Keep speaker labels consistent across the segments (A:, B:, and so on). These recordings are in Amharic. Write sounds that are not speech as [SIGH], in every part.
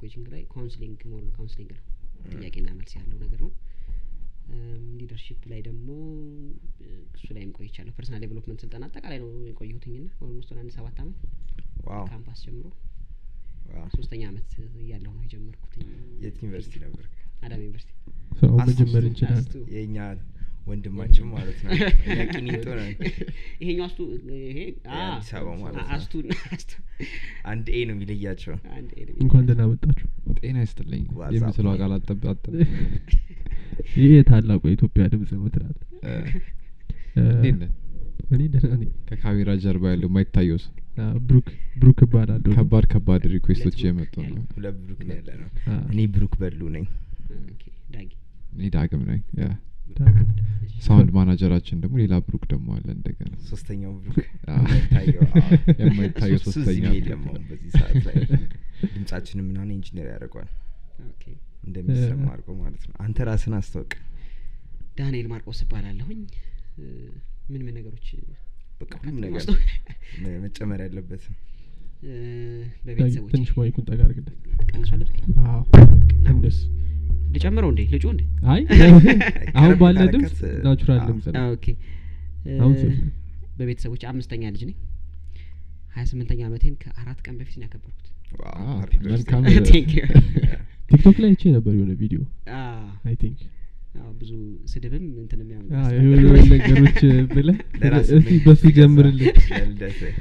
A: ኮችንግ ላይ ካውንስሊንግ ሞር ካውንስሊንግ ነው ጥያቄና መልስ ያለው ነገር ነው። ሊደርሺፕ ላይ ደግሞ እሱ ላይም ቆይቻለሁ። ፐርሰናል ዴቨሎፕመንት ስልጠና አጠቃላይ ነው የቆየሁትኝ ና ኦልሞስት ወደ አንድ ሰባት አመት
B: ዋው
A: ካምፓስ ጀምሮ
B: ዋው።
A: ሶስተኛ አመት እያለሁ ነው የጀመርኩት
B: የት ዩኒቨርሲቲ ነበር?
A: አዳማ ዩኒቨርሲቲ።
C: ሰው
B: አስ-
C: መጀመር ይችላል
A: አስቱ
B: የእኛ ወንድማችን ማለት
A: [LAUGHS]
B: ነው። እኛ ቂሊንጦ ነን።
A: ይሄኛው አስቱ ይሄ አ-
B: የአዲስ አበባ ማለት ነው።
A: አስቱ አስቱ
B: አንድ ኤ ነው የሚለያቸው።
A: አንድ ኤርሚ
C: እንኳን ደህና መጣችሁ
D: ጤና ይስጥልኝ
B: ዋዛፕ።
D: የምስለው አቃል አጠብ አጠብ
B: [LAUGHS]
C: ይህ የታላቁ የኢትዮጵያ ድምጽ ነው ትላል እ፣
D: እንዴት ነህ?
C: እኔ ደህና ነኝ
D: ከካሜራ ጀርባ ያለው የማይታየው ሰው
C: አ፣ ብሩክ ብሩክ እባላለሁ
D: ከባድ ከባድ ሪኩዌስቶች
A: ሁለት
D: የመጡ
A: ብሩክ
D: ነው
B: ሁለት ብሩክ ነው ያለ ነው።
C: አ፣
B: እኔ ብሩክ በሉ ነኝ።
A: ኦኬ፣ ዳጊ
D: እኔ ዳግም ነኝ ያ።
C: ዳግም።
D: ሳውንድ ማናጀራችን ደግሞ ሌላ ብሩክ ደግሞ አለ እንደገና
B: ሶስተኛው ብሩክ
D: አ- [LAUGHS]
B: የማይታየው አዎ።
D: የማይታየው
B: እሱ- እሱ እዚህ
D: ሶስተኛ
B: የለም አሁን በዚህ ሰዓት ላይ
D: [LAUGHS]
B: ድምጻችንን ምናምን ኢንጂነር ያደርገዋል
A: ኦኬ፣
B: እንደሚሰማ አድርጎ ማለት ነው። አንተ ራስን አስታውቅ።
A: ዳንኤል ማርቆስ እባላለሁኝ። እ፣ ምን ምን ነገሮች
B: በቃ ሁሉም ነገር
A: ማስታወ-
B: መ- መጨመር ያለበት
A: እ፣
C: ዳጊ፣
A: በቤተሰቦች
C: ትንሽ ማይኩን ጠጋ አድርግለት
A: ቀንሷል።
C: አዎ፣ እንደሱ።
A: ልጨምረው እንዴ? ልጩ እንዴ?
C: አይ
A: [LAUGHS]
C: አሁን
B: ቀረብ
C: ባለ
B: ካረከት፣
C: ድምጽ
B: እ፣
C: ናቹራል
B: አዎ።
C: ድምጽ ነው
A: ኦኬ፣ እ፣
C: አሁን ሴት ነህ።
A: በቤተሰቦች አምስተኛ ልጅ ነኝ። ሀያ ስምንተኛ ዓመቴን ከአራት ቀን በፊት ነው ያከበርኩት።
B: ዋው፣
D: አ፣
B: happy birthday።
D: መልካም
B: [LAUGHS]
A: Thank
D: [LAUGHS]
A: you።
C: ቲክቶክ ላይ አይቼ ነበር የሆነ ቪዲዮ
A: አ፣
C: አይ ቲንክ
A: አዎ፣ ብዙ ስድብም እንትንም ያው
C: የሆነ ነገሮች ብለህ
B: [LAUGHS] ለራስህ
C: እስቲ
B: መልክ
C: በሱ
B: ገዛ።
C: ጀምርልን
B: ለልደትህ።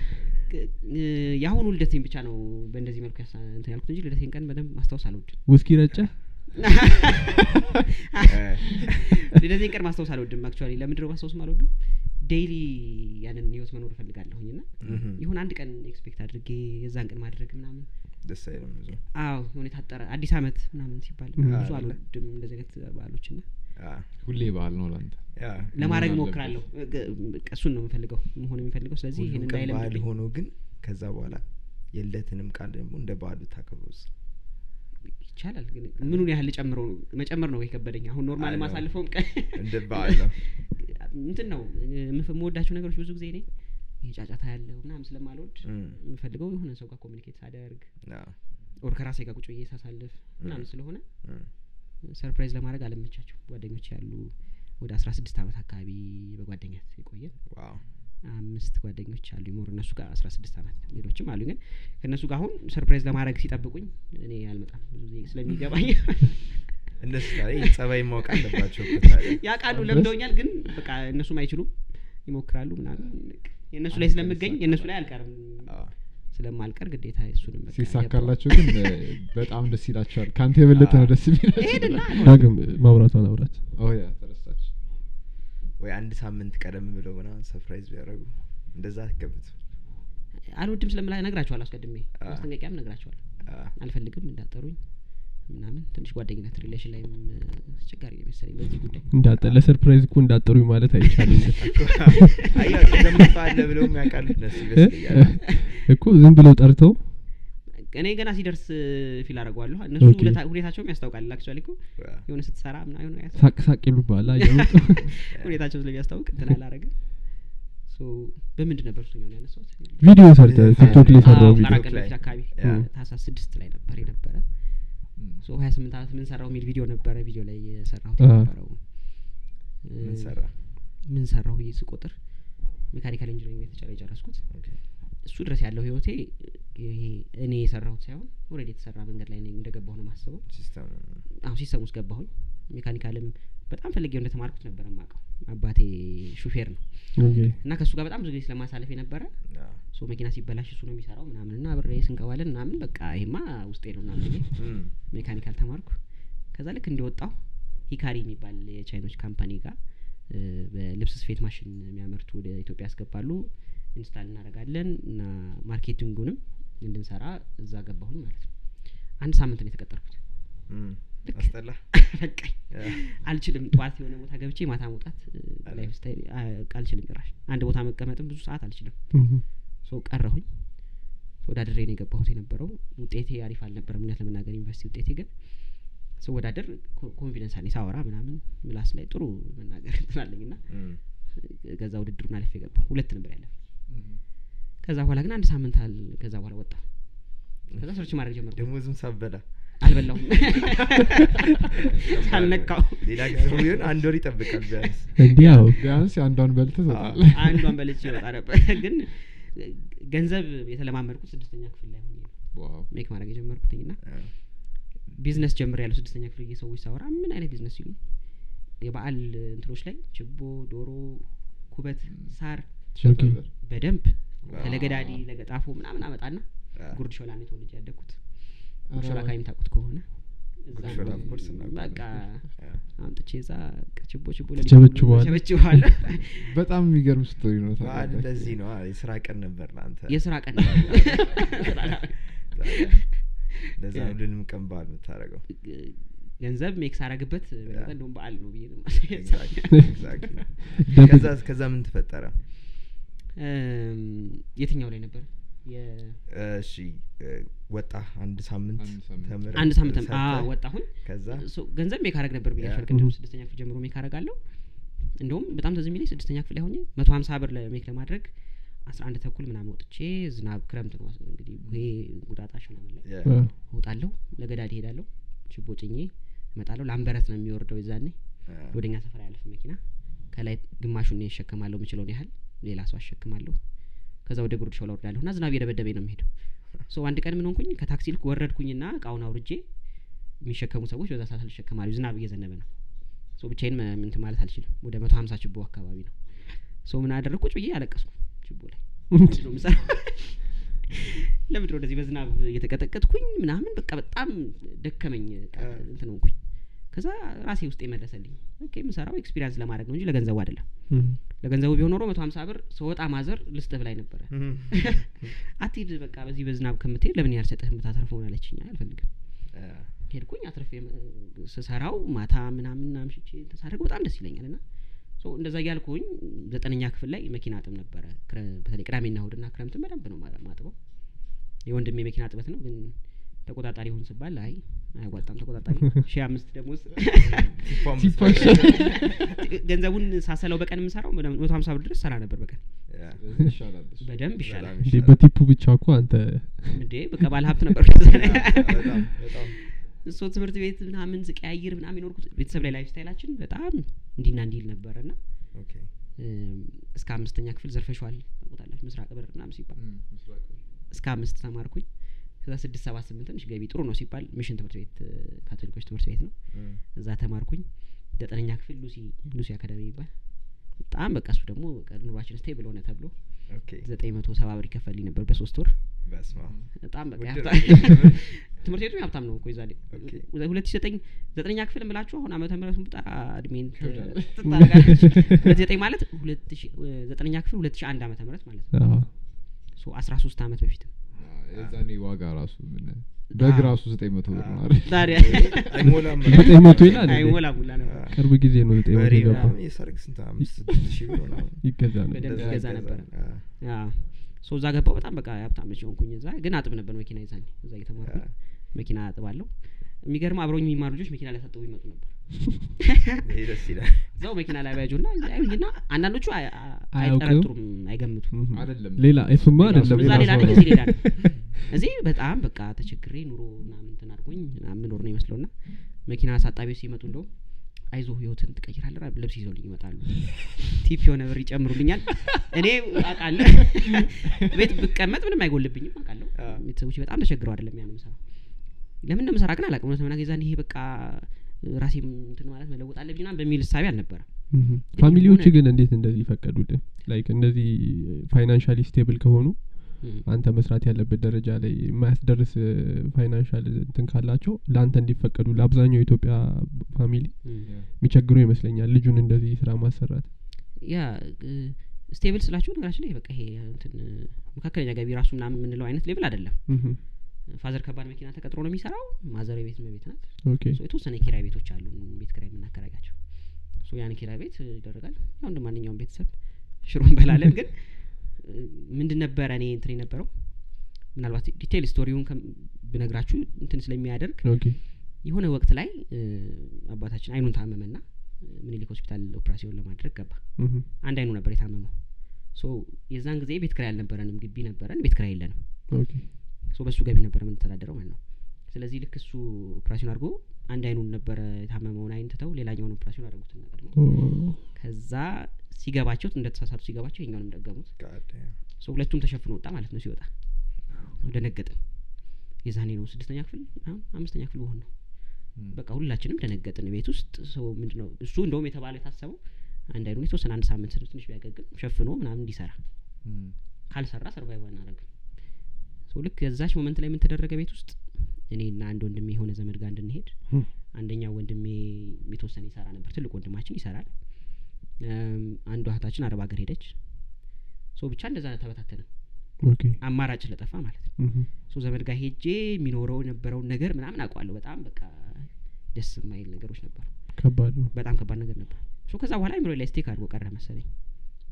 A: እ፣ የአሁኑ ልደቴን ብቻ ነው በእንደዚህ መልኩ ያሳ- እንትን ያልኩት እንጂ ልደቴን ቀን በደንብ ማስታወስ አልወድም።
C: ውስኪ ረጨ
B: እ፣
A: ልደቴን ቀን ማስታወስ አልወድም። አክቹዋሊ ለምንድነው ማስታወስ አልወድም? ዴይሊ ያንን ህይወት መኖር እፈልጋለሁኝ እና
B: እህም፣
A: ይሁን አንድ ቀን ኤክስፔክት አድርጌ የዛን ቀን ማድረግ ምናምን
B: ደስ አይልም ብዙ።
A: አዎ የሆነ የታጠረ አዲስ አመት ምናምን ሲባል
C: እ።
A: ብዙ
B: አለ።
A: አልወድም እንደዚህ አይነት በዓሎች እና
B: አ፣
D: ሁሌ በዓል ነው ላንተ
B: ያ፣
A: ለማድረግ
D: አለበት።
A: እሞክራለሁ እ- በቃ እሱን ነው የምፈልገው መሆን የሚፈልገው ስለዚህ
B: ሁሉም
A: ይህን
B: ቀን በዓል
A: እንዳይለምድብኝ
B: ሆኖ ግን ከዛ በኋላ የልደትንም ቃል ደግሞ እንደ በዓሉ ታከብሩስ
A: ይቻላል ግን ምኑን ያህል ልጨምረው ነው መጨመር ነው የከበደኝ አሁን ኖርማል
B: አይ ነው።
A: ማሳልፈውም ቀን
B: እንደ በዓል ነው።
A: እንትን ነው የምፍ- የምወዳቸው ነገሮች ብዙ ጊዜ እኔ ይሄ ጫጫታ ያለው ምናምን ስለማልወድ
B: እም፣
A: የምፈልገው የሆነ ሰው ጋር ኮሚኒኬት ሳደርግ
B: አ፣
A: ኦር ከራሴ ጋር ቁጭ ብዬ ሳሳልፍ ምናምን ስለሆነ
B: እም፣
A: ሰርፕራይዝ ለማድረግ አለመቻቸው ጓደኞች ያሉ ወደ አስራ ስድስት አመት አካባቢ በጓደኝነት የቆየ
B: ዋው፣
A: አምስት ጓደኞች አሉ ሞር እነሱ ጋር አስራ ስድስት አመት ሌሎችም አሉ ግን ከእነሱ ጋር አሁን ሰርፕራይዝ ለማድረግ ሲጠብቁኝ እኔ አልመጣም ብዙ ጊዜ ስለሚገባኝ
B: እነሱ ላይ ጸባይ ማወቅ አለባቸው እኮ ታዲያ።
A: ያውቃሉ
C: ድረስ?
A: ለምደውኛል ግን በቃ እነሱም አይችሉም ይሞክራሉ ምናምን የእነሱ ላይ
B: አንተ
A: ስለምገኝ
B: ይሳካል።
A: የእነሱ ላይ አልቀርም
B: አ፣
A: ስለማልቀር ግዴታ እሱንም በቃ
D: ሲሳካላቸው ግን እ፣ በጣም ደስ ይላቸዋል ከአንተ የበለጠ ነው ደስ የሚላቸው
A: ይሄድና
C: ዳግም ማብራቷን አብራት
D: ኦ ያ ተረሳች
B: ወይ አንድ ሳምንት ቀደም ብለው ምናምን ሰርፕራይዝ ቢያደርጉ እንደዛ አትገብቱ።
A: አልወድም ስለምላ ነግራቸዋል አስቀድሜ
B: አ።
A: ማስጠንቀቂያም ነግራቸዋል
B: አ፣
A: አልፈልግም እንዳጠሩኝ ምናምን ትንሽ ጓደኝነት ሪሌሽን ላይም እ፣ አስቸጋሪ ነው መሰለኝ በዚህ ጉዳይ
C: እንዳጠ ለሰርፕራይዝ እኮ እንዳጠሩኝ ማለት አይቻልም
B: አይ፣ ያው ዘመቷ አለ ብለውም ያውቃሉ እነሱ ይመስለኛል።
C: እኮ ዝም ብለው ጠርተው
A: እኔ ገና ሲደርስ ፊል አደርገዋለሁ እነሱ
C: ኦኬ።
A: ሁለታ- ሁኔታቸውም ያስታውቃል አክቹዋሊ እኮ
B: አ፣
A: የሆነ ስትሰራ ምናምን ሆነ ያስ-
C: ሳቅ ሳቅ ይሉብሃል አይ፣
A: [LAUGHS]
C: የመጡ
A: ሁኔታቸው ስለሚያስታውቅ እንትን አላረግም ሶ በምንድን ነበር እሱኛው ነው ያነሳሁት
C: ቪዲዮ ሰርተ ቲክቶክ ላይ
A: አዎ፣
C: ሰራው ቪዲዮ
A: ከአራት ቀን በፊት አካባቢ
B: ያ።
A: ታህሳስ ስድስት ላይ ነበር የነበረ ሶ ሀያ ስምንት አመት ምን ሰራው የሚል ቪዲዮ ነበረ ቪዲዮ ላይ የሰራሁት
C: አዎ።
A: የነበረው እ፣
B: ምን ሰራ?
A: ምን ሰራሁ ብዬ ስቆጥር ሜካኒካል ኢንጂነሪንግ የተቻለ የጨረስኩት
B: ኦኬ፣
A: እሱ ድረስ ያለው ህይወቴ ይሄ እኔ የሰራሁት ሳይሆን ኦልሬዲ የተሰራ መንገድ ላይ ነኝ እንደገባሁ ነው ማስበው
B: ሲስተም
A: አሁን ሲስተም ውስጥ ገባሁኝ ሜካኒካልም በጣም ፈልጌው እንደተማርኩት ነበር የማውቀው አባቴ ሹፌር ነው
C: ኦኬ
A: እና ከእሱ ጋር በጣም ብዙ ጊዜ ስለማሳለፍ የነበረ
B: አ፣
A: ሶ መኪና ሲበላሽ እሱ ነው የሚሰራው ምናምን እና አብሬ ስንቀባለን ምናምን በቃ ይሄማ ውስጤ ነው ምናምን ብዬ
B: እም፣
A: ሜካኒካል ተማርኩ ከዛ ልክ እንደወጣው ሂካሪ የሚባል የቻይኖች ካምፓኒ ጋር እ፣ በልብስ ስፌት ማሽን የሚያመርቱ ወደ ኢትዮጵያ ያስገባሉ ኢንስታል እናደርጋለን እና ማርኬቲንጉንም እንድንሰራ እዛ ገባሁኝ ማለት ነው አንድ ሳምንት ነው የተቀጠርኩት [LAUGHS]
B: እም፣ አስጠላ
A: በቃኝ
B: አ፣
A: አልችልም ጠዋት የሆነ ቦታ ገብቼ ማታ መውጣት
B: አለ።
A: ላይፍ ስታይል አልችልም ጭራሽ አንድ ቦታ መቀመጥም ብዙ ሰዓት አልችልም
C: እህ፣
A: ሰው ቀረሁኝ ተወዳድሬ ነው የገባሁት የነበረው ውጤቴ አሪፍ አልነበረም እውነት ለመናገር ዩኒቨርሲቲ ውጤቴ ግን ስወዳደር ኮ- ኮንፊደንስ አለኝ ሳወራ ምናምን ምላስ ላይ ጥሩ መናገር እንትን አለኝ እና
B: እም፣
A: ከዛ ውድድሩን አልፌ ገባሁ ሁለት ነበር ያለፈ ከዛ በኋላ ግን አንድ ሳምንት አል ከዛ በኋላ ወጣሁ ከዛ ሰርች ማድረግ ጀመርኩ
B: ደሞዝም ሳበላ
A: አልበላሁም ሳልነካው
B: ሌላ ጊዜ ቢሆን አንድ ወር ይጠብቃል ቢያንስ
C: እንዲህ ያው
D: ቢያንስ የአንዷን በልተ ሰጣለ
A: አንዷን በልቼ ይወጣ ነበር። ግን ገንዘብ የተለማመድኩት ስድስተኛ ክፍል ላይ ሆኜ ነው ሜክ ማድረግ የጀመርኩትኝ ና
B: አዎ።
A: ቢዝነስ ጀምር ያለው ስድስተኛ ክፍል ጊዜ ሰዎች ሳወራ ምን አይነት ቢዝነስ ሲሉ የበዓል እንትኖች ላይ ችቦ፣ ዶሮ፣ ኩበት፣ ሳር በደንብ ከለገዳዲ ለገጣፎ ምናምን አመጣና
B: አዎ።
A: ጉርድ ሾላ ነው ተወልጄ ያደግኩት። ጉርድ ሾላ አካባቢ የምታውቁት ከሆነ እዛ
B: ጉርድ ሾላ of course እናውቀዋለን።
A: በቃ
B: አዎ።
A: አምጥቼ እዛ ችቦ ችቦ ለልጅ
C: ተቸበችበዋል።
B: [LAUGHS]
A: ተቸበችበዋል።
D: በጣም የሚገርም ስቶሪ ነው።
B: በዓል
D: ታውቃለህ።
B: ለዚህ ነው አዎ፣ የስራ ቀን ነበር ለአንተ
A: የስራ ቀን
B: [LAUGHS] ለዛ ነው ሁሉንም ቀን በዓል የምታደርገው
A: ገንዘብ ሜክስ አረግበት በለጠ
B: Yeah.
A: እንደውም በዓል ነው ብዬ ነው
B: Exactly,
A: [LAUGHS]
B: exactly.
C: ደብል
B: ከዛ- ከዛ ምን ተፈጠረ
A: እም፣ የትኛው ላይ ነበር የ-
B: እሺ እ፣ ወጣ አንድ ሳምንት
D: አንድ ሳምንት።
B: ተምረህ
A: አንድ ሳምንት
B: ሰርተህ፣
A: ወጣሁን
B: ከዛ
A: ገንዘብ ሜክ አረግ ነበር ብዬ
B: Yeah.
A: ፈልክ እንዲሁም ስድስተኛ ክፍል ጀምሮ ሜክ አረጋለሁ እንደውም በጣም ተዝ የሚለኝ ስድስተኛ ክፍል ላይ ሆኜ መቶ ሀምሳ ብር ለሜክ ለማድረግ አስራ አንድ ተኩል ምናምን ወጥቼ ዝናብ ክረምት ነው እንግዲህ ይሄ ጉዳጣሽ ምናምን ላይ
B: ያ፣
A: እወጣለሁ ለገዳድ እሄዳለሁ ችቦ ጭኜ እመጣለሁ ላምበረት ነው የሚወርደው የዛኔ
B: አ፣
A: ወደኛ ሰፈር አያልፍ መኪና ከላይ ግማሹን እኔ እሸከማለሁ የምችለውን ያህል ሌላ ሰው አሸክማለሁ ከዛ ወደ ጉርድ ሾላ ወርዳለሁ እና ዝናብ የደበደበኝ ነው የሚሄደው ሶ አንድ ቀን ምን ሆንኩኝ ከታክሲ ልክ ወረድኩኝና እቃውን አውርጄ የሚሸከሙ ሰዎች በዛ ሰዓት አልሸከማለሁ ዝናብ እየዘነበ ነው ሶ ብቻዬን መ- ምንት ማለት አልችልም ወደ መቶ ሀምሳ ችቦ አካባቢ ነው ሶ ምን አደረግ ቁጭ ብዬ አለቀስኩ ችቦ ላይ ምንድን ነው የምሰራው [LAUGHS] ለምድሮ ወደዚህ በዝናብ እየተቀጠቀጥኩኝ ምናምን በቃ በጣም ደከመኝ በቃ
B: አ።
A: እንትን ሆንኩኝ ከዛ ራሴ ውስጥ የመለሰልኝ ኦኬ የምሰራው ኤክስፒሪያንስ ለማድረግ ነው እንጂ ለገንዘቡ አይደለም ለገንዘቡ ቢሆን ኖሮ መቶ ሀምሳ ብር ስወጣ ማዘር ልስጥህ ብላኝ ነበረ አትሂድ በቃ በዚህ በዝናብ ከምትሄድ ለምን ያልሰጥህ የምታተርፈውን አለችኝ አልፈልግም
B: አ፣
A: ሄድኩኝ አትርፌ ም- ስሰራው ማታ ምናምን አምሽቼ ተሳደግ በጣም ደስ ይለኛል እና ሶ እንደዛ እያልኩኝ ዘጠነኛ ክፍል ላይ መኪና አጥብ ነበረ ክረ- በተለይ ቅዳሜና እሁድና ክረምትን በደንብ ነው ማ- ማጥበው የወንድሜ መኪና ጥበት ነው ግን ተቆጣጣሪ ሁን ስባል አይ አያዋጣም
B: [LAUGHS]
A: ተቆጣጣሪ ሺ አምስት ደሞዝ [LAUGHS]
B: ቲፓም
D: ቲፓም
B: ብትፈጥር፣
A: ገንዘቡን ሳሰለው በቀን የምሰራው ወደ መቶ ሀምሳ ብር ድረስ ሰራ ነበር በቀን
B: ያ፣
D: ስለዚህ ይሻላል እሱ።
A: በደንብ
B: በጣም
A: ይሻላል
C: እንዴ
B: ይሻላል።
C: በቲፑ ብቻ እኮ አንተ
A: እንዴ በቃ ባለ ሀብት ነበር
B: [LAUGHS]
A: [LAUGHS]
B: በጣም በጣም
A: እሱ ትምህርት ቤት ምናምን ስቀያይር ምናምን የኖርኩት ቤተሰብ ላይ ላይፍ ስታይላችን በጣም እንዲና እንዲል ነበር እና
B: ኦኬ
A: እም፣ እስከ አምስተኛ ክፍል ዘርፈሸዋል ታውቁታላችሁ ምስራቅ በር ምናምን ሲባል
D: እም፣ ምስራቅ ነው።
A: እስከ አምስት ተማርኩኝ ከዛ ስድስት ሰባት ስምንት ትንሽ ገቢ ጥሩ ነው ሲባል ሚሽን ትምህርት ቤት እ፣ ካቶሊኮች ትምህርት ቤት ነው
B: እ፣
A: እዛ ተማርኩኝ ዘጠነኛ ክፍል ሉሲ ሉሲ አካዳሚ ይባል በጣም በቃ እሱ ደግሞ በቃ ኑሯችን ስቴብል ሆነ ተብሎ
B: ኦኬ
A: ዘጠኝ መቶ ሰባ ብር ይከፈልኝ ነበር በሶስት ወር
B: በስመ አብ።
A: በጣም በቃ
B: ውድ
A: የሀብታም
B: [LAUGHS] ነው።
A: ትምህርት ቤቱ የሀብታም ነው እኮ የዛኔ
B: ኦኬ።
A: ሁለት ሺ ዘጠኝ ዘጠነኛ ክፍል የምላችሁ አሁን ዓመተ ምህረቱን ብጣ እድሜን ት-
D: ይከብዳል።
B: [LAUGHS]
A: ትታርጋለች ሁለት ሺ ዘጠኝ ማለት ሁለት ሺ ዘጠነኛ ክፍል ሁለት ሺ አንድ ዓመተ ምህረት ማለት ነው
C: አዎ።
A: ሶ አስራ ሶስት አመት በፊት ነው
D: አዎ፣ የዛኔ ዋጋ ራሱ ምን በግ
A: አዎ።
D: ራሱ ዘጠኝ መቶ ብር ነው አይደል?
A: ታዲያ
B: አይሞላም
C: ዘጠኝ መቶ ይላል እንዴ?
A: አይሞላ ሙላ ነበር
B: አ፣
C: ቅርብ ጊዜ ነው ዘጠኝ መቶ
B: በሬ
C: የገባው
B: ምናምን የሰርግ ስንት አምስት ስድስት ሺህ ብር ምናምን
C: ይገዛ ነበር።
A: በደንብ
B: እንደዛ
A: ይገዛ
B: ይገዛል።
A: ነበረ።
B: አ፣
A: አዎ። ሶ እዛ ገባው በጣም በቃ ሀብታም ልጅ ሆንኩኝ እዛ ግን አጥብ ነበር መኪና ይዛኝ እዛ እየተማርኩ
B: አ፣
A: መኪና አጥባለሁ የሚገርም አብረውኝ የሚማሩ ልጆች መኪና ሊያሳጥቡ ይመጡ ነበር
B: ይሄ ደስ [LAUGHS] ይላል
A: እዛው መኪና ላይ ባያጁና ያዩኝና አንዳንዶቹ አይ- አ-
C: አያውቁም።
A: አይጠረጥሩም አይገምቱም
C: እም።
D: አይደለም።
C: ሌላ እሱማ አይደለም
A: እዛ ሌላ
C: ሌላ
A: ነው
C: ሰው
A: እዚህ ሌላ
C: ነው።
A: ነው እዚህ በጣም በቃ ተቸግሬ ኑሮ ምናምን እንትን አድርጎኝ ምናምን ኖር ነው ይመስለው ና መኪና አሳጣቢዎች ሲመጡ እንደውም አይዞህ ህይወትን ትቀይራለህ ልብስ ይዘውልኝ ይመጣሉ ቲፕ የሆነ ብር ይጨምሩልኛል እኔ አውቃለሁ ቤት ብቀመጥ ምንም አይጎልብኝም አውቃለሁ
B: አ።
A: ቤተሰቦች በጣም ተቸግረው አይደለም ያን ምሰራ ለምን እንደምሰራ ግን አላውቅም እውነት ለመናገር የዛኔ ይሄ በቃ ራሴም እንትን ማለት መለወጥ አለብኝ ምናምን በሚል እሳቤ አልነበረም
C: እም። ፋሚሊዎች ግን እንዴት እንደዚህ ይፈቀዱልህ? ላይክ እንደዚህ ፋይናንሻሊ ስቴብል ከሆኑ አንተ መስራት ያለበት ደረጃ ላይ የማያስደርስ ፋይናንሻል እንትን ካላቸው ለአንተ እንዲፈቀዱ ለአብዛኛው የኢትዮጵያ ፋሚሊ የሚቸግሩ ይመስለኛል ልጁን እንደዚህ ስራ ማሰራት
A: ያ እ፣ ስቴብል ስላችሁ ነገራችን ላይ በቃ ይሄ እንትን እ፣ መካከለኛ ገቢ ራሱ ምናምን የምንለው አይነት ሌብል አይደለም።
C: እህም።
A: ፋዘር ከባድ መኪና ተቀጥሮ ነው የሚሰራው። ማዘር የቤት እመቤት ናት።
C: ኦኬ
A: ሶ የተወሰነ የኪራይ ቤቶች አሉ፣ ቤት ኪራይ የምናከራያቸው። ሶ ያን ኪራይ ቤት እ፣ ይደረጋል። ያው እንደ ማንኛውም ቤተሰብ ሽሮ እንበላለን። ግን እ፣ ምንድን ነበረ እኔ እንትን የነበረው ምናልባት ዲቴይል ስቶሪውን ከም- ብነግራችሁ እንትን ስለሚያደርግ
C: ኦኬ
A: የሆነ ወቅት ላይ እ፣ አባታችን አይኑን ታመመና እ፣ ምኒልክ ሆስፒታል ኦፕራሲዮን ለማድረግ ገባ።
C: እህም።
A: አንድ አይኑ ነበር የታመመው ሶ የዛን ጊዜ ቤት ክራይ አልነበረንም ግቢ ነበረን ቤት ክራይ የለንም
C: ኦኬ
A: ሶ በሱ ገቢ ነበር የምንተዳደረው ማለት ነው ስለዚህ ልክ እሱ ኦፕራሲዮን አድርጎ አንድ አይኑን ነበረ የታመመውን አይን ትተው ሌላኛውን ኦፕራሲዮን አደረጉትና ደግሞ ከዛ ሲገባቸው እንደተሳሳቱ ሲገባቸው ይኛውንም ደገሙት
B: God damn.
A: ሶ ሁለቱም ተሸፍኖ ወጣ ማለት ነው ሲወጣ ደነገጥን የዛኔ ነው ስድስተኛ ክፍል አም- አምስተኛ ክፍል መሆን ነው በቃ ሁላችንም ደነገጥን ቤት ውስጥ ሰው ምንድነው እሱ እንደውም የተባለው የታሰበው አንድ አይኑ የተወሰነ አንድ ሳምንት ስድስት ትንሽ ቢያገግም ሸፍኖ ምናምን እንዲሰራ ካልሰራ ሰርቫይቭ አናደረግም ሰው ልክ የዛች ሞመንት ላይ ምን ተደረገ ቤት ውስጥ እኔና አንድ ወንድሜ የሆነ ዘመድ ጋር እንድንሄድ
C: Hmm.
A: አንደኛው ወንድሜ የተወሰነ ይሰራ ነበር ትልቅ ወንድማችን ይሰራል እም፣ አንዷ እህታችን አረብ ሀገር ሄደች ሰው ብቻ እንደዛ ተበታተነ
C: ኦኬ
A: አማራጭ ስለጠፋ ማለት ነው
C: እህ።
A: ሰው ዘመድ ጋር ሄጄ የሚኖረው የነበረውን ነገር ምናምን አውቀዋለሁ በጣም በቃ ደስ የማይል ነገሮች ነበሩ
C: ከባድ ነው
A: በጣም ከባድ ነገር ነበር ሶ ከዛ በኋላ ምሮ ላይ ስቴክ አድርጎ ቀረ መሰለኝ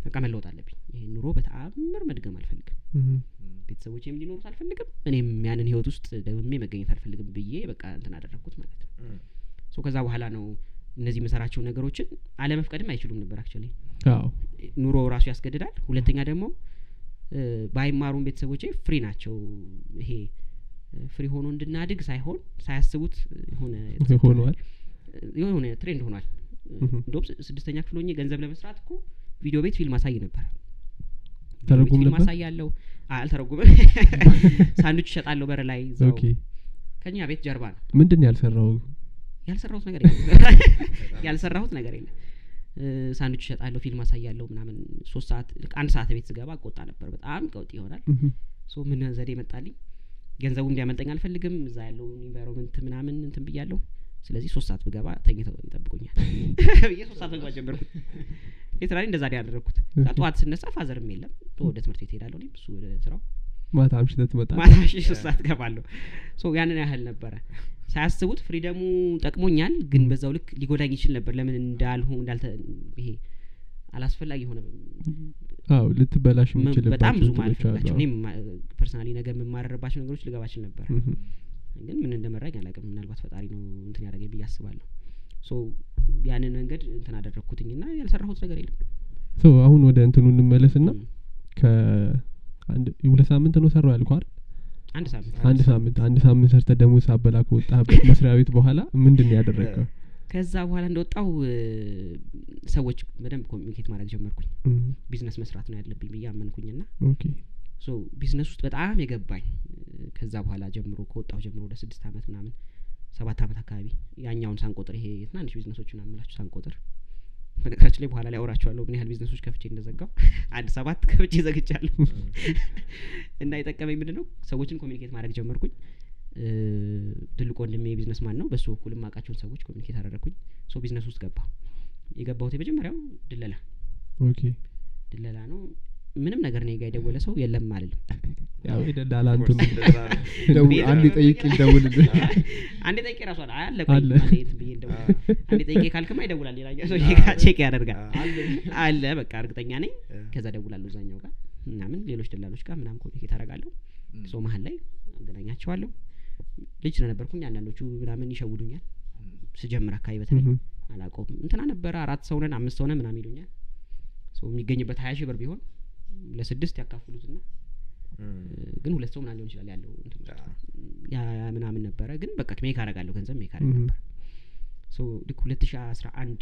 A: በቃ መለወጥ አለብኝ ይሄ ኑሮ በተአምር መድገም አልፈልግም
C: እህ።
B: Mm.
A: [LAUGHS] ቤተሰቦቼም እንዲኖሩት አልፈልግም እኔም ያንን ህይወት ውስጥ ደግሜ መገኘት አልፈልግም ብዬ በቃ እንትን አደረግኩት ማለት ነው
B: Mm.
A: ሶ ከዛ በኋላ ነው እነዚህ የምሰራቸው ነገሮችን አለመፍቀድም አይችሉም ነበር አክቹዋሊ
C: አዎ
A: ኑሮ ራሱ ያስገድዳል ሁለተኛ ደግሞ እ፣ ባይማሩም ቤተሰቦቼ ፍሪ ናቸው ይሄ እ፣ ፍሪ ሆኖ እንድናድግ ሳይሆን ሳያስቡት የሆነ
C: ሆነዋል
A: የሆነ ትሬንድ ሆኗል
C: እህ።
A: እንደውም ስ- ስድስተኛ ክፍል ሆኜ ገንዘብ ለመስራት እኮ ቪዲዮ ቤት ፊልም አሳይ ነበር ቪዲዮ ቤት
C: ተረጉም
A: ፊልም
C: ነበር?
A: አሳያለሁ አ- አልተረጉምም
C: [LAUGHS]
A: ሳንዱች ይሸጣለሁ በር ላይ እዛው
C: ኦኬ
A: ከኛ ቤት ጀርባ ነው
C: ምንድን ነው ያልሰራው
A: ያልሰራሁት ነገር የለም [LAUGHS] ያልሰራሁት ነገር የለም እ፣ ሳንዱች ይሸጣለሁ ፊልም አሳያለሁ ምናምን ሶስት ሰዓት ልክ አንድ ሰዓት ቤት ስገባ ቆጣ ነበር በጣም ቀውጥ ይሆናል
C: እህ።
A: ሶ ምን ዘዴ መጣልኝ ገንዘቡ እንዲያመልጠኝ አልፈልግም እዛ ያለው ኢንቫይሮንመንት ምናምን እንትን ብያለሁ ስለዚህ ሶስት ሰዓት ብገባ ተኝተው ይጠብቁኛል [LAUGHS] ብዬ ሶስት ሰዓት መግባት ጀመርኩት ሌትራሊ እንደዛ ነው ያደረግኩት ከዛ ጠዋት ስነሳ ፋዘርም የለም ወደ ትምህርት ቤት ሄዳለሁ እኔም እሱ ወደ ስራው
C: ማታ አምሽተህ ትመጣለህ
A: ማታ ምሽት ሶስት ሰዓት ገባለሁ ሶ ያንን ያህል ነበረ ሳያስቡት ፍሪደሙ ጠቅሞኛል ግን በዛው ልክ ሊጎዳኝ ይችል ነበር ለምን እንዳልሁ እንዳልተ ይሄ አላስፈላጊ የሆነ
C: አዎ ልትበላሽ
A: ም- በጣም
C: የምችልባቸው
A: ብዙ
C: እንትኖች አሉ
A: ማለፍላቸው
C: አዎ።
A: እኔም ፐርሰናሊ ነገር የምማረርባቸው ነገሮች ልገባችል ነበር
C: እህ።
A: ግን ምን እንደመራኝ አላውቅም ምናልባት ፈጣሪ ነው እንትን ያደረገኝ ብዬ አስባለሁ ሶ ያንን መንገድ እንትን አደረግኩትኝ ና ያልሰራሁት ነገር የለም
C: ሶ አሁን ወደ እንትኑ እንመለስና
A: ም።
C: ከአንድ ሁለት ሳምንት ነው ሰራው ያልኩ አይደል
A: አንድ ሳምንት
C: አንድ ሳምንት አንድ ሳምንት ሰርተ ደሞዝ አበላ ከወጣህበት መስሪያ ቤት በኋላ ምንድን ነው ያደረግከው
A: ከዛ በኋላ እንደወጣው እ፣ ሰዎች በደንብ ኮሚኒኬት ማድረግ ጀመርኩኝ
C: እህ።
A: ቢዝነስ መስራት ነው ያለብኝ ብዬ አመንኩኝ ና
C: ኦኬ
A: ሶ ቢዝነስ ውስጥ በጣም የገባኝ እ፣ ከዛ በኋላ ጀምሮ ከወጣው ጀምሮ ወደ ስድስት አመት ምናምን ሰባት አመት አካባቢ ያኛውን ሳንቆጥር ይሄ ትናንሽ ቢዝነሶችን አመላችሁ ሳንቆጥር በነገራችን ላይ በኋላ ላይ አውራችኋለሁ ምን ያህል ቢዝነሶች ከፍቼ እንደዘጋው አንድ ሰባት [LAUGHS] ከፍቼ ዘግቻለሁ እና የጠቀመኝ ምንድን ነው ሰዎችን ኮሚኒኬት ማድረግ ጀመርኩኝ እ፣ ትልቅ ወንድሜ ቢዝነስ ማን ነው በሱ በኩል የማውቃቸውን ሰዎች ኮሚኒኬት አደረግኩኝ ሶ ቢዝነስ ውስጥ ገባ የገባሁት የመጀመሪያው ድለላ
C: ኦኬ
A: ድለላ ነው ምንም ነገር እኔ ጋ የደወለ ሰው የለም አልልም
C: ያው የደላላ
B: Of
C: እንትኑ
B: course, እንደዛ ነው።
D: ደውል- አንዴ ጠይቄ ልደውልልህ
A: አንዴ ጠይቄ ራሱ አለ አለ
C: አለ።
A: ብዬ
B: Ah,
A: እንደውል አንዴ ጠይቄ ካልክማ ይደውላል ሌላኛው ሰው ጋ ቼክ ያደርጋል
B: ah,
A: አለ በቃ እርግጠኛ ነኝ
B: yeah.
A: ከዛ ደውላለሁ እዛኛው ጋር ምናምን ሌሎች ደላሎች ጋር ምናምን ኮሚኒኬት አደርጋለሁ
B: Mm.
A: ሰው መሀል ላይ አገናኛቸዋለሁ ልጅ ስለነበርኩኝ አንዳንዶቹ ምናምን ይሸውዱኛል ስጀምር አካባቢ በተለይ
C: እህ።
A: አላውቀውም እንትና ነበረ አራት ሰው ነን አምስት ሰው ነን ምናምን ይሉኛል ሰው የሚገኝበት ሀያ ሺህ ብር ቢሆን ለስድስት ያካፍሉትና እ፣
B: Mm.
A: ግን ሁለት ሰው ምናምን ሊሆን ይችላል ያለው እንትን ውስጥ።
B: Ah,
A: ያ ያ ምናምን ነበረ ግን በቃ ሜክ አረጋለሁ ገንዘብ ሜክ አረግ
C: Mhm.
A: ነበር ሶ ልክ ሁለት ሺ አስራ አንድ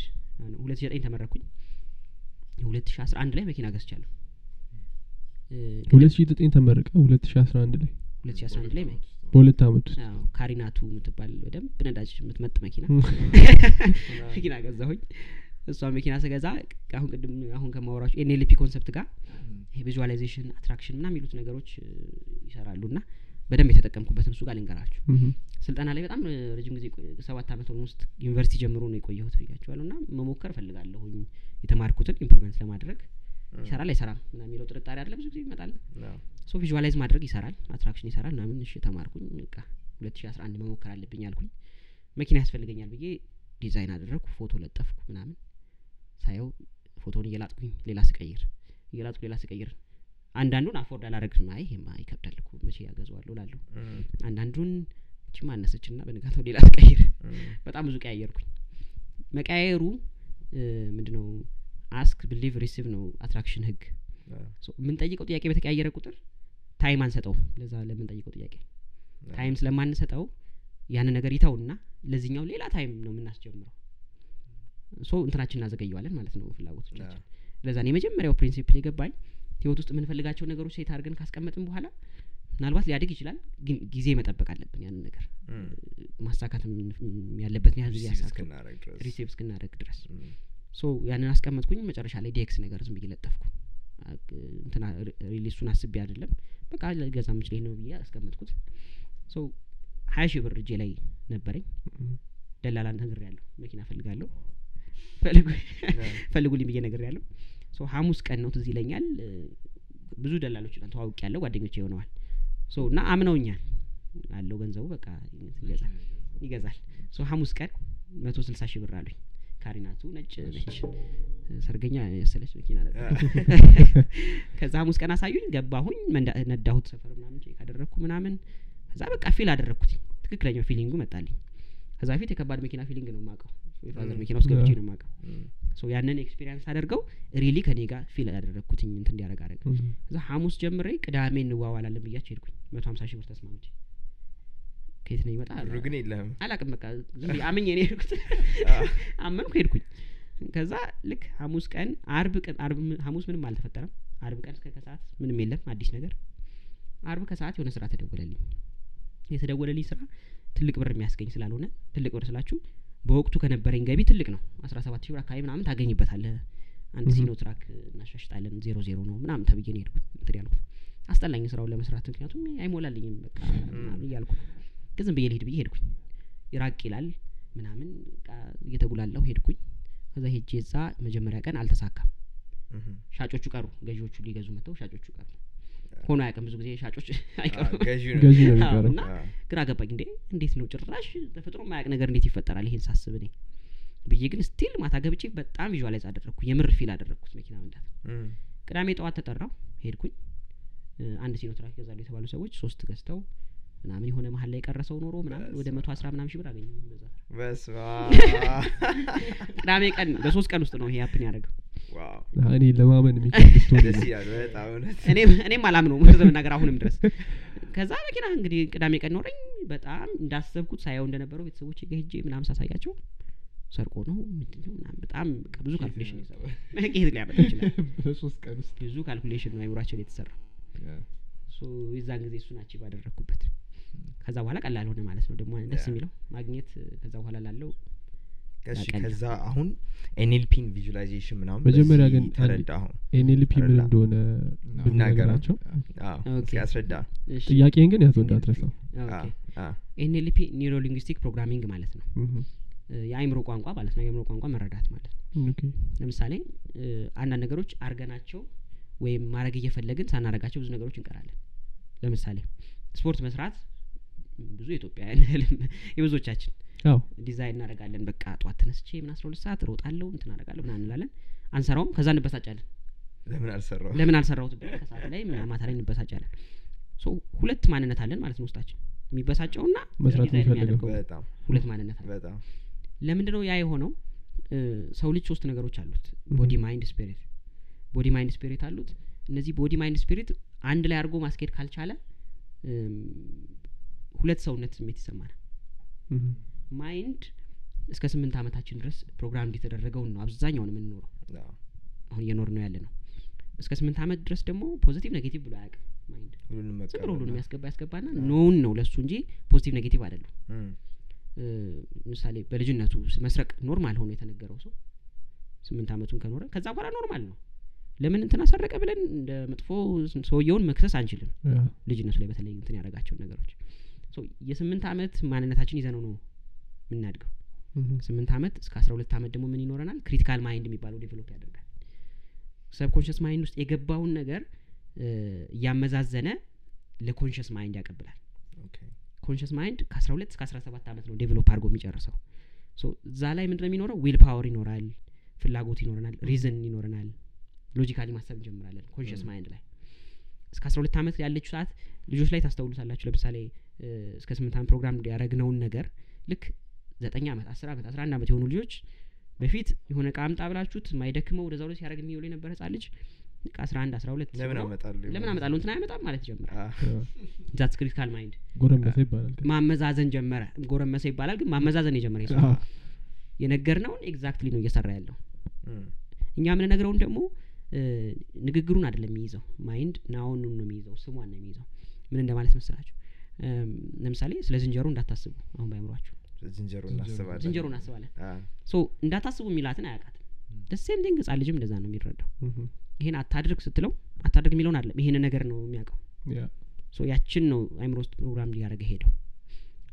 A: ሁለት ሺ ዘጠኝ ተመረኩኝ ሁለት ሺ አስራ አንድ ላይ መኪና ገዝቻለሁ
C: ሁለት ሺ ዘጠኝ ተመረቀ ሁለት ሺ አስራ አንድ ላይ
A: ሁለት ሺ አስራ አንድ ላይ መ-
C: በሁለት አመት ውስጥ
A: አዎ፣ ካሪናቱ የምትባል በደንብ ነዳጅ የምትመጥ መኪና [LAUGHS] መኪና ገዛሁኝ እሷ መኪና ስገዛ አሁን ቅድም አሁን ከማወራቸው ኤንኤልፒ ኮንሰፕት ጋር ይሄ ቪዥዋላይዜሽን አትራክሽን ምና የሚሉት ነገሮች እ፣ ይሰራሉ እና በደንብ የተጠቀምኩበትን እሱ ጋር ልንገራችሁ
C: እህ።
A: ስልጠና ላይ በጣም እ፣ ረጅም ጊዜ ቆየ- ሰባት አመት ውስጥ ዩኒቨርሲቲ ጀምሮ ነው የቆየሁት ብያቸዋለሁ እና መሞከር ፈልጋለሁኝ የተማርኩትን ኢምፕሊመንት ለማድረግ
B: mm.
A: ይሰራል አይሰራም ምና የሚለው ጥርጣሬ አለ ብዙ ጊዜ ይመጣል
B: No.
A: ሶ ቪዥዋላይዝ ማድረግ ይሰራል አትራክሽን ይሰራል ምናምን እሺ ተማርኩኝ በቃ ሁለት ሺ አስራ አንድ መሞከር አለብኝ አልኩኝ መኪና ያስፈልገኛል ብዬ ዲዛይን አደረግኩ ፎቶ ለጠፍኩ ምናምን ሳየው ፎቶን እየላጥኩኝ ሌላ ስቀይር እየላጥኩ ሌላ ስቀይር አንዳንዱን አፎርድ አላረግም አይ ይሄማ ይከብዳል እኮ መቼ ያገዘዋለሁ ላለሁ
B: Mm.
A: አንዳንዱን እቺ ማነሰችና በንጋታው ሌላ ስቀይር
B: Mm.
A: በጣም ብዙ ቀያየርኩኝ መቀያየሩ ምንድ ነው አስክ ብሊቭ ሪሲቭ ነው አትራክሽን ህግ
B: No.
A: So የምንጠይቀው ጥያቄ በተቀያየረ ቁጥር ታይም አንሰጠውም ለዛ ለምንጠይቀው ጥያቄ
B: No.
A: ታይም ስለማንሰጠው ያን ነገር ይተውና ለዚህኛው ሌላ ታይም ነው የምናስጀምረው ሶ እንትናችን እናዘገየዋለን ማለት ነው ፍላጎቶቻችን ለዛ ነው የመጀመሪያው ፕሪንሲፕል የገባኝ ህይወት ውስጥ የምንፈልጋቸው ነገሮች ሴት አድርገን ካስቀመጥን በኋላ ምናልባት ሊያድግ ይችላል ግን ጊዜ መጠበቅ አለብን ያንን ነገር
B: Mm.
A: ማሳካት የምን- ያለበትን ያህል ጊዜ ያሳካ
B: እስክናረግ ድረስ
A: ሪሴቭ እስክናደረግ ድረስ
B: ም፣
A: ሶ ያንን አስቀመጥኩኝ መጨረሻ ላይ ዲኤክስ ነገር ዝም ብዬ ለጠፍኩ አቅ- እንትና ሪ- ሪሊሱን አስቤ አይደለም በቃ ገዛ ምችል ነው ብዬ አስቀመጥኩት ሶ ሀያ ሺህ ብር እጄ ላይ ነበረኝ ደላላ ነግር ያለሁ መኪና ፈልጋለሁ ፈልጉ- ፈልጉልኝ ብዬ ነገር ያለው ሶ ሀሙስ ቀን ነው ትዝ ይለኛል እ, ብዙ ደላሎች ጋር ተዋውቅ ያለው ጓደኞች ይሆነዋል ሶ እና አምነውኛል አለው ገንዘቡ በቃ ይገዛል ይገዛል ሶ ሀሙስ ቀን መቶ ስልሳ ሺህ ብር አሉኝ ካሪናቱ ነጭ ነች እ, ሰርገኛ የመሰለች መኪና ነበር ከዛ ሀሙስ ቀን አሳዩኝ ገባሁኝ መንዳ- ነዳሁት ሰፈር ምናምን ቼክ አደረግኩ ምናምን ከዛ በቃ ፊል አደረግኩት ትክክለኛው ፊሊንጉ መጣልኝ ከዛ በፊት የከባድ መኪና ፊሊንግ ነው የማውቀው የፋዘር
B: ም።
A: መኪና ውስጥ ገብቼ ነው የማውቀው
B: ም፣
A: ሶ ያንን ኤክስፒሪንስ አደርገው ሪሊ ከኔ ጋር ፊል ያደረግኩትኝ እንትን እንዲያደርግ አደረገ ከዛ ሐሙስ ጀምሬ ቅዳሜ እንዋዋላለን ብያቸው ሄድኩኝ መቶ ሀምሳ ሺህ ብር ተስማምቼ ከየት ነው ይመጣ
B: ብሩ ግን የለህም
A: [LAUGHS] አላቅም በቃ ዝም ብዬ አምኜ ነው የሄድኩት
B: Ah.
A: አመንኩ ሄድኩኝ ከዛ ልክ ሐሙስ ቀን አርብ ቀን አርብ ም- ሐሙስ ምንም አልተፈጠረም አርብ ቀን እስከ ከሰዓት ምንም የለም አዲስ ነገር አርብ ከሰዓት የሆነ ስራ ተደወለልኝ የተደወለልኝ ስራ ትልቅ ብር የሚያስገኝ ስላልሆነ ትልቅ ብር ስላችሁ በወቅቱ ከነበረኝ ገቢ ትልቅ ነው አስራ ሰባት ሺህ ብር አካባቢ ምናምን ታገኝበታለህ አንድ
C: Mhm.
A: ሲኖ ትራክ እናሻሽጣለን ዜሮ ዜሮ ነው ምናምን ተብዬ ነው ሄድኩት እንትን ያልኩት አስጠላኝ ስራውን ለመስራት ምክንያቱም አይሞላልኝም በቃ ምናምን እያልኩ ግን ዝም ብዬ ልሄድ ብዬ ሄድኩኝ ይራቅ ይላል ምናምን በቃ እየተጉላለሁ ሄድኩኝ ከዛ ሄጄ እዛ መጀመሪያ ቀን አልተሳካም
B: እህም።
A: ሻጮቹ ቀሩ ገዢዎቹ ሊገዙ መጥተው ሻጮቹ ቀሩ ሆኖ አያውቅም ብዙ ጊዜ ሻጮች [LAUGHS] አይቀሩም
B: አ፣ ገዢ ነው
C: ገዢ ነው
A: አዎ፣
C: የሚቀረው
A: እና
B: አ፣
A: ግራ ገባኝ እንዴ እንዴት ነው ጭራሽ ተፈጥሮ ማያቅ ነገር እንዴት ይፈጠራል ይሄን ሳስብ እኔ ብዬ ግን ስቲል ማታ ገብቼ በጣም ቪዥዋላይዝ አደረግኩ የምር ፊል አደረግኩት መኪና መንዳት
B: ም፣
A: ቅዳሜ ጠዋት ተጠራው ሄድኩኝ እ፣ አንድ ሲኖ ትራክ ይገዛሉ የተባሉ ሰዎች ሶስት ገዝተው ምናምን የሆነ መሀል ላይ የቀረሰው ኖሮ ምናምን ወደ መቶ አስራ ምናምን ሺህ ብር አገኘ በዛ
B: በስመ አብ። ah.
A: ቅዳሜ ቀን ነው። በሶስት ቀን ውስጥ ነው ይሄ ሀፕን ያደረገው
B: ዋው
C: እኔ ለማመን የሚከብድ ስቶሪ
B: ደስ
C: ነው።
B: ይላል በጣም እውነት
A: እኔም- [LAUGHS] እኔም አላምነውም እውነት ለመናገር አሁንም ድረስ ከዛ መኪና እንግዲህ ቅዳሜ ቀን ኖረኝ በጣም እንዳሰብኩት ሳየው እንደነበረው ቤተሰቦች ጋ ሄጄ ምናምን ሳሳያቸው ሰርቆ ነው ምንድን ነው ምናምን በጣም በቃ ብዙ ካልኩሌሽን [LAUGHS] የሰራው። ኬት ሊያመጣ ይችላል
D: በሶስት ቀን ውስጥ
A: ብዙ ካልኩሌሽን ነው አይምሯቸው የተሰራ ሶ የዛን ጊዜ እሱን አቺቭ አደረግኩበት ከዛ በኋላ ቀላል ሆነ ማለት ነው ደግሞ ደስ
B: ያ።
A: የሚለው ማግኘት ከዛ በኋላ ላለው
B: እሺ
A: በቀላሉ።
B: ከዛ አሁን ኤንኤልፒን ቪዥላይዜሽን ምናምን
C: መጀመሪያ
B: በዚህ
C: ግን አንዴ-
B: ተረዳሁ
C: ኤንኤልፒ ምን
B: ተረዳ።
C: እንደሆነ
D: ነው።
C: ብንነግራቸው
B: አዎ፣
A: ኦኬ።
B: እስኪ አስረዳ
A: እሺ፣
C: ጥያቄን ግን ያቶ እንዳትረሳው
A: ኦኬ።
B: አ፣ አ፣
A: ኤንኤልፒ ኒውሮሊንግስቲክ ፕሮግራሚንግ ማለት ነው
C: እህ።
A: እ፣ የአእምሮ ቋንቋ ማለት ነው የአእምሮ ቋንቋ መረዳት ማለት ነው
C: ኦኬ።
A: ለምሳሌ እ፣ አንዳንድ ነገሮች አርገናቸው ወይም ማድረግ እየፈለግን ሳናረጋቸው ብዙ ነገሮች እንቀራለን ለምሳሌ ስፖርት መስራት ብዙ [LAUGHS] የኢትዮጵያውያን ህልም የብዙዎቻችን
C: አዎ
A: ዲዛይን እናደርጋለን በቃ ጠዋት ተነስቼ ምን አስራ ሁለት ሰዓት እሮጣለሁ እንትን አደርጋለሁ ምናምን እንላለን አንሰራውም ከዛ እንበሳጫለን
B: ለምን አልሰራው
A: ለምን አልሰራሁት ብለን ከሰዓት ላይ ምና- ማታ ላይ እንበሳጫለን ሶ ሁለት ማንነት አለን ማለት ነው ውስጣችን የሚበሳጨውና
C: መስራት
A: ዲዛይን
C: የሚፈልገው።
A: የሚያደርገው
B: በጣም
A: ሁለት ማንነት አለን
B: በጣም
A: ለምንድን ነው ያ የሆነው እ፣ ሰው ልጅ ሶስት ነገሮች አሉት ቦዲ ማይንድ ስፒሪት ቦዲ ማይንድ ስፒሪት አሉት እነዚህ ቦዲ ማይንድ ስፒሪት አንድ ላይ አድርጎ ማስኬድ ካልቻለ እም፣ ሁለት ሰውነት ስሜት ይሰማናል
C: እህ።
A: ማይንድ እስከ ስምንት ዓመታችን ድረስ ፕሮግራም እንደተደረገውን ነው አብዛኛውን የምንኖረው
B: አዎ፣
A: አሁን እየኖር ነው ያለ ነው እስከ ስምንት ዓመት ድረስ ደግሞ ፖዚቲቭ ኔጌቲቭ ብሎ አያውቅም ማይንድ
B: ሁሉንም
A: ዝም ብሎ ሁሉንም
B: መቀበል
A: ያስገባ ያስገባና ኖውን ነው ለእሱ እንጂ ፖዚቲቭ ኔጌቲቭ አይደለም
B: ነው። ም፣
A: እ፣ ምሳሌ በልጅነቱ ስ- መስረቅ ኖርማል ሆኖ የተነገረው ሰው ስምንት አመቱን ከኖረ ከዛ በኋላ ኖርማል ነው ለምን እንትን አሰረቀ ብለን እንደ መጥፎ ስ- ሰውየውን መክሰስ አንችልም
C: ያ።
A: ልጅነቱ ላይ በተለይ እንትን ያደረጋቸውን ነገሮች ሶ የስምንት አመት ማንነታችን ይዘነው ነው የምናድገው
C: እህ።
A: ስምንት አመት እስከ አስራ ሁለት አመት ደግሞ ምን ይኖረናል ክሪቲካል ማይንድ የሚባለው ዴቨሎፕ ያደርጋል ሰብኮንሽስ ማይንድ ውስጥ የገባውን ነገር እ፣ እያመዛዘነ ለኮንሽስ ማይንድ ያቀብላል
B: ኦኬ፣
A: ኮንሽስ ማይንድ ከ12 እስከ 17 ዓመት ነው ዴቨሎፕ አድርጎ የሚጨርሰው ሶ እዛ ላይ ምንድነው የሚኖረው ዊል ፓወር ይኖራል ፍላጎት ይኖረናል ሪዝን ይኖረናል ሎጂካሊ ማሰብ እንጀምራለን ኮንሽስ
B: Mm.
A: ማይንድ ላይ እስከ 12 ዓመት ያለችው ሰዓት ልጆች ላይ ታስተውሉታላችሁ ለምሳሌ እ፣ እስከ 8 ዓመት ፕሮግራም ያደረግነውን ነገር ልክ 9 ዓመት 10 ዓመት 11 ዓመት የሆኑ ልጆች በፊት የሆነ እቃ አምጣ ብላችሁት ማይደክመው ወደዛ ወደ ሲያደረግ የሚውሉ የነበረ ህጻን ልጅ ልክ አስራ አንድ አስራ ሁለት
B: ለምን
A: ሲሆነው
B: አመጣለሁ
A: ለምን አመጣለሁ እንትን አያመጣም ማለት ጀመረ
B: አ፣
A: ዛት ክሪቲካል ማይንድ
C: ጎረመሰ ይባላል ግን።
A: ማመዛዘን ጀመረ ጎረመሰ ይባላል ግን ማመዛዘን የጀመረ ይሰ
D: አዎ።
A: የነገርነውን ኤግዛክትሊ ነው እየሰራ ያለው
B: እም፣
A: እኛ የምንነግረውን ደግሞ እ፣ ንግግሩን አይደለም የሚይዘው ማይንድ ናውኑን ነው የሚይዘው ስሟን ነው የሚይዘው ምን እንደማለት መሰላችሁ እም፣ ለምሳሌ ስለ ዝንጀሮ እንዳታስቡ አሁን ባይምሯችሁ
B: ዝንጀሮ
D: ዝንጀሮ።
B: እናስባለን
A: ዝንጀሮ እናስባለን
B: አ፣
A: ሶ እንዳታስቡ የሚላትን አያውቃትም
D: ም።
A: ደሴም ቲንግ ህጻን ልጅም እንደዛ ነው የሚረዳው
C: እህም።
A: ይሄን አታድርግ ስትለው አታድርግ የሚለውን አይደለም ይሄን ነገር ነው የሚያውቀው
C: ያ
A: ሶ ያችን ነው አይምሮ ውስጥ ፕሮግራም ሊያደርገ ሄደው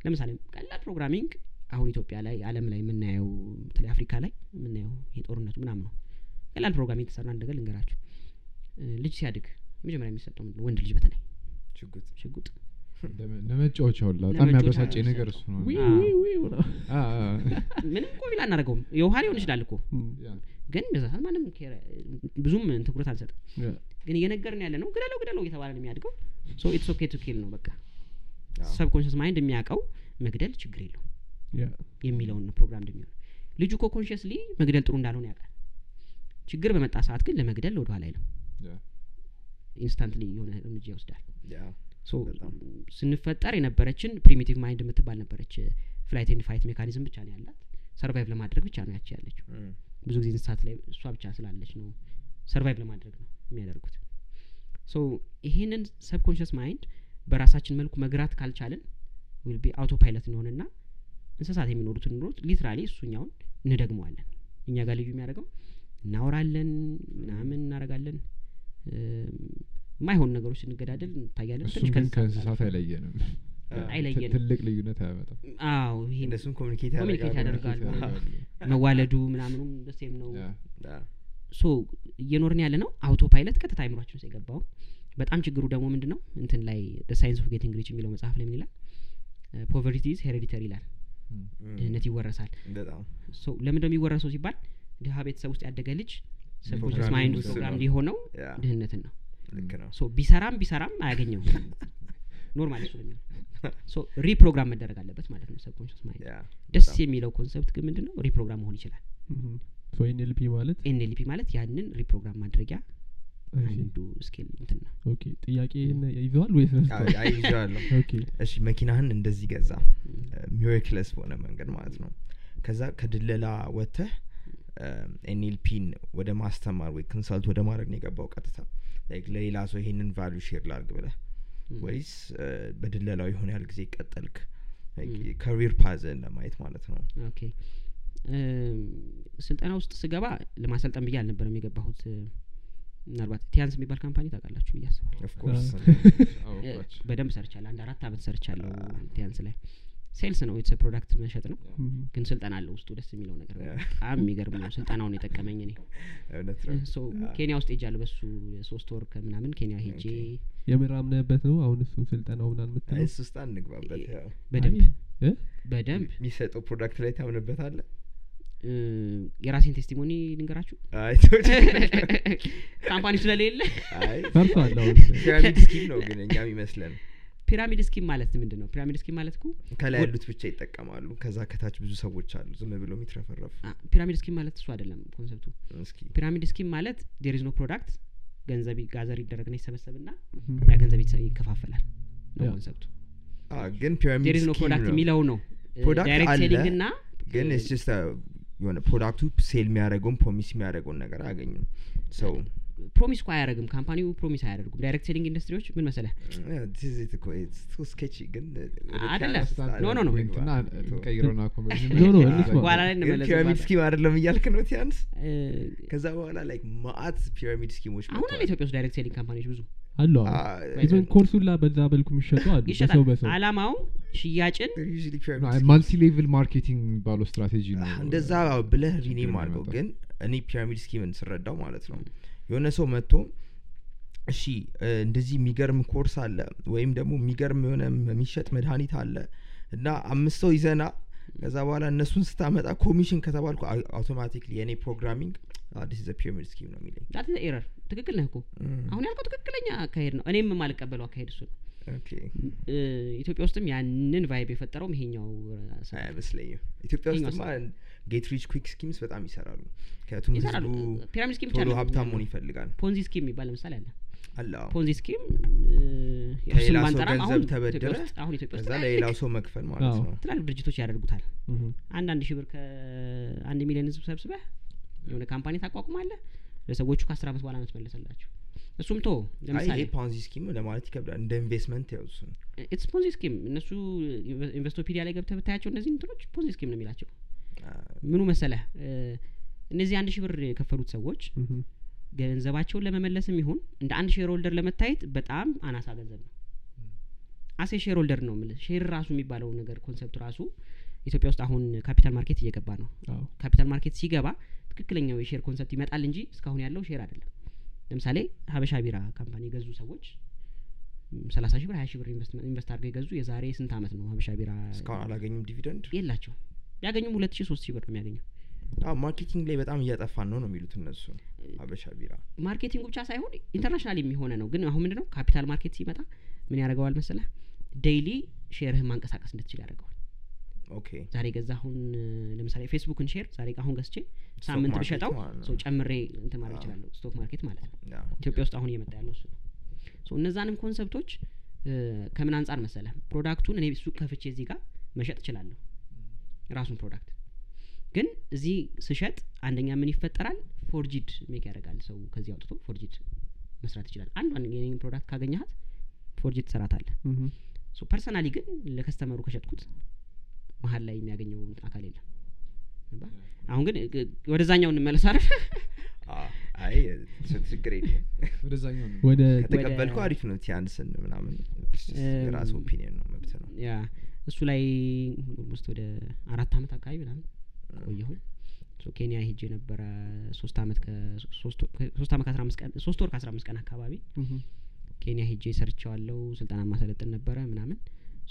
A: ለምሳሌ ቀላል ፕሮግራሚንግ አሁን ኢትዮጵያ ላይ አለም ላይ የምናየው በተለይ አፍሪካ ላይ የምናየው ይሄ ጦርነቱ ምናምን ነው ቀላል ፕሮግራሚንግ ተሰራ አንድ ነገር ልንገራችሁ እ፣ ልጅ ሲያድግ መጀመሪያ የሚሰጠው ምንድን ነው? ወንድ ልጅ በተለይ
B: ሽጉጥ
A: ሽጉጥ
D: ለመ- ለመጫወቻ ሁላ በጣም
A: ለመጫወቻ
D: ያበሳጭ
A: ነው
D: ነገር
A: የሚሰጠው።
D: እሱ ነው
C: ዊ-
A: አዎ።
C: ዊ- ዊ ሆነ።
D: አ- አ-
A: ምንም ቆቢል አናደርገውም የውሃ ሊሆን ይችላል እኮ
C: እም፣
D: ያ።
A: ግን በዛ ሰዓት ማንም ኬር- ብዙም ትኩረት አልሰጠም
C: ያ።
A: ግን እየነገርን ያለ ነው ግደለው ግደለው እየተባለ ነው የሚያድገው ሶ ኢትስ ኦኬ ቱ ኪል ነው በቃ
B: አዎ።
A: ሰብኮንሽስ ማይንድ የሚያውቀው መግደል ችግር የለው
C: ያ።
A: የሚለውን ነው ፕሮግራም እንደሚሆን ልጁ እኮ ኮንሽስሊ መግደል ጥሩ እንዳልሆነ ያውቃል ችግር በመጣ ሰዓት ግን ለመግደል ወደኋላ አይልም
D: ያ።
A: ኢንስታንትሊ የሆነ እርምጃ ይወስዳል
B: ያ፣
A: ሶ
B: በጣም።
A: ስንፈጠር የነበረችን ፕሪሚቲቭ ማይንድ የምትባል ነበረች ፍላይት ኤንድ ፋይት ሜካኒዝም ብቻ ነው ያላት ሰርቫይቭ ለማድረግ ብቻ ነው ያቺ ያለችው
B: እም፣
A: ብዙ ጊዜ እንስሳት ላይ እሷ ብቻ ስላለች ነው ሰርቫይቭ ለማድረግ ነው የሚያደርጉት ሶ ይሄንን ሰብኮንሽስ ማይንድ በራሳችን መልኩ መግራት ካልቻልን ዊል ቢ አውቶ ፓይለት እንሆንና እንስሳት የሚኖሩትን ኑሮት ሊትራሊ እሱኛውን እንደግመዋለን እኛ ጋር ልዩ የሚያደርገው እናወራለን ምናምን እናደርጋለን እም፣ የማይሆን ነገሮች ስንገዳደል እንታያለን
D: እሱም ግን
A: ከእንስሳት
D: ከእንስሳት
A: አልፈን
D: አይለየንም
B: አ፣
A: አይለየንም።
D: ት- ትልቅ ልዩነት አያመጣም
A: አዎ ይሄ
B: እነሱም ኮሚኒኬት
A: ኮሚኒኬት ያደርጋሉ።
D: ኮሚኒኬት ያደርጋሉ።
A: መዋለዱ ምናምኑም ደሴም ነው
D: ያ።
B: አ፣
A: ሶ እየኖርን ያለ ነው አውቶ ፓይለት ቀጥታ አይምሯችን ውስጥ የገባው በጣም ችግሩ ደግሞ ምንድን ነው እንትን ላይ ሳይንስ ኦፍ ጌቲንግ ሪች የሚለው መጽሐፍ ላይ ምን ይላል "Uh, ፖቨርቲዝ ሄሬዲተሪ ይላል
D: እም።
B: እም፣
A: ድህነት ይወረሳል
B: በጣም
A: ሶ ለምንድነው የሚወረሰው ሲባል ድሀ ቤተሰብ ውስጥ ያደገ ልጅ ሰብኮንሽስ
B: ፕሮግራሚንግ
A: ማይንድ
B: ውስጥ
A: ፕሮግራም
B: ነው።
A: ሊሆነው
B: ያ፣
A: ድህነትን ነው
B: ልክ ነው
A: ሶ ቢሰራም ቢሰራም አያገኘውም ኖርማል እሱ ነው የሚሆነው ሶ ሪፕሮግራም መደረግ አለበት ማለት ነው ሰብኮንሽስ ማይንድ
B: ያ፣
A: ደስ
B: በጣም።
A: የሚለው ኮንሰፕት ግን ምንድን ነው ሪፕሮግራም መሆን ይችላል
C: እህም። ሶ ኤንኤልፒ ማለት
A: ኤንኤልፒ ማለት ያንን ሪፕሮግራም ማድረጊያ
C: እሺ፣
A: አንዱ ስኬል እንትን ነው
C: ኦኬ ጥያቄህን ይዘዋል ወይስ
B: አ፣
C: ረስተዋል?
B: አይ፣ ይዤዋለሁ
C: ኦኬ
B: እሺ መኪናህን እንደዚህ ገዛ ሚሬክለስ በሆነ መንገድ ማለት ነው ከዛ ከድለላ ወጥተህ ኤንኤልፒን ወደ ማስተማር ወይ ኮንሰልት ወደ ማድረግ ነው የገባው ቀጥታ ላይክ ለሌላ ሰው ይሄንን ቫሉ ሼር ላርግ ብለህ ወይስ እ፣ በድለላው የሆነ ያህል ጊዜ ቀጠልክ
A: ም።
B: ከሪር ፓዝን ለማየት ማለት ነው
A: ኦኬ እም፣ ስልጠና ውስጥ ስገባ ለማሰልጠን ብዬ አልነበረም የገባሁት እ፣ ምናልባት ቲያንስ የሚባል ካምፓኒ ታውቃላችሁ ብዬ አስባለሁ
B: ኦፍኮርስ
D: አዎ፣
A: እ፣
D: ጓች።
A: በደንብ ሰርቻለሁ አንድ አራት አመት ሰርቻለሁ
B: አዎ።
A: ቲያንስ ላይ ሴልስ ነው የተሰ ፕሮዳክት መሸጥ ነው
C: እህም።
A: ግን ስልጠና አለው ውስጡ ደስ የሚለው ነገር
B: ያ።
A: በጣም የሚገርም ነው ስልጠናውን የጠቀመኝ እኔ
B: እውነት
A: እ፣
B: ነው
A: ሶ ኬንያ ውስጥ ሄጃለሁ በሱ ሶስት ወር ከምናምን ኬንያ ሄጄ
B: ኦኬ።
C: የምራምነህበት ነው አሁን እሱን ስልጠናው ምናምን
B: አይ፣
C: የምትለው
B: እሱ ውስጥ አንግባበት ያው
A: በደንብ
C: እ?
A: በደንብ
B: የሚሰጠው ፕሮዳክት ላይ ታምንበታለ
A: እ፣ የራሴን ቴስቲሞኒ
B: [LAUGHS]
A: ልንገራችሁ
B: አይ ተው ችግር የለም።
A: ካምፓኒ ስለሌለ
B: አይ
C: ፈርቷል አሁን
B: ፒራሚድ ስኪም ነው ግን እኛም ይመስለን
A: ፒራሚድ ስኪም ማለት ምንድን ነው ፒራሚድ ስኪም ማለት እኮ
B: ከላይ ያሉት ብቻ ይጠቀማሉ ከዛ ከታች ብዙ ሰዎች አሉ ዝም ብሎ የሚትረፈረፉ
A: አ፣ ፒራሚድ ስኪም ማለት እሱ አይደለም ኮንሰፕቱ
B: እስኪ
A: ፒራሚድ ስኪም ማለት ዴር ኖ ፕሮዳክት ገንዘብ ጋዘር ይደረግና ይሰበሰብና
C: እህም።
A: ያ ገንዘብ ይሰ- ይከፋፈላል ነው
C: ያ።
A: ኮንሰፕቱ
B: አ፣ ግን
A: ዴር
B: ፒራሚድ
A: ኖ
B: ስኪም
A: ፕሮዳክት
B: ነው
A: የሚለው ነው እ፣
B: Product
A: ዳይሬክት
B: አለ።
A: ሴሊንግ እና
B: ግን ስ ጀስት የሆነ ፕሮዳክቱ ሴል የሚያደርገውን ፕሮሚስ የሚያደርገውን ነገር አያገኝም ሰው
A: ፕሮሚስ እኮ አያደርግም ካምፓኒው ፕሮሚስ አያደርጉም ዳይሬክት ሴሊንግ ኢንዱስትሪዎች ምን መሰለህ
B: ስኬች ግን
A: አይደለም።
D: ስታንድ
A: ኖ፣ ኖ፣ ኖ።
D: ፖይንትና እንቀይረውና ኮንቨርሽን
C: ኖ፣ ኖ፣
D: መለኪያ
C: እንስማ።
A: በኋላ ላይ እንመለስ
B: ፒራሚድ ስኪም አይደለም እያልክ ነው ቲያንስ ከዛ በኋላ ላይ ማአት ፒራሚድ ስኪሞች
A: አሁን አለ ኢትዮጵያ ውስጥ ዳይሬክት ሴሊንግ ካምፓኒዎች ብዙ
C: አሉ አሁን ኢቨን ኮርሱላ በዛ መልኩ የሚሸጡ አሉ
A: ይሸጣል
C: በሰው በሰው
A: አላማው ሽያጭን
D: ማልቲ ሌቭል ማርኬቲንግ የሚባለው ስትራቴጂ ነው
B: እንደዛ ብለህ ሪኔም
D: ችግር
B: አድርገው
D: የመጣው።
B: ግን እኔ ፒራሚድ ስኪምን ስረዳው ማለት ነው የሆነ ሰው መጥቶ እሺ እ፣ እንደዚህ የሚገርም ኮርስ አለ ወይም ደግሞ የሚገርም የሆነ የሚሸጥ መድኃኒት አለ እና አምስት ሰው ይዘና ከዛ በኋላ እነሱን ስታመጣ ኮሚሽን ከተባልኩ አውቶማቲክሊ የእኔ ፕሮግራሚንግ አዲስ ዘ ፒራሚድ ስኪም ነው የሚለኝ
A: ዳት ኤረር ትክክል ነህ እኮ
B: እም፣
A: አሁን ያልከው ትክክለኛ አካሄድ ነው እኔም የማልቀበለው አካሄድ እሱ ነው
B: ኦኬ።
A: እ፣ ኢትዮጵያ ውስጥም ያንን ቫይብ የፈጠረውም ይሄኛው እ፣ ስራ
B: አይመስለኝም ኢትዮጵያ
A: ይሄኛው
B: ውስጥማ ጌት ሪች ኩክ ስኪምስ በጣም ይሰራሉ ምክንያቱም
A: ይሰራሉ
B: ህዝቡ
A: ፒራሚድ ስኪም ብቻ
B: ቶሎ
A: አይደለም
B: ሀብታም
A: የሚሆነው።
B: መሆን ይፈልጋል
A: ፖንዚ ስኪም የሚባል ለምሳሌ አለ
B: አለ አዎ።
A: ፖንዚ ስኪም
B: ከሌላ
A: እሱን
B: ሰው
A: ባንጠራም አሁን
B: ገንዘብ
A: ኢትዮጵያ
B: ተበድረህ
A: ውስጥ- አሁን ኢትዮጵያ ውስጥ
B: ከዛ
A: ትላልቅ
B: ለሌላው ሰው መክፈል ማለት
C: አዎ።
B: ነው
A: ትላልቅ ድርጅቶች ያደርጉታል
C: እህ፣
A: አንዳንድ ሺህ ብር ከአንድ ሚሊዮን ህዝብ ሰብስበህ የሆነ ካምፓኒ ታቋቁማለህ ለሰዎቹ ከአስር አመት በኋላ ነው ትመለሰላቸው እሱም ቶ
B: አይ ይሄ
A: ለምሳሌ
B: ፓንዚ ስኪም ለማለት ይከብዳል እንደ ኢንቨስትመንት ያውሱን
A: ኢትስ ፖንዚ ስኪም እነሱ ኢንቨ- ኢንቨስቶፒዲያ ላይ ገብተህ ብታያቸው እነዚህ እንትኖች ፖንዚ ስኪም ነው የሚላቸው ምኑ መሰለህ እ፣ እነዚህ አንድ ሺህ ብር የከፈሉት ሰዎች
C: እህ፣
A: ገንዘባቸውን ለመመለስም ይሁን እንደ አንድ ሼር ሆልደር ለመታየት በጣም አናሳ ገንዘብ ነው አሴ ሼር ሆልደር ነው የምልህ ሼር ራሱ የሚባለው ነገር ኮንሰፕት ራሱ ኢትዮጵያ ውስጥ አሁን ካፒታል ማርኬት እየገባ ነው
C: አዎ።
A: ካፒታል ማርኬት ሲገባ ትክክለኛው የሼር ኮንሰፕት ይመጣል እንጂ እስካሁን ያለው ሼር አይደለም ለምሳሌ ሀበሻ ቢራ ካምፓኒ የገዙ ሰዎች ሰላሳ ሺህ ብር ሀያ ሺህ ብር ኢንቨስትመ- ኢንቨስት አድርገው የገዙ የዛሬ ስንት አመት ነው ሀበሻ ቢራ
B: እስካሁን አላገኙም ዲቪደንድ
A: የላቸው ቢያገኙም ሁለት ሺህ ሶስት ሺህ ብር ነው የሚያገኘው
B: አዎ፣ ማርኬቲንግ ላይ በጣም እያጠፋን ነው ነው የሚሉት እነሱ አበሻ ቢራ
A: ማርኬቲንጉ ብቻ ሳይሆን ኢንተርናሽናል የሚሆነ ነው ግን አሁን ምንድነው ካፒታል ማርኬት ሲመጣ ምን ያደርገዋል መሰለህ ዴይሊ ሼርህን ማንቀሳቀስ እንድትችል ያደርገዋል
B: ኦኬ
A: ዛሬ ገዛ አሁን ለምሳሌ ፌስቡክን ሼር ዛሬ አሁን ገዝቼ
B: ስቶክ
A: ሳምንት
B: ማርኬት
A: ብሸጠው
B: ማለት ነው።
A: ሰው ጨምሬ እንትን ማድረግ
B: አዎ።
A: ይችላለሁ ስቶክ ማርኬት ማለት ነው
B: አዎ።
A: ኢትዮጵያ ውስጥ አሁን እየመጣ ያለው እሱ ነው ሶ እነዛንም ኮንሰፕቶች እ፣ ከምን አንጻር መሰለህ ፕሮዳክቱን እኔ ሱቅ ከፍቼ እዚህ ጋር መሸጥ እችላለሁ ራሱን ፕሮዳክት ግን እዚህ ስሸጥ አንደኛ ምን ይፈጠራል ፎርጂድ ሜክ ያደርጋል ሰው ከዚህ አውጥቶ ፎርጂድ መስራት ይችላል አንዷን የኔን ፕሮዳክት ካገኘሃት ፎርጂድ ትሰራታለህ
C: እህ፣
A: ሶ ፐርሰናሊ ግን ለከስተመሩ ከሸጥኩት መሀል ላይ የሚያገኘው አካል የለም ገባህ? አሁን ግን እ፣ ወደዛኛው እንመለስ አይደል?
B: አዎ፣ አይ እሱ ችግር የለውም
D: ወደዛኛው ነው
C: ወደ
B: ከተቀበልኩ አሪፍ ነው ቲያንስን ምናምን የራስ
A: እም፣
B: ኦፒኒየን ነው መብት ነው
A: ያ እሱ ላይ ውስጥ ወደ አራት አመት አካባቢ ምናምን ቆየሁኝ ሶ ኬንያ ሄጄ ነበረ ሶስት አመት ከሶስት ወ- ከሶስት አመት ከአስራ አምስት ቀን ሶስት ወር ከአስራ አምስት ቀን አካባቢ
C: እህ፣
A: ኬንያ ሄጄ ሰርቸዋለው ስልጠና ማሰለጥን ነበረ ምናምን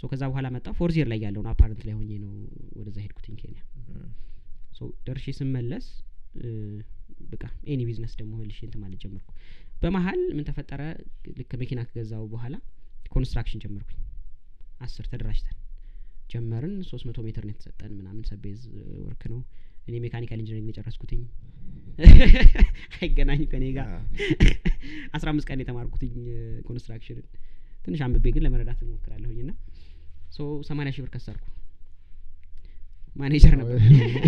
A: ሶ ከዛ በኋላ መጣ ፎርዚየር ላይ ያለውን አፓረንት ላይ ሆኜ ነው ወደዛ ሄድኩትኝ ኬንያ
B: እም፣
A: ሶ ደርሼ ስመለስ እ፣ በቃ ኤኒ ቢዝነስ ደግሞ መልሼ እንትን ማለት ጀመርኩ በመሀል ምን ተፈጠረ ልክ መኪና ከገዛው በኋላ ኮንስትራክሽን ጀመርኩኝ አስር ተደራጅተን ጀመርን ሶስት መቶ ሜትር ነው የተሰጠን ምናምን ሰቤዝ ወርክ ነው እኔ ሜካኒካል ኢንጂነሪንግ ነው የጨረስኩትኝ [LAUGHS] አይገናኝ ከኔ ጋር
B: አዎ።
A: አስራ አምስት ቀን የተማርኩትኝ ኮንስትራክሽንን ትንሽ አንብቤ ግን ለመረዳት እሞክራለሁኝ እና ሶ ሰማንያ ሺህ ብር ከሰርኩ ማኔጀር ነበር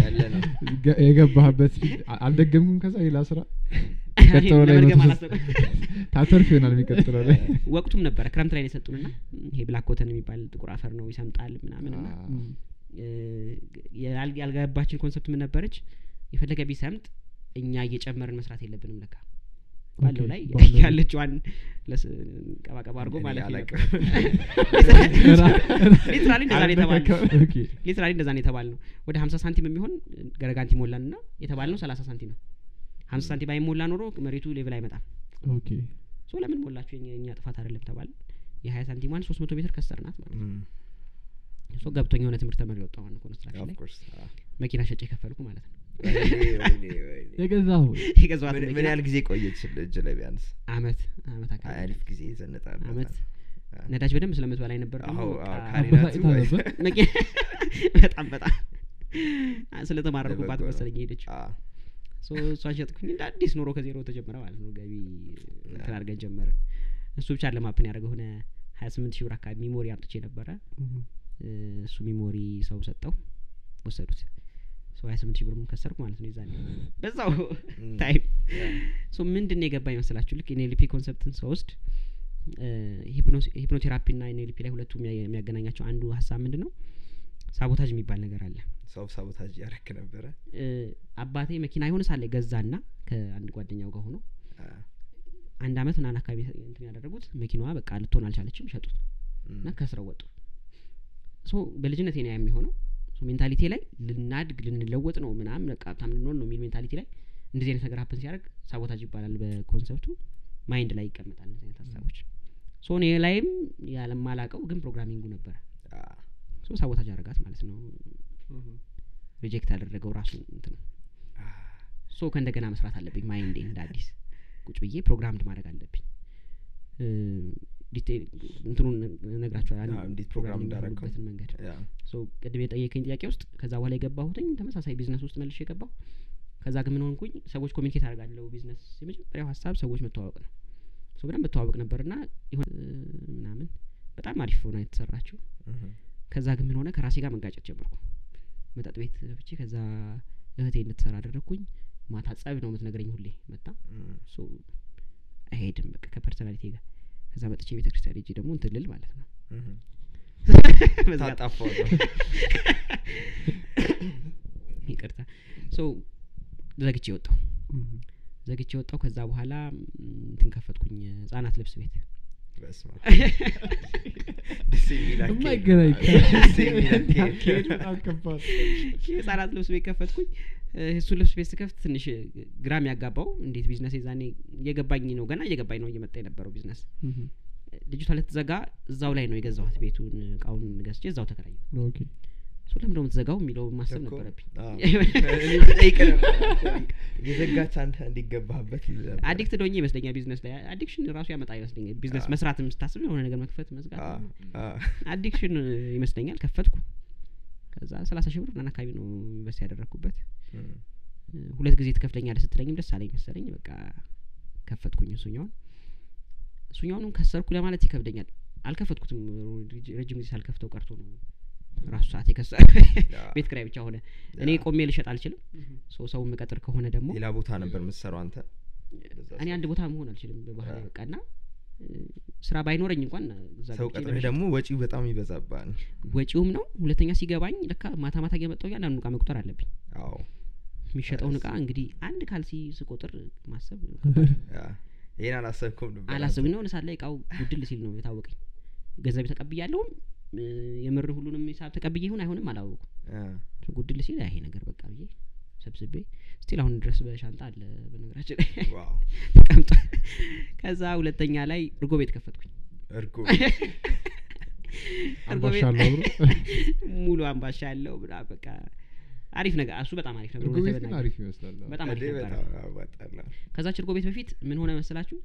B: ያለ ነው
D: ገ- የገባህበት ፊልድ አ- አልደገምኩም ከዛ ሌላ ስራ ቀጥሎ ላይ
A: ለመድገም
D: መቶ
A: አላሰብኩም።
D: ታተርፍ ይሆናል የሚቀጥለው ላይ
A: ወቅቱም ነበረ ክረምት ላይ ነው የሰጡንና ይሄ ብላክ ኮተን የሚባል ጥቁር አፈር ነው ይሰምጣል ምናምን እና
C: እህ፣
A: እ፣ ያል- ያልገባችን ኮንሰፕት ምን ነበረች የፈለገ ቢሰምጥ እኛ እየጨመርን መስራት የለብንም ለካ ባለው
C: ኦኬ፣
A: ላይ
C: ባለው ላይ።
A: ያለችዋን ለስ- ቀባቀባ [LAUGHS] አድርጎ
B: እኔ
A: ማለት [LAUGHS]
B: አላቅም። [LAUGHS]
A: ሊትራሊ እንደዛ ነው የተባልነው
C: ኦኬ፣
A: ሊትራሊ እንደዛ ነው የተባልነው ወደ ሀምሳ ሳንቲም የሚሆን ገረጋንቲ ሞላን ና የተባልነው ሰላሳ ሳንቲም ነው ሀምሳ ሳንቲም ባይሞላ ኖሮ መሬቱ ሌቭል አይመጣም
C: ኦኬ፣
A: ሶ ለምን ሞላችሁ የኛ የኛ ጥፋት አይደለም ተባል የሀያ ሳንቲሟን ሶስት መቶ ሜትር ከሰርናት ማለት
B: እም፣
A: ነው ሶ ገብቶኝ የሆነ ትምህርት ተመሪ ወጣ ዋን ኮንስትራክሽን
B: of
A: ላይ
B: course፣ አዎ።
A: መኪና ሸጬ የከፈልኩ ማለት ነው
B: ወይኔ፣
A: [LAUGHS]
B: ወይኔ፣ ወይኔ።
C: የገዛሁ
A: የገዛኋት
B: ምን- ምን
A: መኪና
B: ያህል ጊዜ ቆየች እጅ ላይ ቢያንስ
A: አመት አመት አካባቢ
B: አሪፍ ጊዜ ዘነጣለሁ
A: አመት ነዳጅ በደንብ ስለምትበላይ ነበር ደግሞ
B: አዎ፣
A: በቃ
B: አዎ፣ ካሬ ናት።
C: አበሳጭታ ነበር
A: [LAUGHS] መኪና በጣም በጣም [LAUGHS] ስለተማረርኩባት
B: ለበጎ ነው።
A: መሰለኝ ሄደችው ሶ እሷን ሸጥኩኝ እንደ አዲስ ኑሮ ከዜሮ ተጀመረ ማለት ነው ገቢ እንትን አድርገን ጀመርን እሱ ብቻ ለማፕን ያደረገ ሆነ ሀያ ስምንት ሺህ ብር አካባቢ ሚሞሪ አምጥቼ ነበረ
C: እህ፣
A: እ፣ እሱ ሚሞሪ ሰው ሰጠው ወሰዱት ሶ ሀያ ስምንት ሺህ ብር ከሰርኩ ማለት ነው ይዛኔ በዛው [LAUGHS]
B: Mm.
A: ታይም ሶ ምንድን ነው የገባ ይመስላችሁ ልክ ኤንኤልፒ ኮንሰፕትን ሰውስድ ሂፕኖቴራፒ ና ኤንኤልፒ ላይ ሁለቱ የሚያ- የሚያገናኛቸው አንዱ ሀሳብ ምንድን ነው ሳቦታጅ የሚባል ነገር አለ
B: ሰው ሳቦታጅ እያረክ ነበረ
A: እ፣ አባቴ መኪና የሆነ ሳለ ገዛና ከአንድ ጓደኛው ጋር ሆኖ
B: አ፣
A: አንድ አመት ምናምን አካባቢ እንትን ያደረጉት መኪናዋ በቃ ልትሆን አልቻለችም ሸጡት
B: እም፣
A: እና ከስረው ወጡ ሶ በልጅነት ነው ያ የሚሆነው ሶ ሜንታሊቲ ላይ ልናድግ ልንለወጥ ነው ምናምን በቃ ሀብታም ልንሆን ነው የሚል ሜንታሊቲ ላይ እንደዚህ አይነት ነገር ሀፕን ሲያደርግ ሳቦታጅ ይባላል በኮንሰፕቱ ማይንድ ላይ ይቀመጣል እንደዚህ አይነት ሀሳቦች ሶ እኔ ላይም ያለማላቀው ግን ፕሮግራሚንጉ ነበረ
B: አ፣
A: ሶ ሳቦታጅ አረጋት ማለት ነው ሪጀክት ያደረገው ራሱ እንትን ነው
B: አ፣
A: ሶ ከእንደገና መስራት አለብኝ ማይንዴ እንደ አዲስ ቁጭ ብዬ ፕሮግራምድ ማድረግ አለብኝ እ፣ ዲቴይል እንትኑን ነግራቸዋል
B: አዎ፣ እንዴት ፕሮግራም እንዳረከው።
A: እንዳረጉበትን መንገድ
B: ያ
A: ሶ ቅድም የጠየቀኝ ጥያቄ ውስጥ ከዛ በኋላ የገባሁትኝ ተመሳሳይ ቢዝነስ ውስጥ መልሼ የገባሁ ከዛ ግን ምን ሆንኩኝ ሰዎች ኮሚኒኬት አድርጋለሁ ቢዝነስ የመጀመሪያው ሀሳብ ሰዎች መተዋወቅ ነው ሶ በደንብ መተዋወቅ ነበር ና የሆነ እ፣ ምናምን በጣም አሪፍ ሆና የተሰራችው
B: እህ፣
A: ከዛ ግን ምን ሆነ ከራሴ ጋር መንጋጨት ጀመርኩ መጠጥ ቤት ፍቼ ከዛ እህቴ እንድትሰራ አደረግኩኝ ማታ ጸብ ነው የምትነግረኝ ሁሌ መጣ
B: እህ፣
A: ሶ አይሄድም በቃ ከፐርሰናሊቲ ጋር ከዛ መጥቼ ቤተክርስቲያን ሄጄ ደግሞ እንትን ልል ማለት ነው
B: እህ።
A: [LAUGHS] በዛ
B: ታጣፋው ነው።
A: ይቅርታ ሶ ዘግቼ ወጣሁ ዘግቼ ወጣሁ ከዛ በኋላ ም፣ እንትን ከፈትኩኝ ህጻናት ልብስ [LAUGHS] ቤት
B: በስመ አብ። ደስ የሚል አካሄድ ነው።
C: የማይገናኝ
B: ደስ የሚል አካሄድ
D: አካሄዱ
B: ነው።
D: በጣም ከባድ
A: የህጻናት ልብስ ቤት ከፈትኩኝ እ፣ እሱን ልብስ ቤት ስከፍት ትንሽ እ፣ ግራም ያጋባው እንዴት ቢዝነስ የዛኔ እየገባኝ ነው ገና እየገባኝ ነው እየመጣ የነበረው ቢዝነስ ልጅቷ ልትዘጋ እዛው ላይ ነው የገዛኋት ቤቱን እቃውን ገዝቼ እዛው ተከራየሁ
C: ኦኬ
A: ሶ ለምንድነው የምትዘጋው የሚለው ማሰብ
B: እኮ፣
A: ነበረብኝ
B: አዎ። እኔ ብጠይቅ ነበር። የዘጋች አንተ እንዲገባህበት ይል ነበር።
A: አዲክት ዶኜ ይመስለኛል ቢዝነስ ላይ አዲክሽን ራሱ ያመጣ ይመስለኛል ቢዝነስ
B: አዎ።
A: መስራት የምስታስብ የሆነ ነገር መክፈት መዝጋት
B: አዎ፣ አዎ።
A: አዲክሽን ይመስለኛል ከፈትኩ ከዛ ሰላሳ ሺህ ብር ምናምን አካባቢ ነው ኢንቨስት ያደረግኩበት
B: እህ፣
A: እ፣ ሁለት ጊዜ ትከፍለኛለህ ስትለኝም ደስ አለኝ መሰለኝ በቃ ከፈትኩኝ እሱኛውን እሱኛውንም ከሰርኩ ለማለት ይከብደኛል አልከፈትኩትም ረጅ- ረጅም ጊዜ ሳልከፍተው ቀርቶ ነው ራሱ ሰዓት የከሰረ
B: አዎ።
A: ቤት ኪራይ ብቻ ሆነ እኔ ቆሜ ልሸጥ አልችልም ሰው ሰው የምቀጥር ከሆነ ደግሞ
B: ሌላ ቦታ ነበር የምትሰራው አንተ በዛ
A: እኔ አንድ ቦታ መሆን አልችልም በባህሪ በቃ እና እ፣ ስራ ባይኖረኝ እንኳን እዛ
B: ሰው
A: ገብቼ
B: ቀጥረህ
A: በመሸጥ
B: ደግሞ ወጪው በጣም ይበዛባል።
A: ወጪውም ነው ሁለተኛ ሲገባኝ ለካ ማታ ማታ እየመጣሁ እያንዳንዱ እቃ መቁጠር አለብኝ
B: አዎ
A: የሚሸጠውን እቃ እንግዲህ አንድ ካልሲ ስቆጥር ማሰብ
B: ያ። ይሄን አላሰብኩም ነበር።
A: አላሰብኝ ነው ሳለ እቃው ጉድል ሲል ነው የታወቀኝ ገንዘብ ተቀብያለሁም እ፣ የምር ሁሉንም ሂሳብ ተቀብዬ ይሁን አይሆንም አላወቁም [LAUGHS]
B: ያ።
A: ጉድል ሲል ያ ይሄ ነገር በቃ ብዬ ሰብስቤ ስቲል አሁን ድረስ በሻንጣ አለ በነገራችን ላይ
B: ዋው
A: ተቀምጧል [LAUGHS] ከዛ ሁለተኛ ላይ እርጎ ቤት ከፈትኩኝ
B: እርጎ
A: እርጎ ቤት
D: አምባሻ አለው አብሮ
A: ሙሉ አምባሻ ያለው ብላ በቃ አሪፍ ነገር እሱ በጣም አሪፍ ነበር
D: እርጎ
A: እውነት
D: ቤት ግን
A: ለመናገር።
D: አሪፍ ይመስላል አዎ።
A: በጣም አሪፍ
B: እንዴ፣
A: ነበረ
B: በጣም ያዋጣል።
A: ከዛች እርጎ ቤት በፊት ምን ሆነ መሰላችሁ